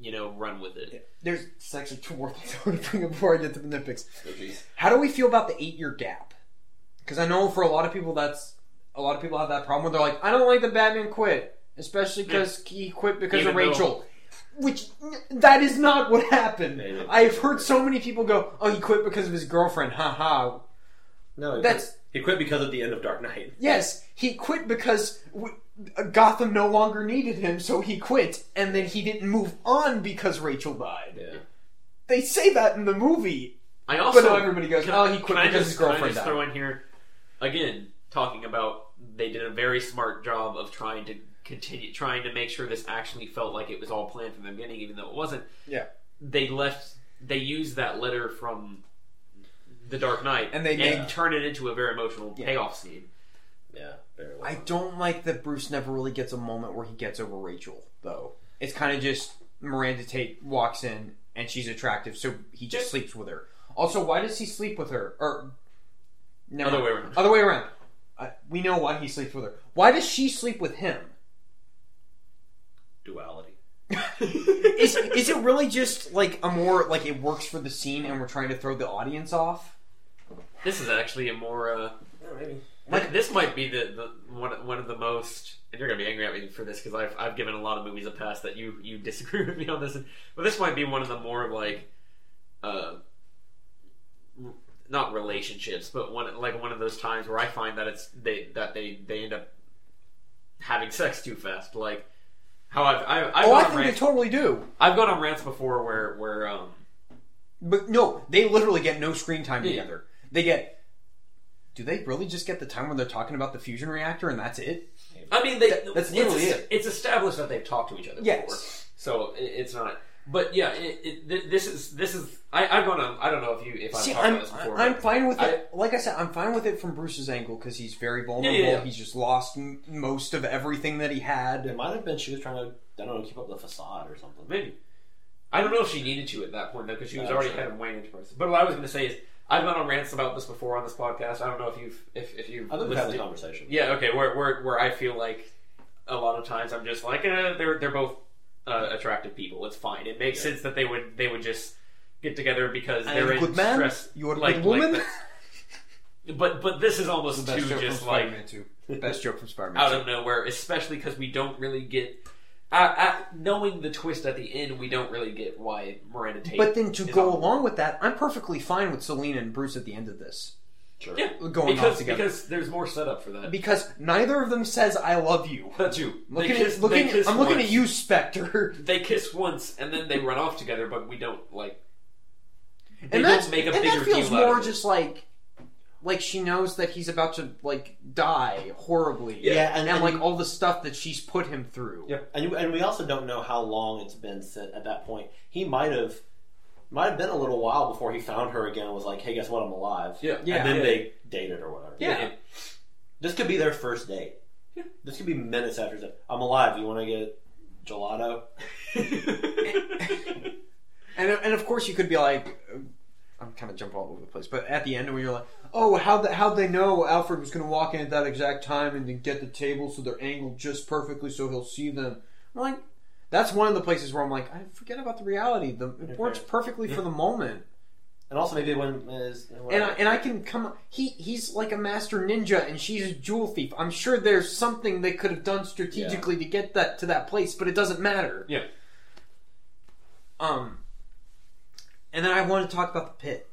Speaker 1: you know run with it.
Speaker 2: There's it's actually two more things I want to bring up before I get to the nitpicks.
Speaker 3: Oh, jeez.
Speaker 2: How do we feel about the eight year gap? Because I know for a lot of people, that's a lot of people have that problem where they're like, I don't like that Batman quit, especially because he quit because
Speaker 1: Even
Speaker 2: of
Speaker 1: though-
Speaker 2: Rachel. Which that is not what happened.
Speaker 3: They didn't.
Speaker 2: I've heard so many people go, "Oh, he quit because of his girlfriend." Ha ha.
Speaker 3: No, he
Speaker 2: That's-
Speaker 3: quit- he quit because of the end of Dark Knight.
Speaker 2: Yes, he quit because w- Gotham no longer needed him, so he quit, and then he didn't move on because Rachel died.
Speaker 3: Yeah.
Speaker 2: They say that in the movie,
Speaker 1: I also
Speaker 2: but now everybody goes,
Speaker 1: Can
Speaker 2: "Oh,
Speaker 1: I-
Speaker 2: he quit
Speaker 1: can I
Speaker 2: because
Speaker 1: just-
Speaker 2: his
Speaker 1: Can I
Speaker 2: girlfriend
Speaker 1: just
Speaker 2: died."
Speaker 1: throw in here again talking about they did a very smart job of trying to continue trying to make sure this actually felt like it was all planned from the beginning, even though it wasn't.
Speaker 2: Yeah.
Speaker 1: they left. They used that letter from the Dark Knight
Speaker 2: And they made-
Speaker 1: turn it into a very emotional
Speaker 2: Yeah.
Speaker 1: payoff scene.
Speaker 3: Yeah. Very well.
Speaker 2: I don't like that Bruce never really gets a moment where he gets over Rachel, though. It's kind of just Miranda Tate walks in and she's attractive, so he just sleeps with her. Also, why does he sleep with her? Or never
Speaker 1: Other
Speaker 2: mind.
Speaker 1: way around.
Speaker 2: Other way around. Uh, we know why he sleeps with her. Why does she sleep with him?
Speaker 3: Duality.
Speaker 2: Is is it really just like a more like it works for the scene and we're trying to throw the audience off?
Speaker 1: This is actually a more. Uh,
Speaker 3: maybe.
Speaker 1: like this might be the, the one one of the most. And you're gonna be angry at me for this because I've I've given a lot of movies a pass that you you disagree with me on this. But this might be one of the more like, uh, r- not relationships, but one like one of those times where I find that it's they that they they end up having sex too fast. Like how I've I've, I've
Speaker 2: oh, I
Speaker 1: gone on
Speaker 2: think they
Speaker 1: rants,
Speaker 2: totally do.
Speaker 1: I've gone on rants before where where um
Speaker 2: But no, they literally get no screen time
Speaker 1: Yeah.
Speaker 2: together. They get. Do they really just get the time when they're talking about the fusion reactor and that's it?
Speaker 1: I mean, they,
Speaker 2: That- that's
Speaker 1: it's,
Speaker 2: literally it.
Speaker 1: It's established that they've talked to each other
Speaker 2: Yes.
Speaker 1: before, so it, it's not. But yeah, it, it, th- this is this is. I, I've gone on. I don't know if you if I've
Speaker 2: See,
Speaker 1: talked
Speaker 2: I'm
Speaker 1: about this before.
Speaker 2: I'm fine with
Speaker 1: I-
Speaker 2: it. Like I said, I'm fine with it from Bruce's angle because he's very vulnerable.
Speaker 1: Yeah, yeah, yeah.
Speaker 2: He's just lost m- most of everything that he
Speaker 3: It
Speaker 2: had.
Speaker 3: might have been she was trying to, I don't know, keep up the facade or something.
Speaker 1: but maybe I don't know if she needed to at that point though, because she was
Speaker 3: Uh,
Speaker 1: already
Speaker 3: sure.
Speaker 1: head of Wayne Enterprises. But what I was going to say is, I've gone on rants about this before on this podcast. I don't know if you've if if you've
Speaker 3: I think we've had
Speaker 1: listened
Speaker 3: the
Speaker 1: to-
Speaker 3: conversation.
Speaker 1: Yeah, okay. Where where where I feel like a lot of times I'm just like eh, they're they're both uh, attractive people. It's fine. It makes
Speaker 3: Yeah.
Speaker 1: sense that they would they would just get together because
Speaker 2: I am
Speaker 1: they're in
Speaker 2: good man,
Speaker 1: stress.
Speaker 2: you are a
Speaker 1: like,
Speaker 2: good woman.
Speaker 1: like this. but but this is almost
Speaker 2: Best
Speaker 1: too
Speaker 2: joke from
Speaker 1: just like
Speaker 2: Spider-Man 2. Best joke from Spider-Man
Speaker 1: out
Speaker 2: 2.
Speaker 1: of nowhere, especially because we don't really get. Uh, uh, knowing the twist at the end, we don't really get why Miranda Tate.
Speaker 2: But then to
Speaker 1: is
Speaker 2: go
Speaker 1: on-
Speaker 2: along with that, I'm perfectly fine with Selena and Bruce at the end of this
Speaker 3: Sure.
Speaker 1: yeah,
Speaker 2: going
Speaker 1: because,
Speaker 2: off together
Speaker 1: because there's more setup for that.
Speaker 2: because neither of them says "I love you."
Speaker 1: That's you. They
Speaker 2: Looking
Speaker 1: kiss- they
Speaker 2: at, looking,
Speaker 1: kiss
Speaker 2: I'm looking
Speaker 1: once.
Speaker 2: at you, Spectre.
Speaker 1: they kiss once and then they run off together, but we don't like. They
Speaker 2: and that's
Speaker 1: don't make a
Speaker 2: and
Speaker 1: bigger
Speaker 2: that feels
Speaker 1: deal out of
Speaker 2: more
Speaker 1: it.
Speaker 2: just like like she knows that he's about to like die horribly
Speaker 3: Yeah, Yeah, and-
Speaker 2: and,
Speaker 3: and-
Speaker 2: like all the stuff that she's put him through
Speaker 3: Yep. And, you- and we also don't know how long it's been since at that point. He might have might have been a little while before he found her again and was like, hey, guess what? I'm alive.
Speaker 1: Yeah.
Speaker 2: Yeah.
Speaker 3: And then
Speaker 1: Yeah.
Speaker 3: they dated or whatever.
Speaker 2: Yeah.
Speaker 1: Yeah.
Speaker 3: This could be their first date.
Speaker 1: Yeah.
Speaker 3: This could be minutes after. it's like, I'm alive. You want to get gelato?
Speaker 2: and, and of course you could be like uh, i'm kind of jumping all over the place but at the end when you're like oh how the, how'd they know alfred was going to walk in at that exact time and then get the table so they're angled just perfectly so he'll see them I'm like that's one of the places where i'm like i forget about the reality the, it works perfectly for the moment
Speaker 3: And also maybe when is
Speaker 2: and
Speaker 3: whatever.
Speaker 2: I, and I can come. He he's like a master ninja, and she's a jewel thief. I'm sure there's something they could have done strategically to get that to that place, but it doesn't matter.
Speaker 1: Yeah.
Speaker 2: Um. And then I want to talk about the pit.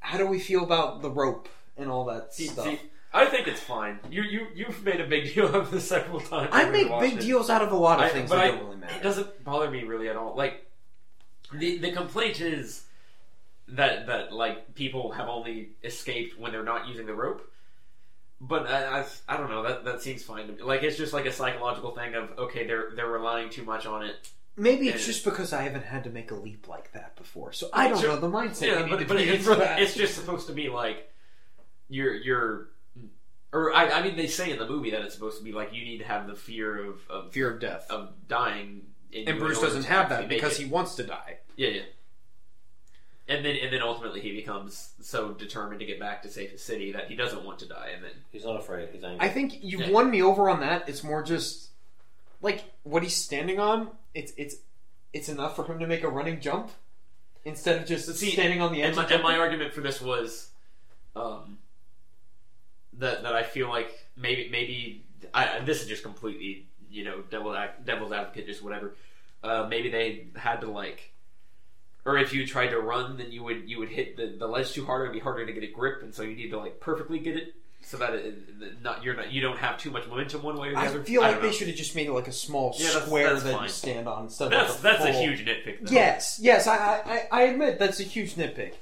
Speaker 2: How do we feel about the rope and all that
Speaker 1: See,
Speaker 2: stuff?
Speaker 1: see, I think it's fine. You you you've made a big deal of this several times.
Speaker 2: I
Speaker 1: We've
Speaker 2: make
Speaker 1: watched
Speaker 2: big
Speaker 1: it.
Speaker 2: deals out of a lot of
Speaker 1: I-
Speaker 2: things
Speaker 1: but
Speaker 2: that
Speaker 1: I-
Speaker 2: don't really matter.
Speaker 1: It doesn't bother me really at all. Like the the complaint is that that like people have only escaped when they're not using the rope. But I, I, I don't know that that seems fine to me. Like it's just like a psychological thing of okay they're they're relying too much on it.
Speaker 2: Maybe it's
Speaker 1: it-
Speaker 2: just because I haven't had to make a leap like that before, so I don't
Speaker 1: Sure.
Speaker 2: know the mindset. I
Speaker 1: Yeah,
Speaker 2: need to
Speaker 1: but, but
Speaker 2: be in
Speaker 1: it's,
Speaker 2: for that.
Speaker 1: it's just supposed to be like you're you're or I, I mean they say in the movie that it's supposed to be like you need to have the fear of of,
Speaker 2: fear of death.
Speaker 1: of dying. in you
Speaker 2: and
Speaker 1: in
Speaker 2: Bruce
Speaker 1: order
Speaker 2: doesn't
Speaker 1: to
Speaker 2: have
Speaker 1: actually
Speaker 2: that
Speaker 1: make
Speaker 2: because
Speaker 1: it.
Speaker 2: he wants to die.
Speaker 1: Yeah, yeah. And then and then ultimately he becomes so determined to get back to Safest City that he doesn't want to die and then
Speaker 3: he's not afraid. He's angry.
Speaker 2: I think you
Speaker 1: Yeah.
Speaker 2: won me over on that. It's more just like what he's standing on. It's it's it's enough for him to make a running jump instead of just
Speaker 1: See,
Speaker 2: standing on the edge.
Speaker 1: and my,
Speaker 2: of
Speaker 1: and my
Speaker 2: jumping.
Speaker 1: argument for this was um that that I feel like maybe maybe I and this is just completely you know devil ac- devil's advocate just whatever uh maybe they had to like or if you tried to run then you would you would hit the, the ledge too hard and it'd be harder to get a grip and so you need to like perfectly get it so that it, not you're not you don't have too much momentum one way or the
Speaker 2: I
Speaker 1: other
Speaker 2: feel
Speaker 1: I
Speaker 2: like
Speaker 1: don't
Speaker 2: they
Speaker 1: know.
Speaker 2: should have just made it like a small
Speaker 1: Yeah, that's-
Speaker 2: square
Speaker 1: that's
Speaker 2: that
Speaker 1: fine.
Speaker 2: you stand on instead
Speaker 1: That's
Speaker 2: of like
Speaker 1: that's a
Speaker 2: full-
Speaker 1: huge nitpick. Though.
Speaker 2: Yes, yes, I, I, I I admit that's a huge nitpick.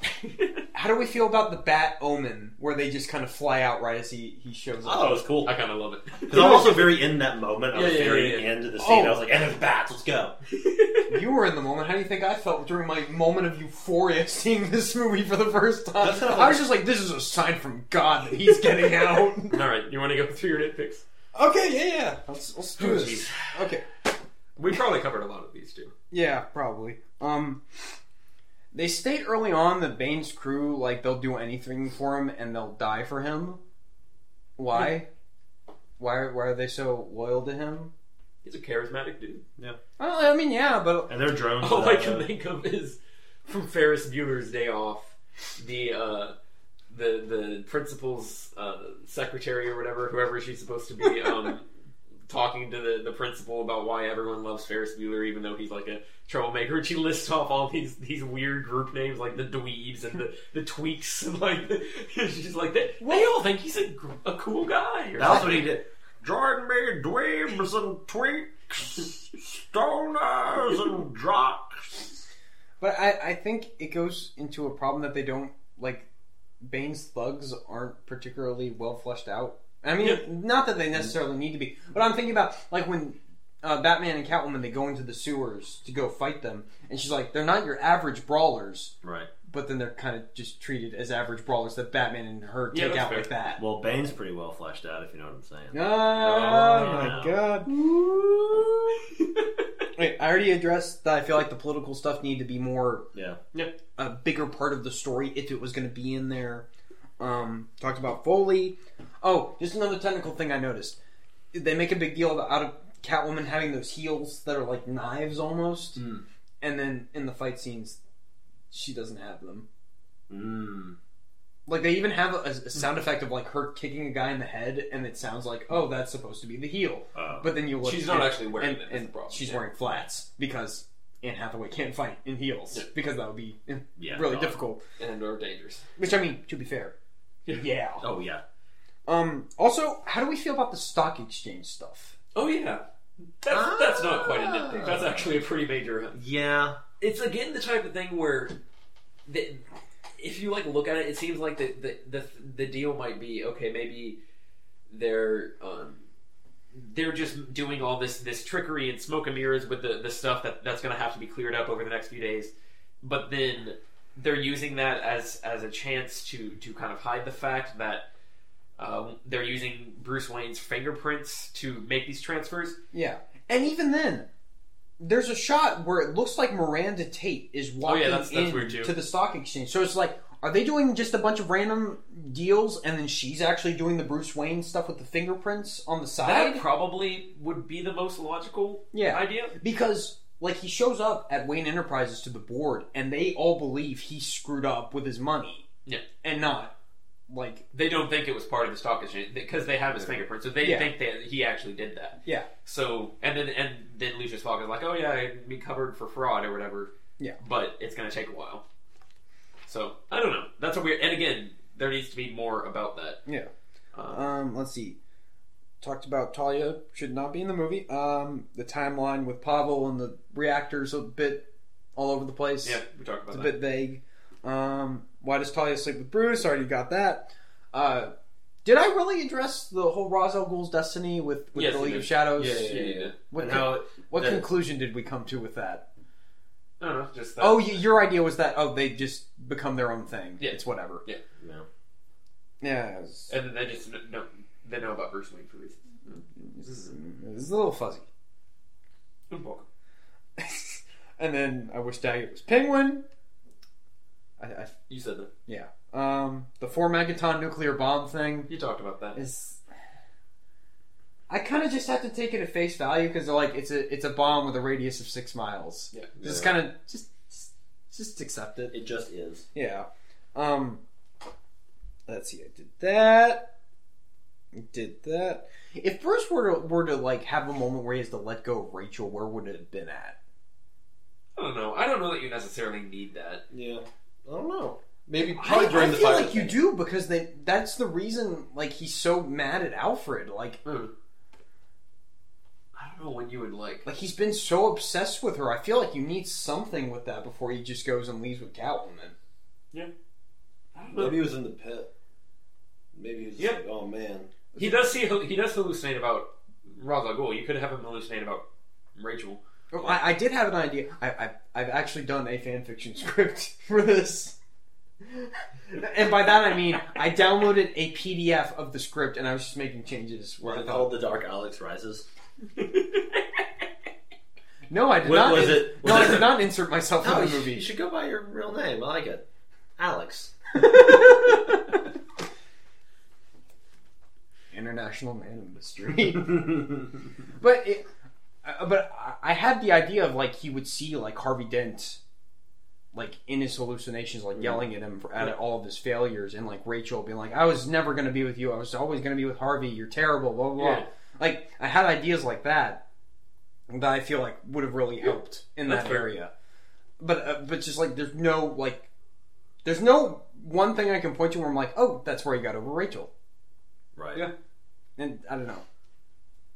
Speaker 2: How do we feel about the bat omen where they just kind of fly out right as he, he shows
Speaker 3: I
Speaker 2: up?
Speaker 3: thought it was cool.
Speaker 1: I kind of love it.
Speaker 3: Because I'm also very in that moment. I
Speaker 1: Yeah,
Speaker 3: was
Speaker 1: yeah,
Speaker 3: very
Speaker 1: yeah, yeah.
Speaker 3: into the scene.
Speaker 2: Oh.
Speaker 3: I was like, and it's bats, let's go.
Speaker 2: You were in the moment. How do you think I felt during my moment of euphoria seeing this movie for the first time?
Speaker 3: That's kind of
Speaker 2: I was just like, this is a sign from God that he's getting out.
Speaker 1: All right, you want to go through your nitpicks?
Speaker 2: okay, yeah, yeah. Let's, let's do
Speaker 1: Oh,
Speaker 2: this.
Speaker 1: jeez.
Speaker 2: Okay.
Speaker 4: We probably covered a lot of these too.
Speaker 2: Yeah, probably. Um, they state early on that Bane's crew, like, they'll do anything for him and they'll die for him. Why? Hmm. Why? Why are they so loyal to him?
Speaker 1: He's a charismatic dude.
Speaker 2: Well, I mean, yeah, but
Speaker 3: And they're drones.
Speaker 1: All I
Speaker 3: without
Speaker 1: can
Speaker 3: a-
Speaker 1: think of is from Ferris Bueller's Day Off, the uh, the the principal's uh, secretary or whatever, whoever she's supposed to be, um, talking to the, the principal about why everyone loves Ferris Bueller, even though he's like a troublemaker. And she lists off all these these weird group names like the Dweebs and the the Tweaks, and like she's like they, they all think he's a, gr- a cool guy. Or
Speaker 3: That's
Speaker 1: something.
Speaker 3: what he did. Jordan me dweebs and tweaks, stoners and jocks.
Speaker 2: but I, I think it goes into a problem that they don't like. Bane's thugs aren't particularly well fleshed out. I mean,
Speaker 1: Yeah.
Speaker 2: not that they necessarily need to be, but I'm thinking about like when uh, Batman and Catwoman they go into the sewers to go fight them, and she's like, "They're not your average brawlers,"
Speaker 3: Right.
Speaker 2: but then they're kind of just treated as average brawlers that Batman and her
Speaker 1: Yeah,
Speaker 2: take
Speaker 1: that's
Speaker 2: out
Speaker 1: fair.
Speaker 2: like that.
Speaker 3: Well, Bane's pretty well fleshed out, if you know what I'm saying.
Speaker 2: Oh,
Speaker 3: my
Speaker 2: my god. Wait, I already addressed that I feel like the political stuff needed to be more
Speaker 3: Yeah.
Speaker 2: a bigger part of the story if it was going to be in there. Um, talked about Foley. Oh, just another technical thing I noticed. They make a big deal about- out of Catwoman having those heels that are like knives almost,
Speaker 3: Mm.
Speaker 2: and then in the fight scenes, she doesn't have them.
Speaker 3: Mm.
Speaker 2: Like they even have a, a sound effect of like her kicking a guy in the head, and it sounds like oh that's supposed to be the heel,
Speaker 3: Uh,
Speaker 2: but then you look
Speaker 1: She's not
Speaker 2: and-
Speaker 1: actually wearing
Speaker 2: and,
Speaker 1: them, is
Speaker 2: and
Speaker 1: the problem.
Speaker 2: she's
Speaker 1: Yeah.
Speaker 2: wearing flats because Anne Hathaway can't fight in heels
Speaker 1: Yeah.
Speaker 2: because that would be
Speaker 3: yeah.
Speaker 2: really
Speaker 3: God.
Speaker 2: difficult.
Speaker 1: and are dangerous.
Speaker 2: Which I mean, to be fair,
Speaker 1: Yeah.
Speaker 2: yeah.
Speaker 3: Oh yeah.
Speaker 2: Um. Also, how do we feel about the stock exchange stuff?
Speaker 1: Oh yeah. That's, that's not quite a
Speaker 3: Ah.
Speaker 1: nitpick. That's actually a pretty major hook.
Speaker 3: Yeah.
Speaker 1: It's again the type of thing where, the, if you like look at it, it seems like the the the, the deal might be okay. Maybe they're um, they're just doing all this this trickery and smoke and mirrors with the the stuff that that's going to have to be cleared up over the next few days. But then they're using that as as a chance to to kind of hide the fact that. Um, they're using Bruce Wayne's fingerprints to make these transfers.
Speaker 2: Yeah. And even then, there's a shot where it looks like Miranda Tate is walking
Speaker 1: Oh, that's- that's
Speaker 2: in
Speaker 1: weird, too.
Speaker 2: to the stock exchange. So it's like, are they doing just a bunch of random deals, and then she's actually doing the Bruce Wayne stuff with the fingerprints on the
Speaker 1: That
Speaker 2: side?
Speaker 1: probably would be the most logical
Speaker 2: Yeah.
Speaker 1: idea.
Speaker 2: Because like he shows up at Wayne Enterprises to the board, and they all believe he screwed up with his money.
Speaker 1: Yeah.
Speaker 2: And not like
Speaker 1: They don't think it was part of the stock exchange because they have his
Speaker 3: Yeah.
Speaker 1: fingerprint, so they
Speaker 2: Yeah.
Speaker 1: think that he actually did that.
Speaker 2: Yeah.
Speaker 1: So and then and then Lucius Fogg is like, oh yeah, I'd be covered for fraud or whatever.
Speaker 2: Yeah.
Speaker 1: But it's gonna take a while. So I don't know. That's a weird. And again, there needs to be more about that.
Speaker 2: Yeah.
Speaker 1: Uh,
Speaker 2: Um, let's see. Talked about Talia should not be in the movie. Um, the timeline with Pavel and the reactors a bit all over the place.
Speaker 1: yeah, we talked
Speaker 2: it's a
Speaker 1: about that.
Speaker 2: bit vague. Um, why does Talia sleep with Bruce? Already got that. Uh, did I really address the whole Ra's al Ghul's destiny with, with
Speaker 1: Yes,
Speaker 2: the
Speaker 1: you
Speaker 2: League
Speaker 1: did.
Speaker 2: of Shadows?
Speaker 1: Yeah, yeah, yeah, yeah.
Speaker 2: What,
Speaker 3: And
Speaker 2: con-
Speaker 3: how
Speaker 2: what
Speaker 3: that-
Speaker 2: conclusion did we come to with that?
Speaker 1: I don't know. Just that.
Speaker 2: Oh, y- your idea was that oh they just become their own thing.
Speaker 1: Yeah.
Speaker 2: It's whatever.
Speaker 3: no.
Speaker 2: Yeah, it's,
Speaker 1: And then they just kn- know they know about Bruce Wayne for reasons.
Speaker 2: it's, it's a little fuzzy. and then I wish Daggett was Penguin. I, I,
Speaker 1: You said that.
Speaker 2: yeah. Um, the four megaton nuclear bomb thing
Speaker 1: You talked about that.
Speaker 2: is. I kind of just have to take it at face value because like it's a it's a bomb with a radius of six miles.
Speaker 1: Yeah.
Speaker 2: Just
Speaker 3: Yeah.
Speaker 2: kind of just just accept it.
Speaker 3: It just is.
Speaker 2: Yeah. Um. Let's see. I did that. Did that. If Bruce were to, were to like have a moment where he has to let go of Rachel, where would it have been at?
Speaker 1: I don't know. I don't know that you necessarily need that.
Speaker 3: Yeah. I don't know. Maybe
Speaker 2: I,
Speaker 3: probably during
Speaker 2: I
Speaker 3: the
Speaker 2: feel
Speaker 3: fire
Speaker 2: like you do because they, that's the reason like he's so mad at Alfred. Like
Speaker 1: Hmm. I don't know when you would like.
Speaker 2: like he's been so obsessed with her. I feel like you need something with that before he just goes and leaves with Catwoman.
Speaker 1: I don't know.
Speaker 3: Maybe he was in the pit. Maybe he was just
Speaker 1: Yeah.
Speaker 3: like, oh man.
Speaker 1: He does see he does hallucinate about Ra's al Ghul. You could have him hallucinate about Rachel.
Speaker 2: Oh, I, I did have an idea. I, I I've actually done a fan fiction script for this. And by that I mean I downloaded a PDF of the script and I was just making changes where I
Speaker 3: Right.
Speaker 2: thought
Speaker 3: Called the Dark Alex Rises.
Speaker 2: No, I did
Speaker 3: What
Speaker 2: not.
Speaker 3: was it?
Speaker 2: No,
Speaker 3: Was
Speaker 2: I
Speaker 3: it- Oh,
Speaker 2: did not insert myself
Speaker 3: No,
Speaker 2: in
Speaker 3: you
Speaker 2: the
Speaker 3: should-
Speaker 2: movie.
Speaker 3: You should go by your real name. I like it, Alex.
Speaker 2: International Man of Mystery.
Speaker 3: Oh,
Speaker 2: but it, uh, but I- I had the idea of like he would see like Harvey Dent, like in his hallucinations,
Speaker 1: Mm-hmm.
Speaker 2: like yelling at him for, at all of his failures, and like Rachel being like, "I was never going to be with you. I was always going to be with Harvey. You're terrible." Blah blah. blah.
Speaker 1: Yeah.
Speaker 2: Like I had ideas like that that I feel like would have really helped in
Speaker 1: That's
Speaker 2: that
Speaker 1: fair.
Speaker 2: area. But uh, but just like there's no like there's no one thing I can point to where I'm like, oh, that's where he got over Rachel.
Speaker 3: Right.
Speaker 1: Yeah.
Speaker 2: And I don't know.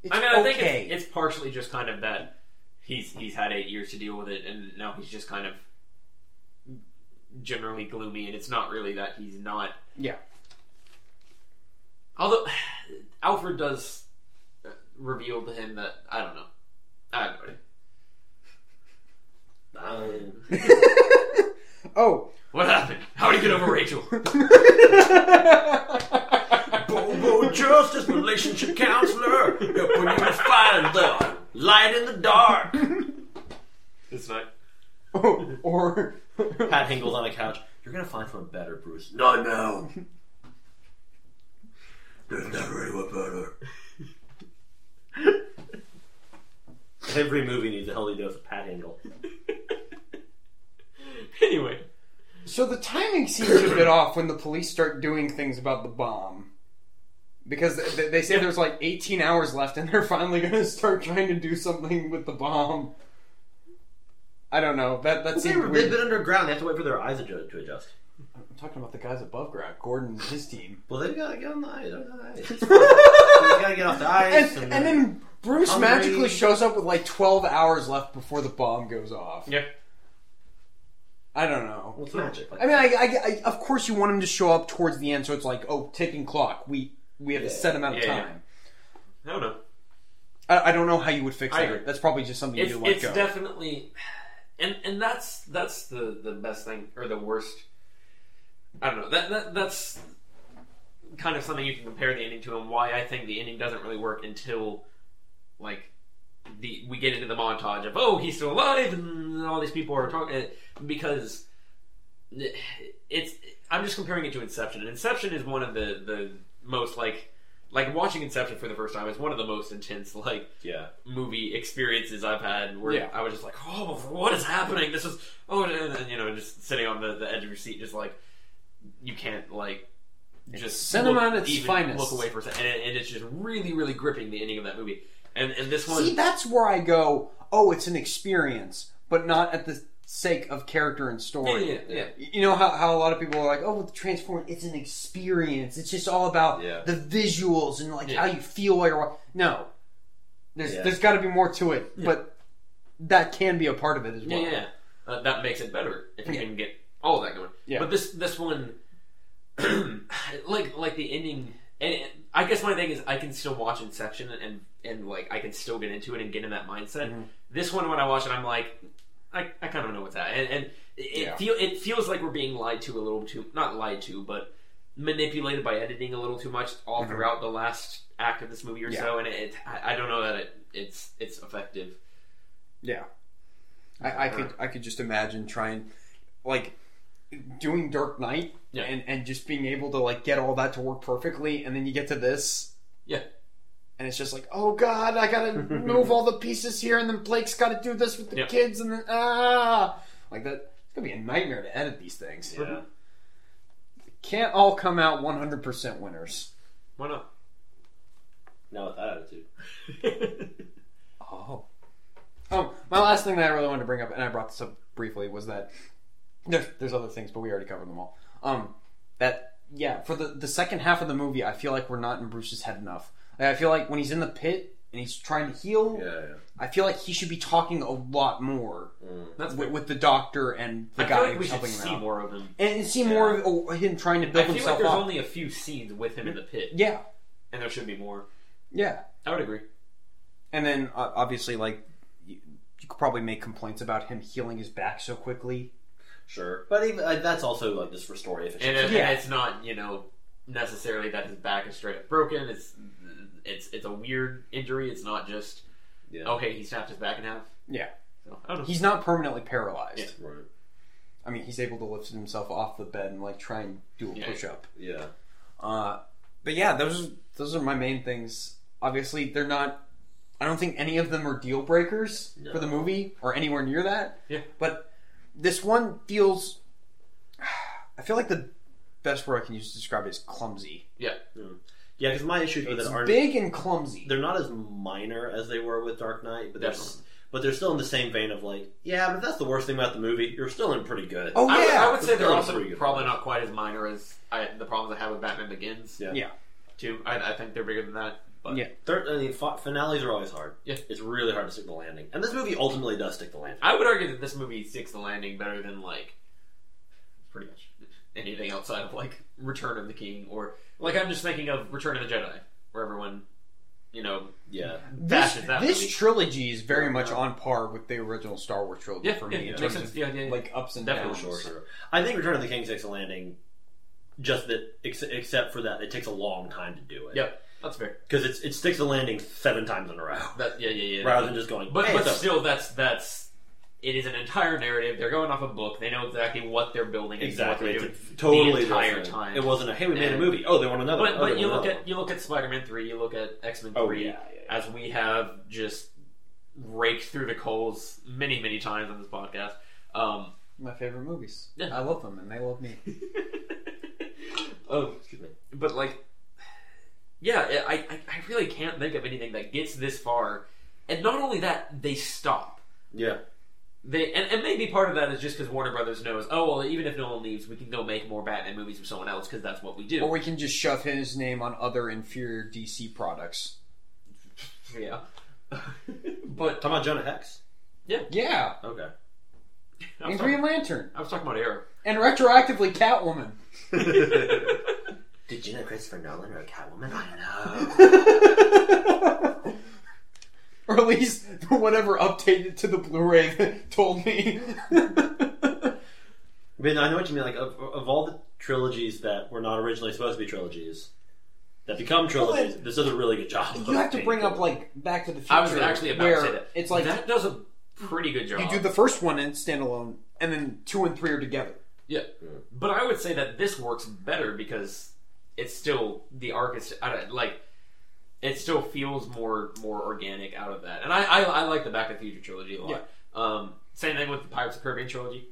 Speaker 2: It's
Speaker 1: I mean, I think it's, it's partially just kind of that he's he's had eight years to deal with it, and now he's just kind of generally gloomy, and it's not really that he's not.
Speaker 2: yeah.
Speaker 1: Although Alfred does uh, reveal to him that I don't know, I don't know.
Speaker 3: Um,
Speaker 2: oh.
Speaker 1: What happened? How did he get over Rachel?
Speaker 3: Bobo oh, Justice Relationship Counselor, helping you find the light in the dark.
Speaker 1: It's not.
Speaker 2: Oh, or
Speaker 3: Pat Hingle's on a couch. You're gonna find someone better, Bruce. Not now. There's never anyone better. Every movie needs a healthy dose of Pat Hingle.
Speaker 1: Anyway,
Speaker 2: so the timing seems a bit off when the police start doing things about the bomb. Because th- th- they say there's like 18 hours left and they're finally going to start trying to do something with the bomb. I don't know. That that
Speaker 3: They
Speaker 2: seemed
Speaker 3: were- They've
Speaker 2: weird.
Speaker 3: been underground. They have to wait for their eyes to to adjust.
Speaker 2: I'm talking about the guys above ground, Gordon and his team.
Speaker 3: Well, they've got to get on the ice. They're on the ice. It's fine. They've got to get off the ice.
Speaker 2: And, and then Bruce
Speaker 3: hungry.
Speaker 2: magically shows up with like 12 hours left before the bomb goes off.
Speaker 1: yeah,
Speaker 2: I don't know.
Speaker 3: Well, it's magic. Like,
Speaker 2: I mean, I, I, I, of course you want him to show up towards the end, so it's like, oh, ticking clock. We we have a
Speaker 3: Yeah.
Speaker 2: set amount of
Speaker 1: Yeah, yeah.
Speaker 2: time.
Speaker 1: I don't know.
Speaker 2: I, I don't know how you would fix
Speaker 1: I agree.
Speaker 2: that. That's probably just something
Speaker 1: it's,
Speaker 2: you let
Speaker 1: it's
Speaker 2: go.
Speaker 1: definitely and and that's that's the the best thing or the worst i don't know that, that that's kind of something you can compare the ending to and why i think the ending doesn't really work until like the we get into the montage of oh he's still alive and all these people are talking because it's i'm just comparing it to inception and inception is one of the the most like like watching inception for the first time is one of the most intense like
Speaker 3: yeah.
Speaker 1: movie experiences I've had where
Speaker 2: Yeah.
Speaker 1: I was just like, oh, what is happening? This is oh, and, and, you know, just sitting on the, the edge of your seat, just like you can't like just
Speaker 2: cinema
Speaker 1: look,
Speaker 2: at its
Speaker 1: even
Speaker 2: finest.
Speaker 1: Look away for a second, and, it- and it's just really, really gripping the ending of that movie. And and this one,
Speaker 2: See, that's where I go. Oh, it's an experience, but not at the sake of character and story.
Speaker 1: Yeah, yeah, yeah.
Speaker 2: Y- You know how, how a lot of people are like, oh, with the Transformers, it's an experience. It's just all about
Speaker 3: Yeah.
Speaker 2: the visuals and like
Speaker 1: Yeah.
Speaker 2: how you feel while you're. wa- No, there's
Speaker 3: Yeah.
Speaker 2: there's got to be more to it, but that can be a part of it as
Speaker 1: yeah,
Speaker 2: well.
Speaker 1: yeah, yeah. Uh, that makes it better if you
Speaker 2: Yeah.
Speaker 1: can get all of that going.
Speaker 2: Yeah.
Speaker 1: But this this one, like like the ending, and and I guess my thing is I can still watch Inception and and like I can still get into it and get in that mindset.
Speaker 2: Mm-hmm.
Speaker 1: This one when I watch it, I'm like, I, I kind of know what's that, and, and it
Speaker 2: Yeah.
Speaker 1: feel it feels like we're being lied to a little too, not lied to, but manipulated by editing a little too much all throughout the last act of this movie or
Speaker 2: Mm-hmm. Yeah.
Speaker 1: so, and it, it I I don't know that it it's it's effective.
Speaker 2: Yeah, I, I could I could just imagine trying like doing Dark Knight
Speaker 1: Yeah.
Speaker 2: and and just being able to like get all that to work perfectly, and then you get to this.
Speaker 1: Yeah.
Speaker 2: And it's just like, oh god, I gotta move all the pieces here, and then Blake's gotta do this with the
Speaker 1: Yeah.
Speaker 2: kids, and then ah, like that. It's gonna be a nightmare to edit these things.
Speaker 3: Yeah.
Speaker 2: Can't all come out one hundred percent winners.
Speaker 1: Why not?
Speaker 3: Not with that attitude.
Speaker 2: Oh. Um, my last thing that I really wanted to bring up, and I brought this up briefly, was that there's, there's other things, but we already covered them all. Um, that yeah, for the the second half of the movie, I feel like we're not in Bruce's head enough. Like, I feel like when he's in the pit and he's trying to heal,
Speaker 3: Yeah.
Speaker 2: I feel like he should be talking a lot more
Speaker 3: Mm.
Speaker 1: That's
Speaker 2: with, with the doctor and the
Speaker 1: I
Speaker 2: guy
Speaker 1: feel like we
Speaker 2: who's
Speaker 1: should
Speaker 2: helping him
Speaker 1: see
Speaker 2: out,
Speaker 1: more of him.
Speaker 2: and see more of oh, him trying to
Speaker 1: I
Speaker 2: build
Speaker 1: feel like
Speaker 2: himself
Speaker 1: there's
Speaker 2: up.
Speaker 1: only a few scenes with him in the pit,
Speaker 2: yeah,
Speaker 1: and there should be more.
Speaker 2: yeah.
Speaker 1: I would agree.
Speaker 2: And then uh, obviously, like you, you could probably make complaints about him healing his back so quickly.
Speaker 3: Sure. But even like, that's also like just for story
Speaker 1: And,
Speaker 3: efficiency.
Speaker 1: it-
Speaker 2: Yeah.
Speaker 1: and it's not, you know, necessarily that his back is straight up broken. It's it's it's a weird injury. It's not just
Speaker 3: Yeah.
Speaker 5: Oh, hey, he snapped his back in half.
Speaker 2: Yeah.
Speaker 5: So, I don't know.
Speaker 2: He's not permanently paralyzed.
Speaker 5: Yeah.
Speaker 3: Right.
Speaker 2: I mean, he's able to lift himself off the bed and like try and do a
Speaker 5: Yeah.
Speaker 2: push up.
Speaker 3: Yeah.
Speaker 2: Uh, but yeah, those those are my main things. Obviously, they're not. I don't think any of them are deal breakers
Speaker 3: No.
Speaker 2: for the movie or anywhere near that.
Speaker 5: Yeah.
Speaker 2: But this one feels. I feel like the best word I can use to describe it is clumsy.
Speaker 3: Yeah, because my issues with
Speaker 2: It's
Speaker 3: it are
Speaker 2: big and clumsy.
Speaker 3: they're not as minor as they were with Dark Knight, but they're s- but they're still in the same vein of like, yeah, but that's the worst thing about the movie. You're still in pretty good.
Speaker 2: Oh
Speaker 1: I, would,
Speaker 2: yeah.
Speaker 1: I would say they're
Speaker 3: Those are
Speaker 1: also
Speaker 3: pretty good
Speaker 1: probably
Speaker 3: ones.
Speaker 1: not quite as minor as I, the problems I have with Batman Begins.
Speaker 3: Yeah.
Speaker 1: Too, I, I think they're bigger than that. But
Speaker 2: Yeah.
Speaker 3: Third, I mean, fi- finales are always hard.
Speaker 1: Yeah.
Speaker 3: it's really hard to stick the landing, and this movie ultimately does stick the landing.
Speaker 1: I would argue that this movie sticks the landing better than like pretty much anything outside of like Return of the King or like I'm just thinking of Return of the Jedi, where everyone, you know,
Speaker 3: Yeah,
Speaker 2: this
Speaker 1: bashes that
Speaker 2: this
Speaker 1: movie.
Speaker 2: trilogy is very much on par with the original Star Wars trilogy
Speaker 1: yeah,
Speaker 2: for
Speaker 1: yeah,
Speaker 2: me in
Speaker 1: it
Speaker 2: terms
Speaker 1: makes sense.
Speaker 2: of
Speaker 1: Yeah, yeah, yeah.
Speaker 2: like ups and
Speaker 1: Definitely.
Speaker 2: downs.
Speaker 3: sure, sure. I think Return of the King takes a landing, just that ex- except for that it takes a long time to do it.
Speaker 1: Yeah. that's fair.
Speaker 3: because it's it sticks the landing seven times in a row
Speaker 1: That yeah, yeah, yeah.
Speaker 3: rather than just going.
Speaker 1: But
Speaker 3: hey,
Speaker 1: but
Speaker 3: so-
Speaker 1: still, that's that's it is an entire narrative. They're going off a book. They know exactly what they're building and
Speaker 3: exactly,
Speaker 1: what they're
Speaker 3: it's
Speaker 1: doing.
Speaker 3: a- totally
Speaker 1: entire
Speaker 3: different.
Speaker 1: time.
Speaker 3: It wasn't a hey, we made a
Speaker 1: And-
Speaker 3: movie. Oh, they want another. one.
Speaker 1: But
Speaker 3: Oh,
Speaker 1: but
Speaker 3: they want
Speaker 1: you look
Speaker 3: another
Speaker 1: at you look at Spider Man three. You look at X Men
Speaker 3: one. oh
Speaker 1: three.
Speaker 3: yeah, yeah, yeah.
Speaker 1: as we have just raked through the coals many, many times on this podcast. Um,
Speaker 2: My favorite movies.
Speaker 1: Yeah.
Speaker 2: I love them and they love me.
Speaker 1: um,
Speaker 3: Excuse me.
Speaker 1: but like, yeah, I, I I really can't think of anything that gets this far. And not only that, they stop.
Speaker 3: Yeah,
Speaker 1: They and, and maybe part of that is just because Warner Brothers knows, oh well, even if no one leaves, we can go make more Batman movies with someone else because that's what we do.
Speaker 2: Or we can just shove his name on other inferior DC products.
Speaker 1: yeah. but
Speaker 3: talking about Jonah Hex.
Speaker 2: Yeah,
Speaker 3: Okay.
Speaker 1: I was,
Speaker 2: and
Speaker 1: talking,
Speaker 2: Green Lantern,
Speaker 1: I was talking about Arrow.
Speaker 2: and retroactively Catwoman.
Speaker 3: Did you know Christopher Nolan wrote Catwoman? I
Speaker 2: or at least whatever updated to the Blu-ray that told me.
Speaker 3: I mean, I know what you mean. Like, of, of all the trilogies that were not originally supposed to be trilogies, that become trilogies, this does a really good job.
Speaker 2: you have to bring up like Back to the Future.
Speaker 1: I was actually about to
Speaker 2: where
Speaker 1: say that.
Speaker 2: It's like
Speaker 1: that does a pretty good job.
Speaker 2: you do the first one and standalone, and then two and three are together.
Speaker 1: Yeah, but I would say that this works better because it's still the arc is I don't- like it still feels more more organic out of that, and I I, I like the Back to the Future trilogy a lot.
Speaker 2: Yeah. Mm-hmm.
Speaker 1: Um, same thing with the Pirates of the Caribbean trilogy.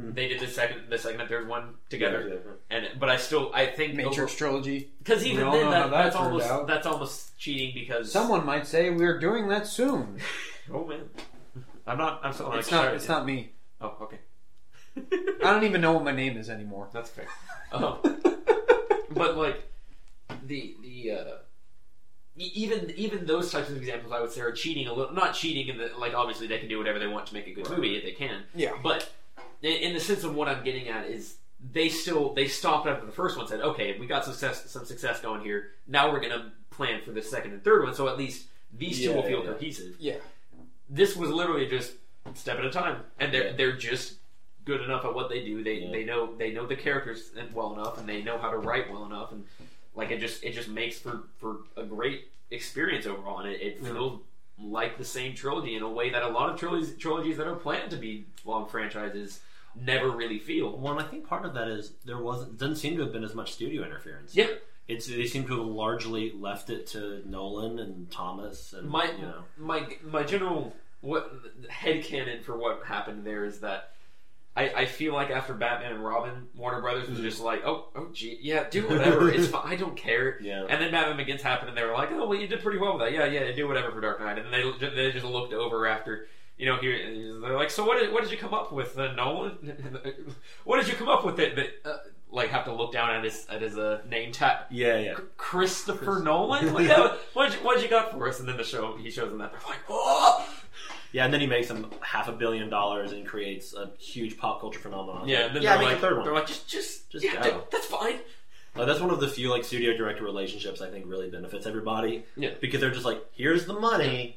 Speaker 1: They did the second the second and third one together, and but I still I think
Speaker 2: Matrix trilogy.
Speaker 1: because even
Speaker 2: We all
Speaker 1: then
Speaker 2: know
Speaker 1: that,
Speaker 2: how that
Speaker 1: that's
Speaker 2: turned
Speaker 1: almost
Speaker 2: out.
Speaker 1: that's almost cheating because
Speaker 2: Someone might say we're doing that soon.
Speaker 1: oh man I'm not I'm still
Speaker 2: It's not. It's not me.
Speaker 1: oh okay
Speaker 2: I don't even know what my name is anymore.
Speaker 1: That's fair. Um, but like the the uh, e- even even those types of examples, I would say are cheating a little. Not cheating in the like obviously they can do whatever they want to make a good movie if they can.
Speaker 2: Yeah.
Speaker 1: But in, in the sense of what I'm getting at is they still they stopped after the first one said okay we got success some success going here now we're gonna plan for the second and third one so at least these two
Speaker 3: Yeah,
Speaker 1: will feel
Speaker 3: yeah, yeah.
Speaker 1: cohesive.
Speaker 2: Yeah.
Speaker 1: This was literally just step at a time, and they're
Speaker 3: Yeah.
Speaker 1: they're just good enough at what they do. They
Speaker 3: Yeah.
Speaker 1: they know they know the characters and- well enough, and they know how to write well enough, and like it just it just makes for for a great experience overall, and it, it feels like the same trilogy in a way that a lot of trilogies trilogies that are planned to be long franchises never really feel.
Speaker 3: Well, and I think part of that is there wasn't doesn't seem to have been as much studio interference.
Speaker 1: Yeah,
Speaker 3: It's they seem to have largely left it to Nolan and Thomas and
Speaker 1: my
Speaker 3: you know
Speaker 1: my my general what headcanon for what happened there is that I, I feel like after Batman and Robin, Warner Brothers was just like, oh, oh, gee, yeah, do whatever. it's fine. I don't care.
Speaker 3: Yeah.
Speaker 1: And then Batman Begins happened, and they were like, oh, well, you did pretty well with that. Yeah, yeah, do whatever for Dark Knight. And they ju- they just looked over after, you know, here and they're like, so what did what did you come up with, uh, Nolan? what did you come up with that? that uh, like have to look down at his at his uh, name tag.
Speaker 3: yeah yeah
Speaker 1: Christopher Nolan? What, yeah, what, you, what you got for us? And then the show he shows them that they're like, oh,
Speaker 3: yeah and then he makes them half a billion dollars and creates a huge pop culture phenomenon.
Speaker 1: yeah. And then they're
Speaker 3: yeah, make
Speaker 1: like,
Speaker 3: a third one.
Speaker 1: they're like, just, just,
Speaker 3: Just
Speaker 1: yeah,
Speaker 3: go.
Speaker 1: d- that's fine.
Speaker 3: Like, that's one of the few like studio director relationships I think really benefits everybody.
Speaker 1: Yeah.
Speaker 3: Because they're just like, here's the money.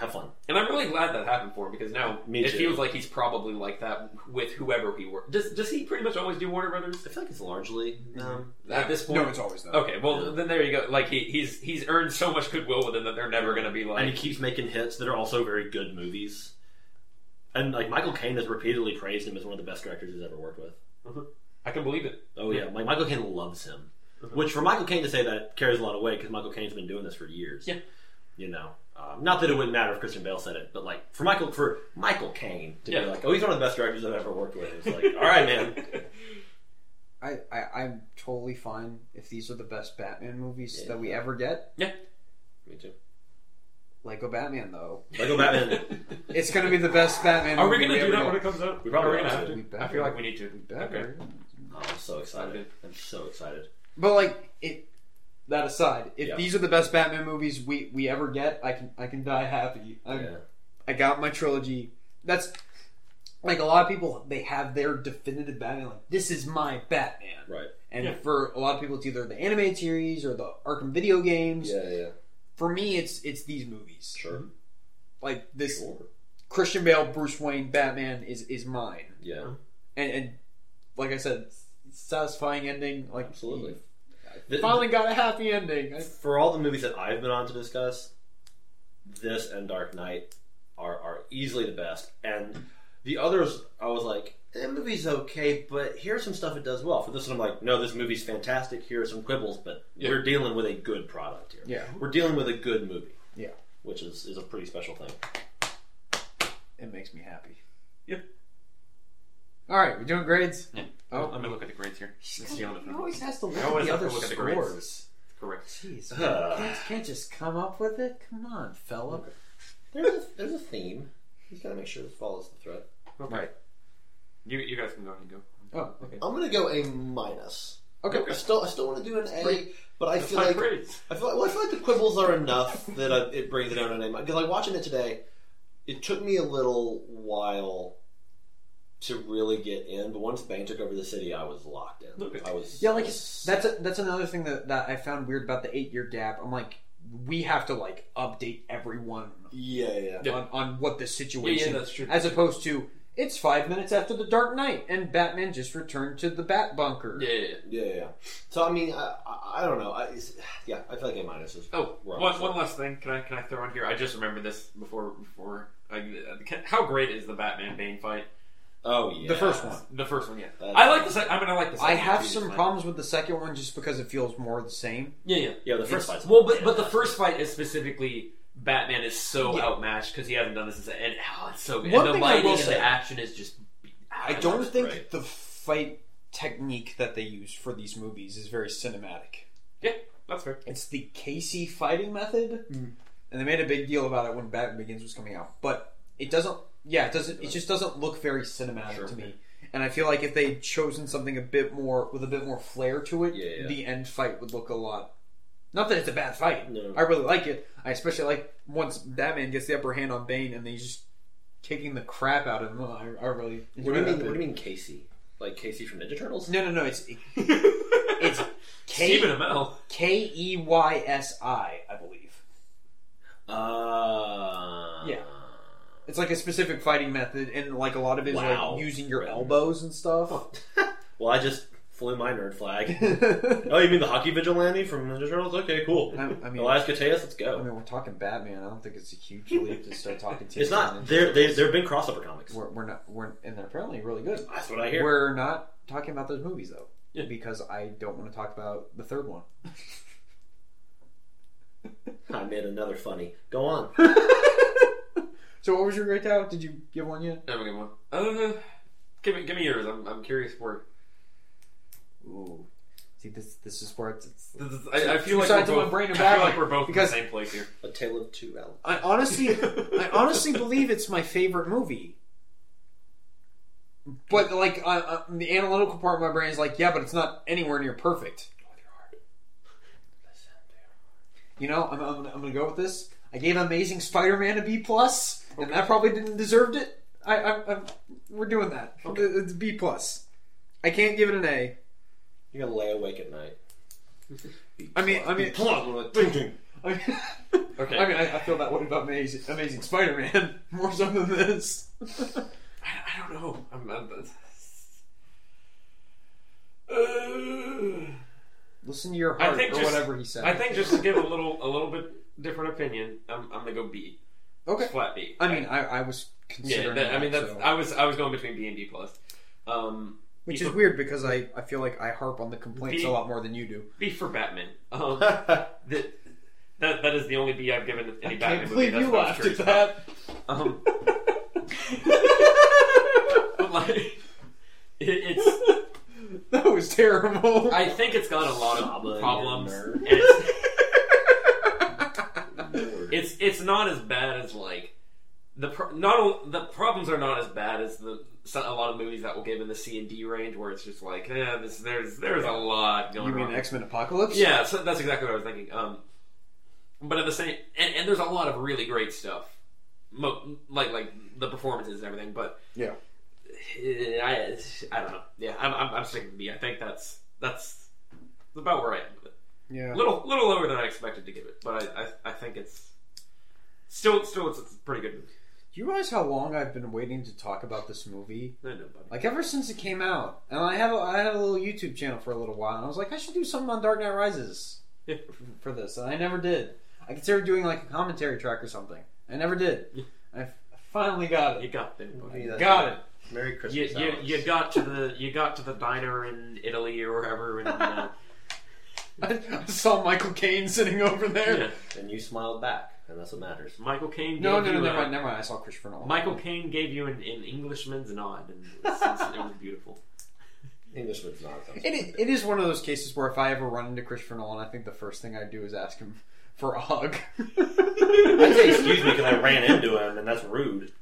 Speaker 3: have fun.
Speaker 4: And I'm really glad that happened for him because now
Speaker 3: Me
Speaker 4: it
Speaker 3: too.
Speaker 4: feels like he's probably like that with whoever he works. Does does he pretty much always do Warner Brothers
Speaker 3: I feel like it's largely
Speaker 4: Mm-hmm.
Speaker 3: um,
Speaker 4: at this point?
Speaker 2: No, it's always that.
Speaker 4: Okay, well
Speaker 3: Yeah.
Speaker 4: then there you go. Like he, he's he's earned so much goodwill with him that they're never gonna be
Speaker 3: and he
Speaker 4: like
Speaker 3: keeps making hits that are also very good movies. And like Michael Caine has repeatedly praised him as one of the best directors he's ever worked with.
Speaker 4: I can believe it.
Speaker 3: Oh yeah, like Michael Caine loves him, which for Michael Caine to say that carries a lot of weight because Michael Caine's been doing this for years.
Speaker 4: Yeah.
Speaker 3: you know, um, not that it wouldn't matter if Christian Bale said it, but like for Michael for Michael Caine to
Speaker 4: Yeah.
Speaker 3: be like, oh, he's one of the best directors I've ever worked with. It's like, all right, man.
Speaker 2: I, I I'm totally fine if these are the best Batman movies
Speaker 3: Yeah.
Speaker 2: that we ever get.
Speaker 3: Me too.
Speaker 2: Lego Batman though,
Speaker 3: Lego Batman.
Speaker 2: it's gonna be the best Batman.
Speaker 4: Are we gonna
Speaker 2: movie ever
Speaker 4: do that
Speaker 2: get.
Speaker 4: when it comes out?
Speaker 3: We probably
Speaker 4: Are we gonna
Speaker 3: have
Speaker 4: have
Speaker 3: to.
Speaker 4: to?
Speaker 2: We better.
Speaker 4: I feel like we need to.
Speaker 2: We better.
Speaker 3: Oh, I'm so excited. I'm so excited.
Speaker 2: But like it. That aside, if
Speaker 3: Yeah.
Speaker 2: these are the best Batman movies we, we ever get, I can I can die happy. I'm,
Speaker 3: Yeah.
Speaker 2: I got my trilogy. That's like a lot of people they have their definitive Batman. Like this is my Batman.
Speaker 3: Right.
Speaker 2: And
Speaker 1: Yeah.
Speaker 2: for a lot of people, it's either the animated series or the Arkham video games.
Speaker 3: yeah.
Speaker 2: For me, it's it's these movies.
Speaker 3: Sure.
Speaker 2: Like this
Speaker 3: Sure.
Speaker 2: Christian Bale, Bruce Wayne, Batman is is mine.
Speaker 3: Yeah.
Speaker 2: And, and like I said, satisfying ending. Like
Speaker 3: Absolutely.
Speaker 2: he finally got a happy ending. I-
Speaker 3: for all the movies that I've been on to discuss, this and Dark Knight are, are easily the best. And the others, I was like, that movie's okay, but here's some stuff it does well. For this one, I'm like, no, this movie's fantastic. Here are some quibbles, but
Speaker 4: Yeah.
Speaker 3: we're dealing with a good product here.
Speaker 2: yeah,
Speaker 3: We're dealing with a good movie.
Speaker 2: Yeah.
Speaker 3: Which is, is a pretty special thing.
Speaker 2: it makes me happy.
Speaker 1: Yep.
Speaker 2: All right, we're doing grades.
Speaker 1: Yeah.
Speaker 2: Oh,
Speaker 1: Let me look at the grades here. It's the only
Speaker 2: he
Speaker 1: thing.
Speaker 2: always has to look
Speaker 1: I
Speaker 2: at
Speaker 1: always
Speaker 2: the
Speaker 1: have to
Speaker 2: other
Speaker 1: look at the grades.
Speaker 2: scores.
Speaker 1: Correct.
Speaker 2: Jeez,
Speaker 3: Ugh.
Speaker 2: can't, can't just come up with it. Come on, fella.
Speaker 3: There's a, there's a theme. You just gotta make sure it follows the thread.
Speaker 1: Okay.
Speaker 2: Right.
Speaker 1: You, you guys can go ahead and go.
Speaker 2: Oh, okay.
Speaker 3: I'm gonna go A minus.
Speaker 2: Okay.
Speaker 3: I still I still want to do an A,
Speaker 1: Great.
Speaker 3: but I
Speaker 1: That's
Speaker 3: feel
Speaker 1: my
Speaker 3: like
Speaker 1: grades.
Speaker 3: I feel like, well, I feel like the quibbles are enough that I, it brings it down a name. Because like watching it today, it took me a little while to really get in. But once Bane took over the city, I was locked in.
Speaker 1: Okay.
Speaker 3: I was
Speaker 2: Yeah, like that's a, that's another thing that, that I found weird about the eight year gap. I'm like, we have to like update everyone
Speaker 3: yeah, yeah,
Speaker 1: Yeah.
Speaker 2: on, on what the situation,
Speaker 1: that's true.
Speaker 2: as opposed to it's five minutes after the Dark Knight and Batman just returned to the Bat Bunker.
Speaker 1: Yeah, yeah, yeah.
Speaker 3: yeah, yeah. So I mean, I, I, I don't know. I, it's, yeah, I feel like A minus is.
Speaker 1: Oh,
Speaker 3: where I'm
Speaker 1: one,
Speaker 3: at.
Speaker 1: one last thing. Can I can I throw on here? I just remembered this before before. I, uh, can, how great is the Batman Bane fight?
Speaker 3: Oh yeah,
Speaker 2: The first one.
Speaker 1: The first one, yeah.
Speaker 3: That's-
Speaker 1: I like the second. I mean, I like the
Speaker 2: I
Speaker 1: second.
Speaker 2: have
Speaker 1: one too,
Speaker 2: some
Speaker 1: but-
Speaker 2: problems with the second one just because it feels more of the same.
Speaker 1: Yeah, yeah.
Speaker 3: Yeah, the first
Speaker 1: It's-
Speaker 3: fight.
Speaker 1: Well, but but the first fight is specifically Batman is so
Speaker 2: Yeah.
Speaker 1: outmatched because he hasn't done this since and oh, it's so good.
Speaker 2: One
Speaker 1: and the
Speaker 2: thing I will
Speaker 1: lighting and
Speaker 2: say-
Speaker 1: the action is just.
Speaker 2: I don't
Speaker 1: love it.
Speaker 2: think
Speaker 3: right.
Speaker 2: the fight technique that they use for these movies is very cinematic.
Speaker 1: That's fair.
Speaker 2: It's the Casey fighting method, and they made a big deal about it when Batman Begins was coming out. But it doesn't. Yeah, it doesn't. It just doesn't look very cinematic
Speaker 3: Sure.
Speaker 2: to me. And I feel like if they'd chosen something a bit more with a bit more flair to it,
Speaker 3: Yeah, yeah.
Speaker 2: the end fight would look a lot. Not that it's a bad fight.
Speaker 3: No.
Speaker 2: I really like it. I especially like once Batman gets the upper hand on Bane and they just kicking the crap out of him. Oh, I, I really.
Speaker 3: What
Speaker 2: enjoy
Speaker 3: do you
Speaker 2: that
Speaker 3: mean?
Speaker 2: bit.
Speaker 3: What do you mean, Casey? Like Casey from Ninja Turtles?
Speaker 2: No, no, no. It's
Speaker 1: it's Stephen
Speaker 2: K
Speaker 1: Amell.
Speaker 2: K E Y S I, I believe.
Speaker 3: Uh,
Speaker 2: Yeah. It's like a specific fighting method, and like a lot of it is
Speaker 3: Wow.
Speaker 2: like using your
Speaker 3: Right.
Speaker 2: elbows and stuff.
Speaker 3: Well, I just flew my nerd flag. Oh, you mean the hockey vigilante from Ninja Turtles? Okay, cool.
Speaker 2: I, I mean, I
Speaker 3: Elias Koteas, let's go.
Speaker 2: mean, we're talking Batman. I don't think it's a huge leap to start talking. to
Speaker 3: it's not. There, there, there have been crossover comics.
Speaker 2: We're, we're not. We're and they're apparently really good.
Speaker 3: That's what I hear.
Speaker 2: We're not talking about those movies though,
Speaker 1: Yeah.
Speaker 2: because I don't want to talk about the third one.
Speaker 3: I made another funny. Go on.
Speaker 2: So, what was your grade out? Did you give one yet?
Speaker 1: Have a good one. Uh, give me give me yours. I'm I'm curious for.
Speaker 2: Ooh, see, this this is where it's. it's
Speaker 1: I, I feel
Speaker 2: Two
Speaker 1: like
Speaker 2: sides
Speaker 1: we're
Speaker 2: of my
Speaker 1: both,
Speaker 2: brain are
Speaker 1: I
Speaker 2: bad,
Speaker 1: feel like we're both
Speaker 2: because-
Speaker 1: in the same place here.
Speaker 3: A tale of two Al.
Speaker 2: I honestly, I honestly believe it's my favorite movie. But like uh, uh, the analytical part of my brain is like, yeah, but it's not anywhere near perfect. You know, I'm, I'm, gonna- I'm gonna go with this. I gave Amazing Spider-Man a B plus, and that probably didn't deserved it. I, I, I we're doing that. It's a B plus. I can't give it an A.
Speaker 3: You're gonna lay awake at night.
Speaker 2: I mean, I mean,
Speaker 3: Plunk. Ding, ding.
Speaker 2: I mean,
Speaker 1: Okay.
Speaker 2: I, mean I, I feel that way about Amazing, Amazing Spider-Man more so than this.
Speaker 1: I, I don't know. I'm, I'm, uh,
Speaker 2: Listen to your
Speaker 1: I
Speaker 2: heart
Speaker 1: think
Speaker 2: or
Speaker 1: just-
Speaker 2: whatever he said.
Speaker 1: I think just to give a little a little bit different opinion, I'm, I'm gonna go B.
Speaker 2: okay.
Speaker 1: Flat B.
Speaker 2: I mean, I, I was
Speaker 1: yeah.
Speaker 2: considering.
Speaker 1: That, I mean,
Speaker 2: that,
Speaker 1: that's
Speaker 2: so-
Speaker 1: I was I was going between B and B plus. Um,
Speaker 2: which is weird because I, I feel like I harp on the complaints a
Speaker 1: Be-
Speaker 2: lot more than you do.
Speaker 1: B for Batman. Um, that that that is the only B I've given any Batman movie. That's what I was curious about. Um, but like, it, it's.
Speaker 2: that was terrible.
Speaker 1: I think it's got a lot
Speaker 3: Saba,
Speaker 1: of
Speaker 3: you
Speaker 1: problems.
Speaker 3: nerd.
Speaker 1: And it's, it's it's not as bad as like the pro- not o- the problems are not as bad as the so- a lot of movies that will give in the C and D range where it's just like eh, this, there's there's a lot going
Speaker 2: you mean
Speaker 1: on.
Speaker 2: X Men Apocalypse?
Speaker 1: yeah, so that's exactly what I was thinking. Um, but at the same and, and there's a lot of really great stuff, Mo- like like the performances and everything. But
Speaker 2: Yeah.
Speaker 1: eh, I I don't know. Yeah, I'm I'm, I'm sticking with B. I think that's that's about where I am with it
Speaker 2: Yeah.
Speaker 1: little little lower than I expected to give it, but I I, I think it's still still it's, it's a pretty good movie.
Speaker 2: Do you realize how long I've been waiting to talk about this movie?
Speaker 1: I know, buddy.
Speaker 2: Like ever since it came out, and I have a, I had a little YouTube channel for a little while, and I was like, I should do something on Dark Knight Rises
Speaker 1: Yeah.
Speaker 2: for this, and I never did. I considered doing like a commentary track or something. I never did. I f- finally got
Speaker 1: You
Speaker 2: it.
Speaker 1: got there, buddy.
Speaker 3: Yeah.
Speaker 2: Got it.
Speaker 3: Merry
Speaker 1: You,
Speaker 3: Christmas.
Speaker 1: you,
Speaker 3: Alex.
Speaker 1: you got to the you got to the diner in Italy or wherever, and uh,
Speaker 2: I, I saw Michael Caine sitting over there.
Speaker 1: yeah,
Speaker 3: and you smiled back, and that's what matters.
Speaker 1: Michael Caine.
Speaker 2: No,
Speaker 1: gave
Speaker 2: no,
Speaker 1: you
Speaker 2: no, never
Speaker 1: a-
Speaker 2: mind, never mind. I saw Christopher Nolan.
Speaker 1: Michael Caine gave you an, an Englishman's nod, and it was, it was beautiful.
Speaker 3: Englishman's not.
Speaker 2: It is, it is one of those cases where if I ever run into Christopher Nolan, I think the first thing I do is ask him for a hug.
Speaker 3: I say excuse me because I ran into him, and that's rude.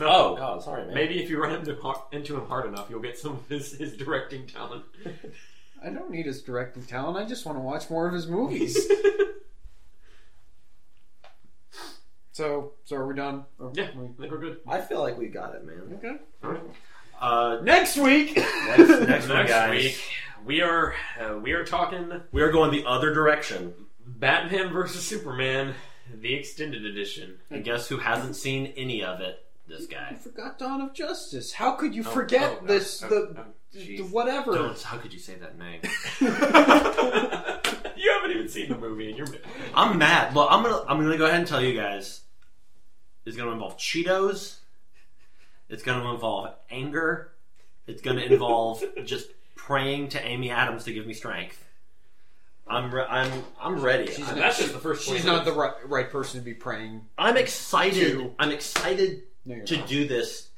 Speaker 3: Oh,
Speaker 1: No,
Speaker 3: God, sorry, man.
Speaker 1: maybe if you run into, har- into him hard enough, you'll get some of his, his directing talent.
Speaker 2: I don't need his directing talent. I just want to watch more of his movies. so, so are we done? Oh, Are
Speaker 1: Yeah, I
Speaker 2: we-
Speaker 1: think we're good.
Speaker 3: I feel like we got it, man.
Speaker 2: Okay.
Speaker 1: All right.
Speaker 3: Uh,
Speaker 2: Next week.
Speaker 3: next, next one,
Speaker 1: Next
Speaker 3: guys.
Speaker 1: week, we are uh, we are talking
Speaker 3: We are going the other direction.
Speaker 1: Batman versus Superman, the extended edition.
Speaker 3: And guess who hasn't seen any of it? This
Speaker 2: I
Speaker 3: guy.
Speaker 2: forgot Dawn of Justice. How could you
Speaker 1: Oh, oh,
Speaker 2: forget
Speaker 1: oh,
Speaker 2: this?
Speaker 1: oh,
Speaker 2: the,
Speaker 1: oh,
Speaker 2: the
Speaker 1: jeez.
Speaker 2: whatever.
Speaker 3: Don't, how could you say that name?
Speaker 1: you haven't even seen the movie, and you're
Speaker 3: I'm mad. Look, I'm gonna I'm gonna go ahead and tell you guys. It's gonna involve Cheetos. It's gonna involve anger. It's gonna involve just praying to Amy Adams to give me strength. I'm re- I'm I'm ready.
Speaker 2: She's not-
Speaker 3: I'm,
Speaker 1: that's just the first.
Speaker 2: She's
Speaker 1: 20
Speaker 2: not the
Speaker 1: minutes.
Speaker 2: right, right person to be praying.
Speaker 3: I'm excited.
Speaker 2: Two.
Speaker 3: I'm excited
Speaker 2: No, you're
Speaker 3: to
Speaker 2: not.
Speaker 3: do this.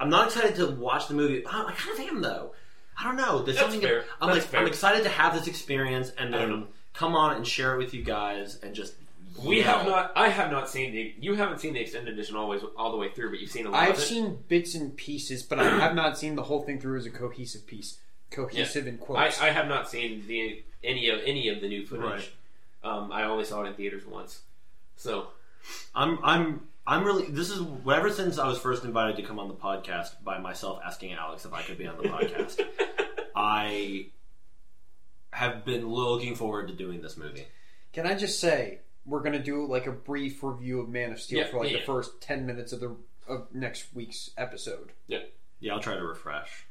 Speaker 3: I'm not excited to watch the movie. I, I kind of am though. I don't know. There's
Speaker 1: That's
Speaker 3: something
Speaker 1: fair.
Speaker 3: I'm
Speaker 1: That's
Speaker 3: like.
Speaker 1: fair.
Speaker 3: I'm excited to have this experience and
Speaker 1: I don't
Speaker 3: then
Speaker 1: know.
Speaker 3: come on and share it with you guys and just.
Speaker 1: We
Speaker 3: yell.
Speaker 1: have not. I have not seen the. You haven't seen the extended edition always all the way through, but you've seen a lot
Speaker 2: I've
Speaker 1: of it.
Speaker 2: seen bits and pieces, but I have not seen the whole thing through as a cohesive piece. Cohesive in
Speaker 1: I,
Speaker 2: quotes.
Speaker 1: I have not seen the any of any of the new footage.
Speaker 3: Right.
Speaker 1: Um, I only saw it in theaters once. So
Speaker 3: I'm I'm I'm really this is ever since I was first invited to come on the podcast by myself asking Alex if I could be on the podcast. I have been looking forward to doing this movie.
Speaker 2: Can I just say we're gonna do like a brief review of Man of Steel
Speaker 1: Yeah,
Speaker 2: for like
Speaker 1: yeah,
Speaker 2: the
Speaker 1: yeah.
Speaker 2: first ten minutes of the of next week's episode?
Speaker 3: Yeah, I'll try to refresh.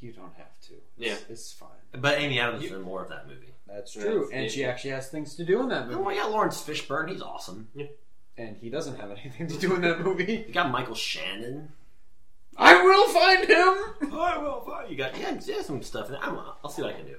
Speaker 2: You don't have to.
Speaker 1: Yeah.
Speaker 2: it's, it's fine.
Speaker 3: But Amy Adams is in more of that movie.
Speaker 2: That's
Speaker 1: Yeah,
Speaker 2: true,
Speaker 1: it's-
Speaker 2: and
Speaker 1: yeah,
Speaker 2: she
Speaker 1: yeah.
Speaker 2: actually has things to do in that
Speaker 3: Oh,
Speaker 2: movie,
Speaker 3: we got Lawrence Fishburne. He's awesome.
Speaker 2: and he doesn't have anything to do in that movie.
Speaker 3: You got Michael Shannon.
Speaker 2: I will find him.
Speaker 3: Oh, I will find you. Got yeah, yeah some stuff. In it. I'm, I'll see what I can do.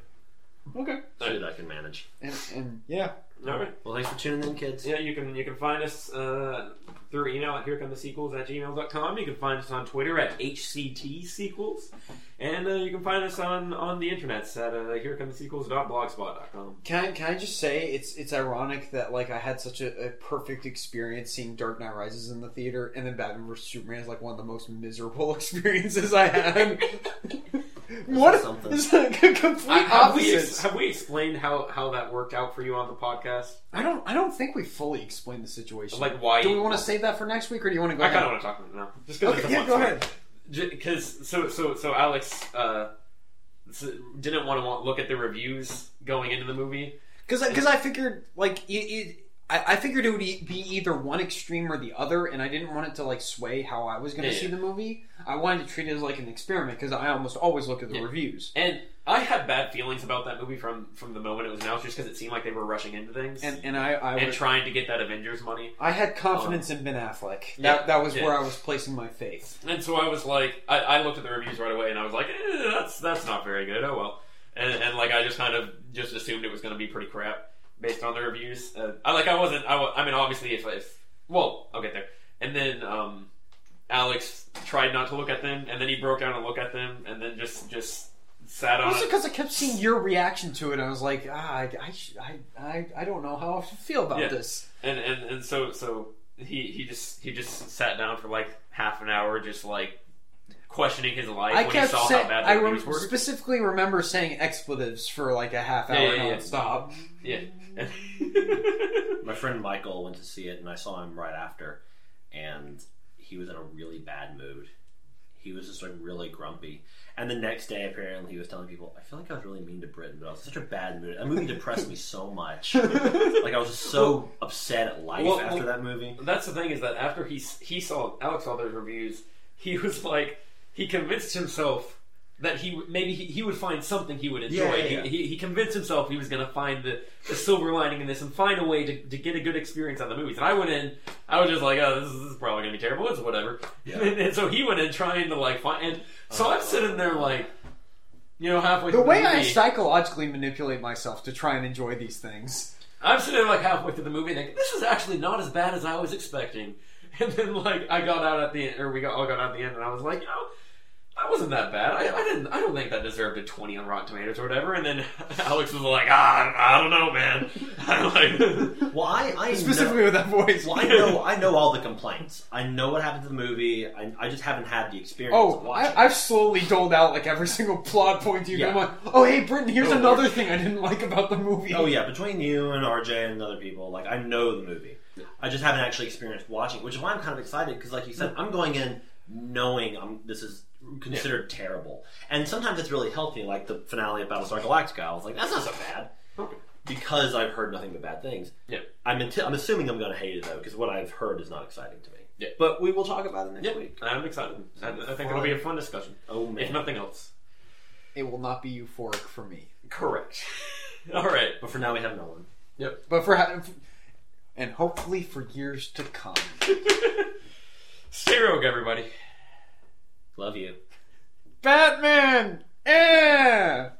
Speaker 2: Okay,
Speaker 3: See what I can manage.
Speaker 2: and and yeah,
Speaker 1: all right.
Speaker 3: Well, thanks for tuning in, kids.
Speaker 1: Yeah, you can you can find us uh, through email at here come the sequels at gmail.com. You can find us on Twitter at HCT sequels. And uh, you can find us on, on the internets at uh, here come the sequels.blogspot.com.
Speaker 2: Can I, can I just say it's it's ironic that like I had such a, a perfect experience seeing Dark Knight Rises in the theater, and then Batman vs Superman is like one of the most miserable experiences I had. what?
Speaker 3: something.
Speaker 2: It's like a complete
Speaker 1: Uh, Have we, ex-
Speaker 2: opposite.
Speaker 1: have we explained how, how that worked out for you on the podcast?
Speaker 2: I don't I don't think we fully explained the situation.
Speaker 1: Like why?
Speaker 2: do we want to save that for next week, or do you want to go?
Speaker 1: I kind of
Speaker 2: now?
Speaker 1: want to talk about it now. Just because
Speaker 2: Okay, yeah, go ahead.
Speaker 1: Because so so so Alex uh, s- didn't want to look at the reviews going into the movie.
Speaker 2: Because because I figured like it, it I, I figured it would e- be either one extreme or the other, and I didn't want it to like sway how I was going to
Speaker 1: Yeah,
Speaker 2: see the movie. I wanted to treat it as like an experiment because I almost always look at the
Speaker 1: Yeah.
Speaker 2: reviews.
Speaker 1: And I had bad feelings about that movie from from the moment it was announced, just because it seemed like they were rushing into things
Speaker 2: And and I I,
Speaker 1: and
Speaker 2: was-
Speaker 1: trying to get that Avengers money.
Speaker 2: I had confidence in Ben Affleck. That
Speaker 1: Yeah,
Speaker 2: that was
Speaker 1: yeah.
Speaker 2: where I was placing my faith.
Speaker 1: And so I was like, I, I looked at the reviews right away, and I was like, eh, that's that's not very good. Oh well. And, and like I just kind of just assumed it was going to be pretty crap based on the reviews. Uh, I like I wasn't. I, wa- I mean, obviously, if if well, I'll get there. And then um, Alex tried not to look at them, and then he broke down and looked at them, and then just just sat on
Speaker 2: Also
Speaker 1: it.
Speaker 2: because I kept seeing your reaction to it, and I was like, ah, I I sh- I, I, I don't know how I should feel about
Speaker 1: Yeah.
Speaker 2: this.
Speaker 1: and and and so so he he just he just sat down for like half an hour, just like questioning his life
Speaker 2: I
Speaker 1: when
Speaker 2: kept
Speaker 1: he saw
Speaker 2: saying
Speaker 1: how bad the
Speaker 2: I
Speaker 1: reviews
Speaker 2: rem-
Speaker 1: were.
Speaker 2: specifically remember saying expletives for like a half hour
Speaker 1: Yeah, yeah, yeah.
Speaker 2: nonstop.
Speaker 1: Yeah.
Speaker 3: My friend Michael went to see it, and I saw him right after, and he was in a really bad mood. He was just like really grumpy. And the next day, apparently, he was telling people, "I feel like I was really mean to Britain, but I was in such a bad mood. That movie depressed me so much. Like I was just so upset at life
Speaker 1: Well,
Speaker 3: after
Speaker 1: well-
Speaker 3: that movie.
Speaker 1: That's the thing is that after he s- he saw Alex saw those reviews, he was like he convinced himself that he w- maybe he, he would find something he would enjoy.
Speaker 3: Yeah, yeah, yeah.
Speaker 1: He, he, he convinced himself he was going to find the, the silver lining in this and find a way to, to get a good experience on the movies. And I went in, I was just like, oh, this is, this is probably going to be terrible. It's whatever.
Speaker 3: Yeah.
Speaker 1: And, and so he went in trying to like find. And so I'm sitting there like, you know, halfway
Speaker 2: The
Speaker 1: through
Speaker 2: way
Speaker 1: the
Speaker 2: I
Speaker 1: movie,
Speaker 2: psychologically manipulate myself to try and enjoy these things.
Speaker 1: I'm sitting there like halfway through the movie, thinking this is actually not as bad as I was expecting. And then like I got out at the end, or we got all got out at the end, and I was like, you know, that wasn't that bad. I, I didn't. I don't think that deserved a 20 on Rotten Tomatoes or whatever. And then Alex was like, ah, I don't know, man. I'm like,
Speaker 3: Well, I, I
Speaker 2: Specifically with that voice.
Speaker 3: Well, I know, I know all the complaints. I know what happened to the movie. I, I just haven't had the experience. of
Speaker 2: Oh,
Speaker 3: watching.
Speaker 2: I, I've slowly doled out like every single plot point to you.
Speaker 3: Yeah.
Speaker 2: I'm like, oh hey, Britton, here's
Speaker 3: Oh,
Speaker 2: another thing I didn't like about the movie.
Speaker 3: Oh yeah, between you and RJ and other people, like I know the movie. I just haven't actually experienced watching, which is why I'm kind of excited because, like you said, I'm going in knowing I'm this is considered terrible, and sometimes it's really healthy. Like the finale of Battlestar Galactica, I was like, that's not so bad because I've heard nothing but bad things.
Speaker 1: Yeah.
Speaker 3: I'm inti- I'm assuming I'm going to hate it though because what I've heard is not exciting to me.
Speaker 1: Yeah.
Speaker 3: but we will talk about it next
Speaker 1: yeah,
Speaker 3: week.
Speaker 1: I'm excited. I, I think it'll be a fun discussion,
Speaker 3: Oh
Speaker 1: if
Speaker 3: man!
Speaker 1: nothing else.
Speaker 2: It will not be euphoric for me.
Speaker 1: Correct. all right.
Speaker 3: But for now, we have Nolan.
Speaker 2: But for ha- and hopefully for years to come.
Speaker 1: Stay rogue, everybody.
Speaker 3: Love you.
Speaker 2: Batman! Yeah!